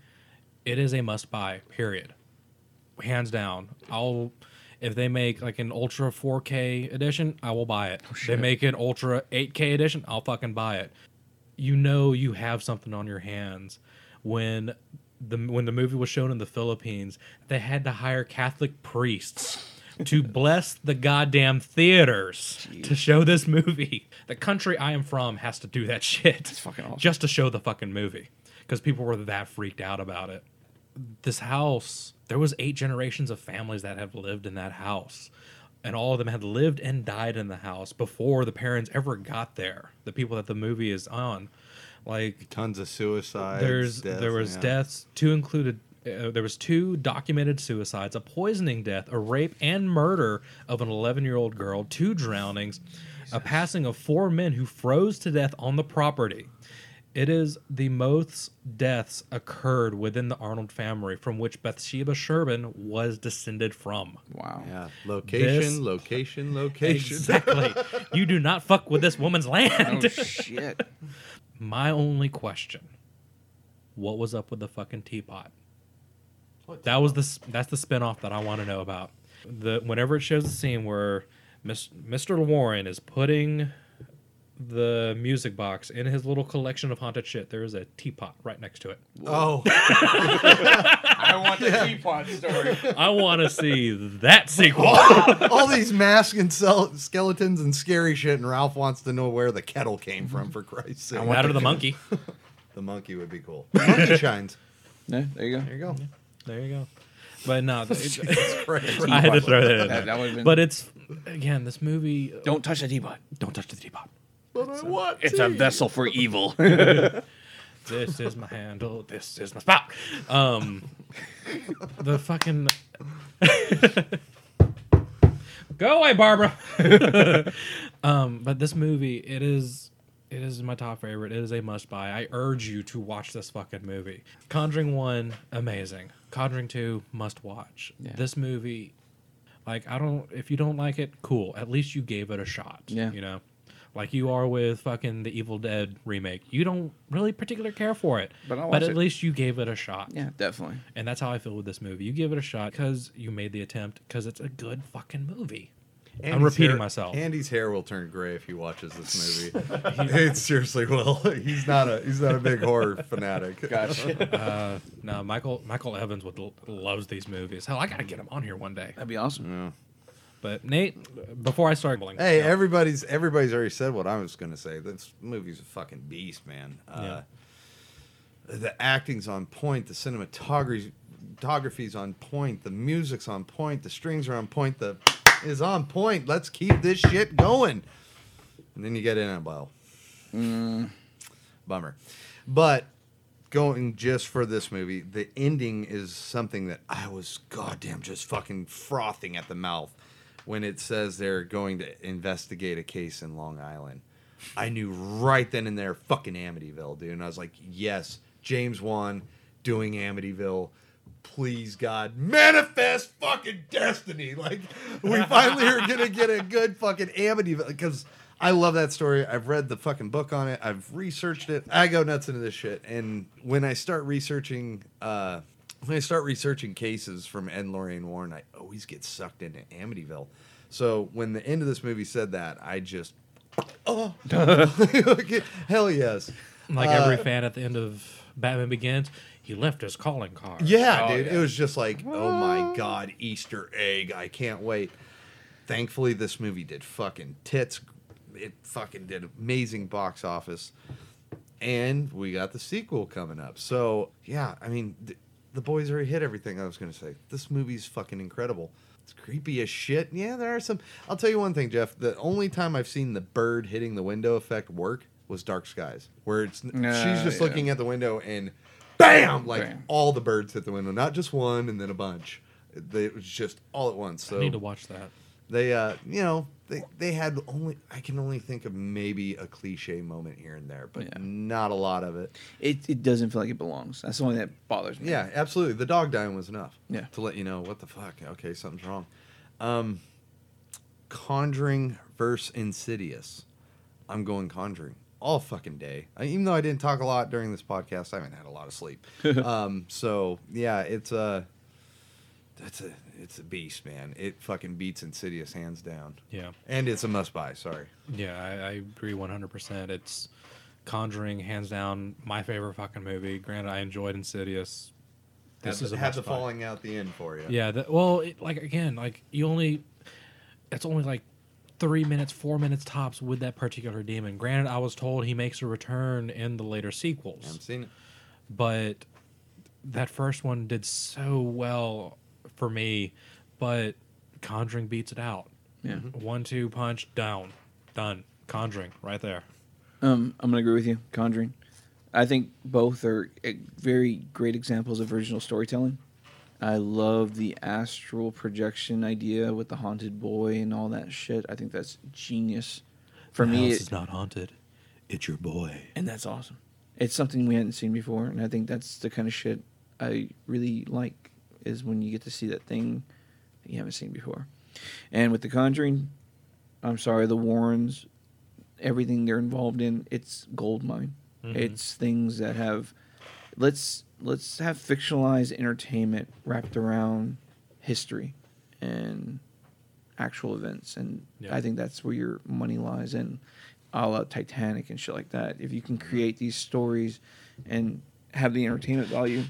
F: it is a must buy, period. Hands down. I'll. If they make like an ultra 4K edition, I will buy
E: Oh,
F: it. they make an ultra 8K edition, I'll fucking buy it. You know you have something on your hands when the when the movie was shown in the Philippines, they had to hire Catholic priests to bless the goddamn theaters to show this movie. The country I am from has to do that shit. It's
E: fucking awesome.
F: Just to show the fucking movie because people were that freaked out about it this house there was eight generations of families that have lived in that house and all of them had lived and died in the house before the parents ever got there the people that the movie is on like
G: Tons of suicides.
F: there's
G: deaths,
F: there was
G: yeah.
F: deaths two included uh, there was two documented suicides a poisoning death a rape and murder of an 11 year old girl two drownings a passing of four men who froze to death on the property it is the most deaths occurred within the arnold family from which bathsheba sherbin was descended from
E: Wow.
G: Yeah. Location,
F: This-
G: location, location.
F: exactly you do not fuck with this woman's land
E: Oh shit.
F: My only question: What was up with the fucking teapot? that was the s- that's the spinoff that I want to know about. The whenever it shows the scene where Miss, Mr. Warren is putting the music box in his little collection of haunted shit, there is a teapot right next to it.
G: Oh,
E: I want the teapot story.
F: I want to see that sequel.
G: Oh, all these masks and cel- skeletons and scary shit, and Ralph wants to know where the kettle came from. For Christ's sake,
F: That or the monkey.
G: The monkey would be cool. Monkey shines.
E: Yeah, there you go.
G: There you go.
F: There you go. But no, it,
G: Jesus Christ.
F: I had to throw that in
E: That-
F: there.
E: that would've been-
F: But it's again this movie.
E: Don't touch the teapot.
F: Don't touch the teapot.
G: But I want
E: It's a vessel for evil.
F: this is my handle. This is my spout. Um, the fucking. Go away, Barbara. um, but this movie, it is, it is my top favorite. It is a must buy. I urge you to watch this fucking movie. Conjuring one, amazing. Conjuring two, must watch.
E: Yeah.
F: This movie, like I don't. If you don't like it, cool. At least you gave it a shot.
E: Yeah.
F: You know, like you are with fucking the Evil Dead remake. You don't really particularly care for it,
E: But I'll
F: but
E: watch
F: at
E: it.
F: least you gave it a shot.
E: yeah, definitely.
F: And that's how I feel with this movie. You give it a shot because you made the attempt because it's a good fucking movie. I'm repeating myself.
G: Andy's hair will turn gray if he watches this movie. it seriously will. He's not a he's not a big horror fanatic.
E: Gotcha.
F: No, Michael Michael Evans would l- loves these movies. Hell, I gotta get him on here one day.
E: That'd be awesome.
F: But Nate, before I start,
G: Hey, everybody's everybody's already said what I was going to say. This movie's a fucking beast, man. Uh, The acting's on point. The cinematography photography's on point. The music's on point. The strings are on point. The is on point. Let's keep this shit going. And then you get Annabelle. Bummer, but going just for this movie, the ending is something that I was goddamn just fucking frothing at the mouth when it says they're going to investigate a case in Long Island. I knew right then and there, fucking Amityville, dude. And I was like, yes, James Wan doing Amityville. Please, God, manifest fucking destiny. Like, we finally are going to get a good fucking Amityville. Because I love that story. I've read the fucking book on it, I've researched it. I go nuts into this shit. And when I start researching, uh, when I start researching cases from Ed and Lorraine Warren, I always get sucked into Amityville. So when the end of this movie said that, I just Okay, Hell yes.
F: Like
E: uh,
F: every fan at the end of Batman Begins, he left his calling card.
G: Yeah, dude. It was just like, oh my god, Easter egg. I can't wait. Thankfully, this movie did fucking tits. It fucking did amazing box office. And we got the sequel coming up. So, yeah, I mean, th- the boys already hit everything I was going to say. This movie's fucking incredible. It's creepy as shit. Yeah, there are some. I'll tell you one thing, Jeff. The only time I've seen the bird hitting the window effect work was Dark Skies, where it's she's just
E: yeah.
G: looking at the window and bam, like
E: Bam.
G: all the birds hit the window, not just one and then a bunch. They, it was just all at once. So
F: I need to watch that.
G: they, uh, you know, they they had only I can only think of maybe a cliche moment here and there, but
E: Yeah.
G: not a lot of it.
E: It, it doesn't feel like it belongs. That's the only thing that bothers me.
G: Yeah, absolutely. The dog dying was enough.
E: Yeah.
G: To let you know what the fuck. Okay, something's wrong. Um, Conjuring versus Insidious. I'm going Conjuring all fucking day. I, even though I didn't talk a lot during this podcast, I haven't had a lot of sleep. um, so yeah, it's a that's a it's a beast, man. It fucking beats Insidious hands down,
F: Yeah.
G: and it's a must buy. Sorry.
F: Yeah, I, I agree 100%. It's Conjuring, hands down, my favorite fucking movie. Granted, I enjoyed Insidious. This
G: Had
F: is
G: the-
F: a
G: had
F: must
G: the
F: buy.
G: falling out the end for you.
F: Yeah, that, well, it, like again, like you only, it's only like three minutes, four minutes tops with that particular demon. Granted, I was told he makes a return in the later sequels,
G: I'm seeing it.
F: but that first one did so well for me. But Conjuring beats it out.
E: Yeah.
F: One, two punch down, done. Conjuring right there.
E: Um, I'm gonna agree with you. Conjuring. I think both are eh, very great examples of original storytelling. I love the astral projection idea with the haunted boy and all that shit. I think that's genius. For
H: the
E: me,
H: house
E: it-
H: is not haunted. It's your boy.
E: and that's awesome. It's something we hadn't seen before, and I think that's the kind of shit I really like is when you get to see that thing that you haven't seen before. And with The Conjuring, I'm sorry, the Warrens, everything they're involved in, it's gold mine. It's things that have let's let's have fictionalized entertainment wrapped around history and actual events and
F: Yeah.
E: i think that's where your money lies and a la titanic and shit like that if you can create these stories and have the entertainment value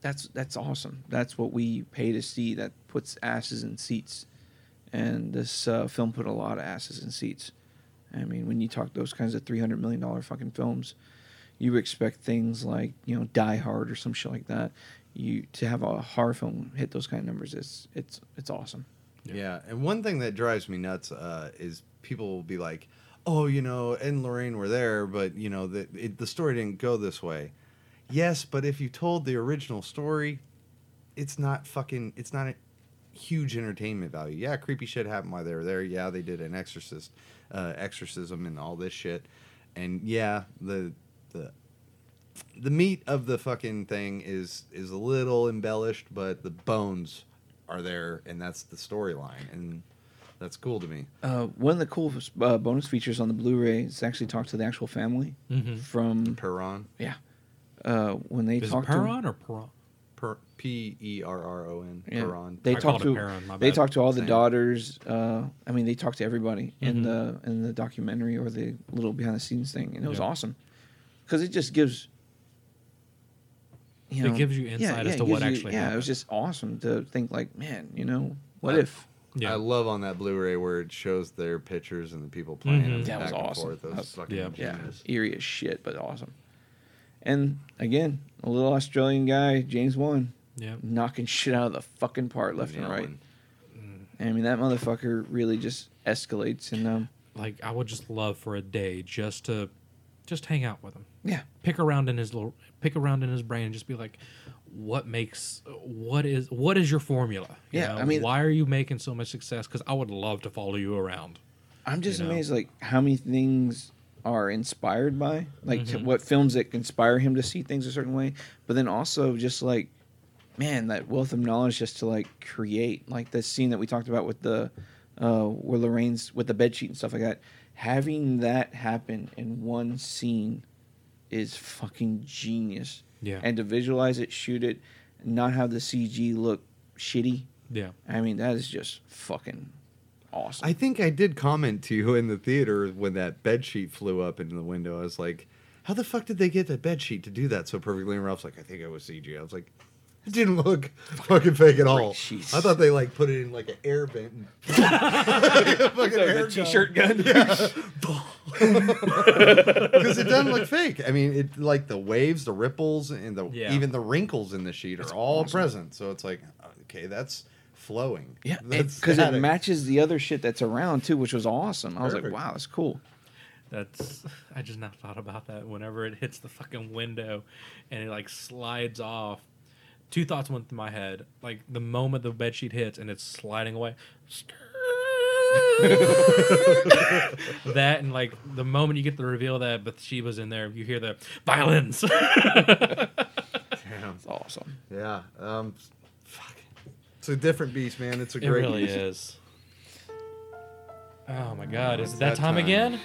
E: that's that's awesome that's what we pay to see that puts asses in seats and this uh, film put a lot of asses in seats i mean when you talk those kinds of 300 million dollar fucking films you expect things like you know Die Hard or some shit like that. You to have a horror film hit those kind of numbers, it's it's it's awesome.
G: Yeah. and one thing that drives me nuts uh, is people will be like, "Oh, you know, Ed and Lorraine were there, but you know, the it, the story didn't go this way." Yes, but if you told the original story, it's not fucking. It's not a huge entertainment value. Yeah, creepy shit happened while they were there. Yeah, they did an exorcist, uh, exorcism, and all this shit. And yeah, the the the meat of the fucking thing is is a little embellished, but the bones are there, and that's the storyline, and that's cool to me.
E: Uh, one of the cool uh, bonus features on the Blu-ray is actually talk to the actual family from
G: Peron,
E: yeah uh, when they
F: Mm-hmm. Is it
E: talk to
F: Peron or Peron?
G: per, P E R R O N,
E: Yeah.
G: Peron.
E: They
F: I
E: talk
F: called it
E: to
F: Perrin, my
E: they
F: bad.
E: talk to all the
G: Same.
E: daughters. Uh, I mean, they talk to everybody
F: Mm-hmm.
E: in the in the documentary or the little behind the scenes thing, and it was
F: Yeah.
E: awesome because it just gives. You
F: It gives you insight as
E: it
F: to what
E: gives
F: actually
E: Yeah, it was
F: happened.
E: just awesome to think like, man, you know, what
G: Yeah.
E: if?
F: Yeah.
G: I love on that Blu-ray where it shows their pictures and the people playing them
E: Mm-hmm. That was
G: back and
E: awesome.
G: forth. That was
E: That's-
G: fucking
F: yeah.
E: Yeah,
G: genius.
E: eerie as shit, but awesome. And again, a little Australian guy, James Wan,
F: Yeah.
E: knocking shit out of the fucking part left and right.
G: Nailing.
E: I mean, that motherfucker really just escalates, and um,
F: Like I would just love for a day just to just hang out with him.
E: yeah,
F: pick around in his little pick around in his brain and just be like what makes what is what is your formula You
E: Yeah,
F: know,
E: I mean-
F: why are you making so much success because i would love to follow you around
E: I'm just
F: you know?
E: amazed like how many things are inspired by like
F: Mm-hmm.
E: to- what films that inspire him to see things a certain way, but then also just like man that wealth of knowledge just to like create like the scene that we talked about with the uh where Lorraine's with the bed sheet and stuff like that. Having that happen in one scene is fucking genius.
F: Yeah.
E: And to visualize it, shoot it, not have the CG look shitty.
F: Yeah.
E: I mean, that is just fucking awesome.
G: I think I did comment to you in the theater when that bed sheet flew up into the window. I was like, "How the fuck did they get that bed sheet to do that so perfectly?" And Ralph's like, "I think it was CG." I was like, "It didn't look fucking fake at all."
E: sheets.
G: I thought they like put it in like an air vent. And fucking air gun.
E: gun.
G: because it doesn't look fake. I mean, it like the waves, the ripples, and the
F: Yeah.
G: even the wrinkles in the sheet are all present. So it's like, okay, that's flowing.
E: Yeah,
G: That's
E: because it
G: static.
E: matches the other shit that's around too, which was awesome. I was
G: Perfect.
E: like, wow, that's cool.
F: That's I just not thought about that. Whenever it hits the fucking window, and it like slides off. Two thoughts went through my head. Like the moment the bed sheet hits and it's sliding away. that and like the moment you get the reveal that Bathsheba's in there, you hear the violins.
G: Damn.
E: It's awesome.
G: Yeah. Um, fuck. It's a different beast, man. It's a
F: It
G: great.
F: really
G: beast.
F: is. Oh my god, is
G: it's
F: it that,
G: that
F: time,
G: time.
F: again?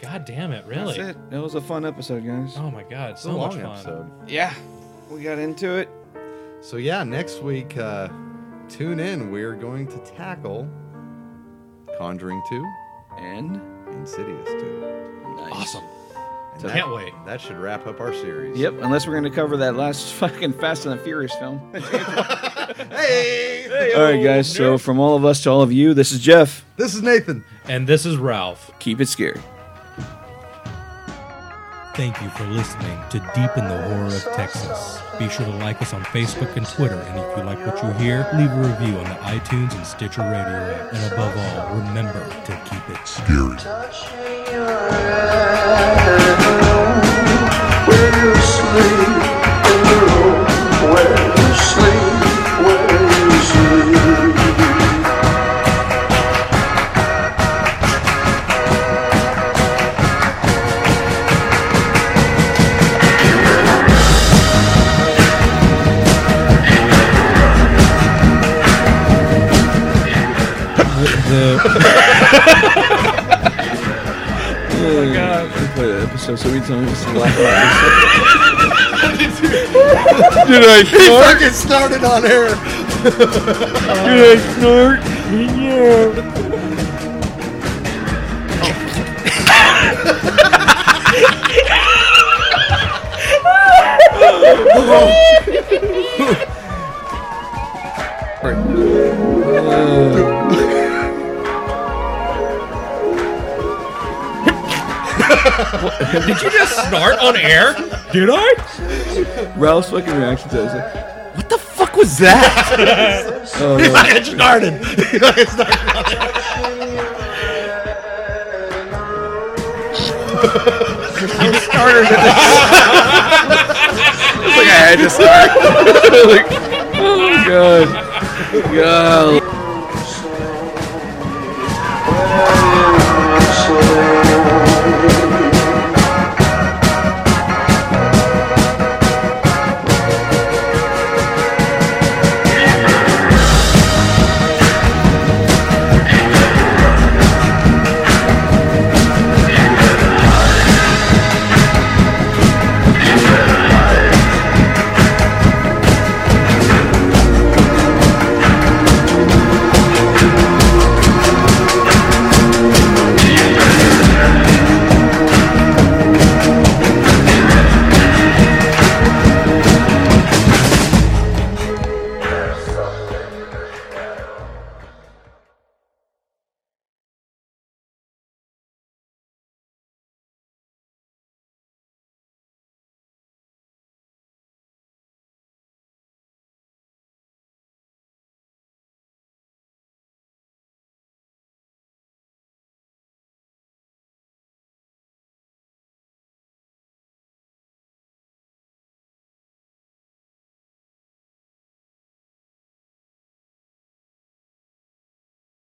F: God damn it, really?
E: That's it. That was a fun episode, guys.
F: Oh my god,
G: It's a
F: so much
G: long
F: fun.
G: episode.
E: Yeah, we got into it.
G: So yeah, next week, uh, tune in. We're going to tackle Conjuring Two,
E: And
G: Insidious Two.
F: Awesome.
G: And
F: So-
G: that-
F: Can't wait.
G: That should wrap up our series.
E: yep, unless we're gonna cover that last fucking Fast and the Furious film.
G: Hey.
E: all right, guys. So from all of us to all of you, this is Jeff.
G: This is Nathan.
F: And this is Ralph.
E: Keep it scary.
F: Thank you for listening to Deep in the Horror of Texas. Be sure to like us on Facebook and Twitter, and if you like what you hear, leave a review on the iTunes and Stitcher radio app. And above all, remember to keep it scary.
E: Oh my god. We played an episode, so we tell him it's the last one. Did I snort?
G: Fucking started on air.
E: Did I snort? Yeah.
F: Did you just snort on air? Did I?
E: Ralph's fucking reaction to that was like,
G: Fuck was that?
E: Oh,
F: I started.
E: it's like I had to start. like, oh my god. God.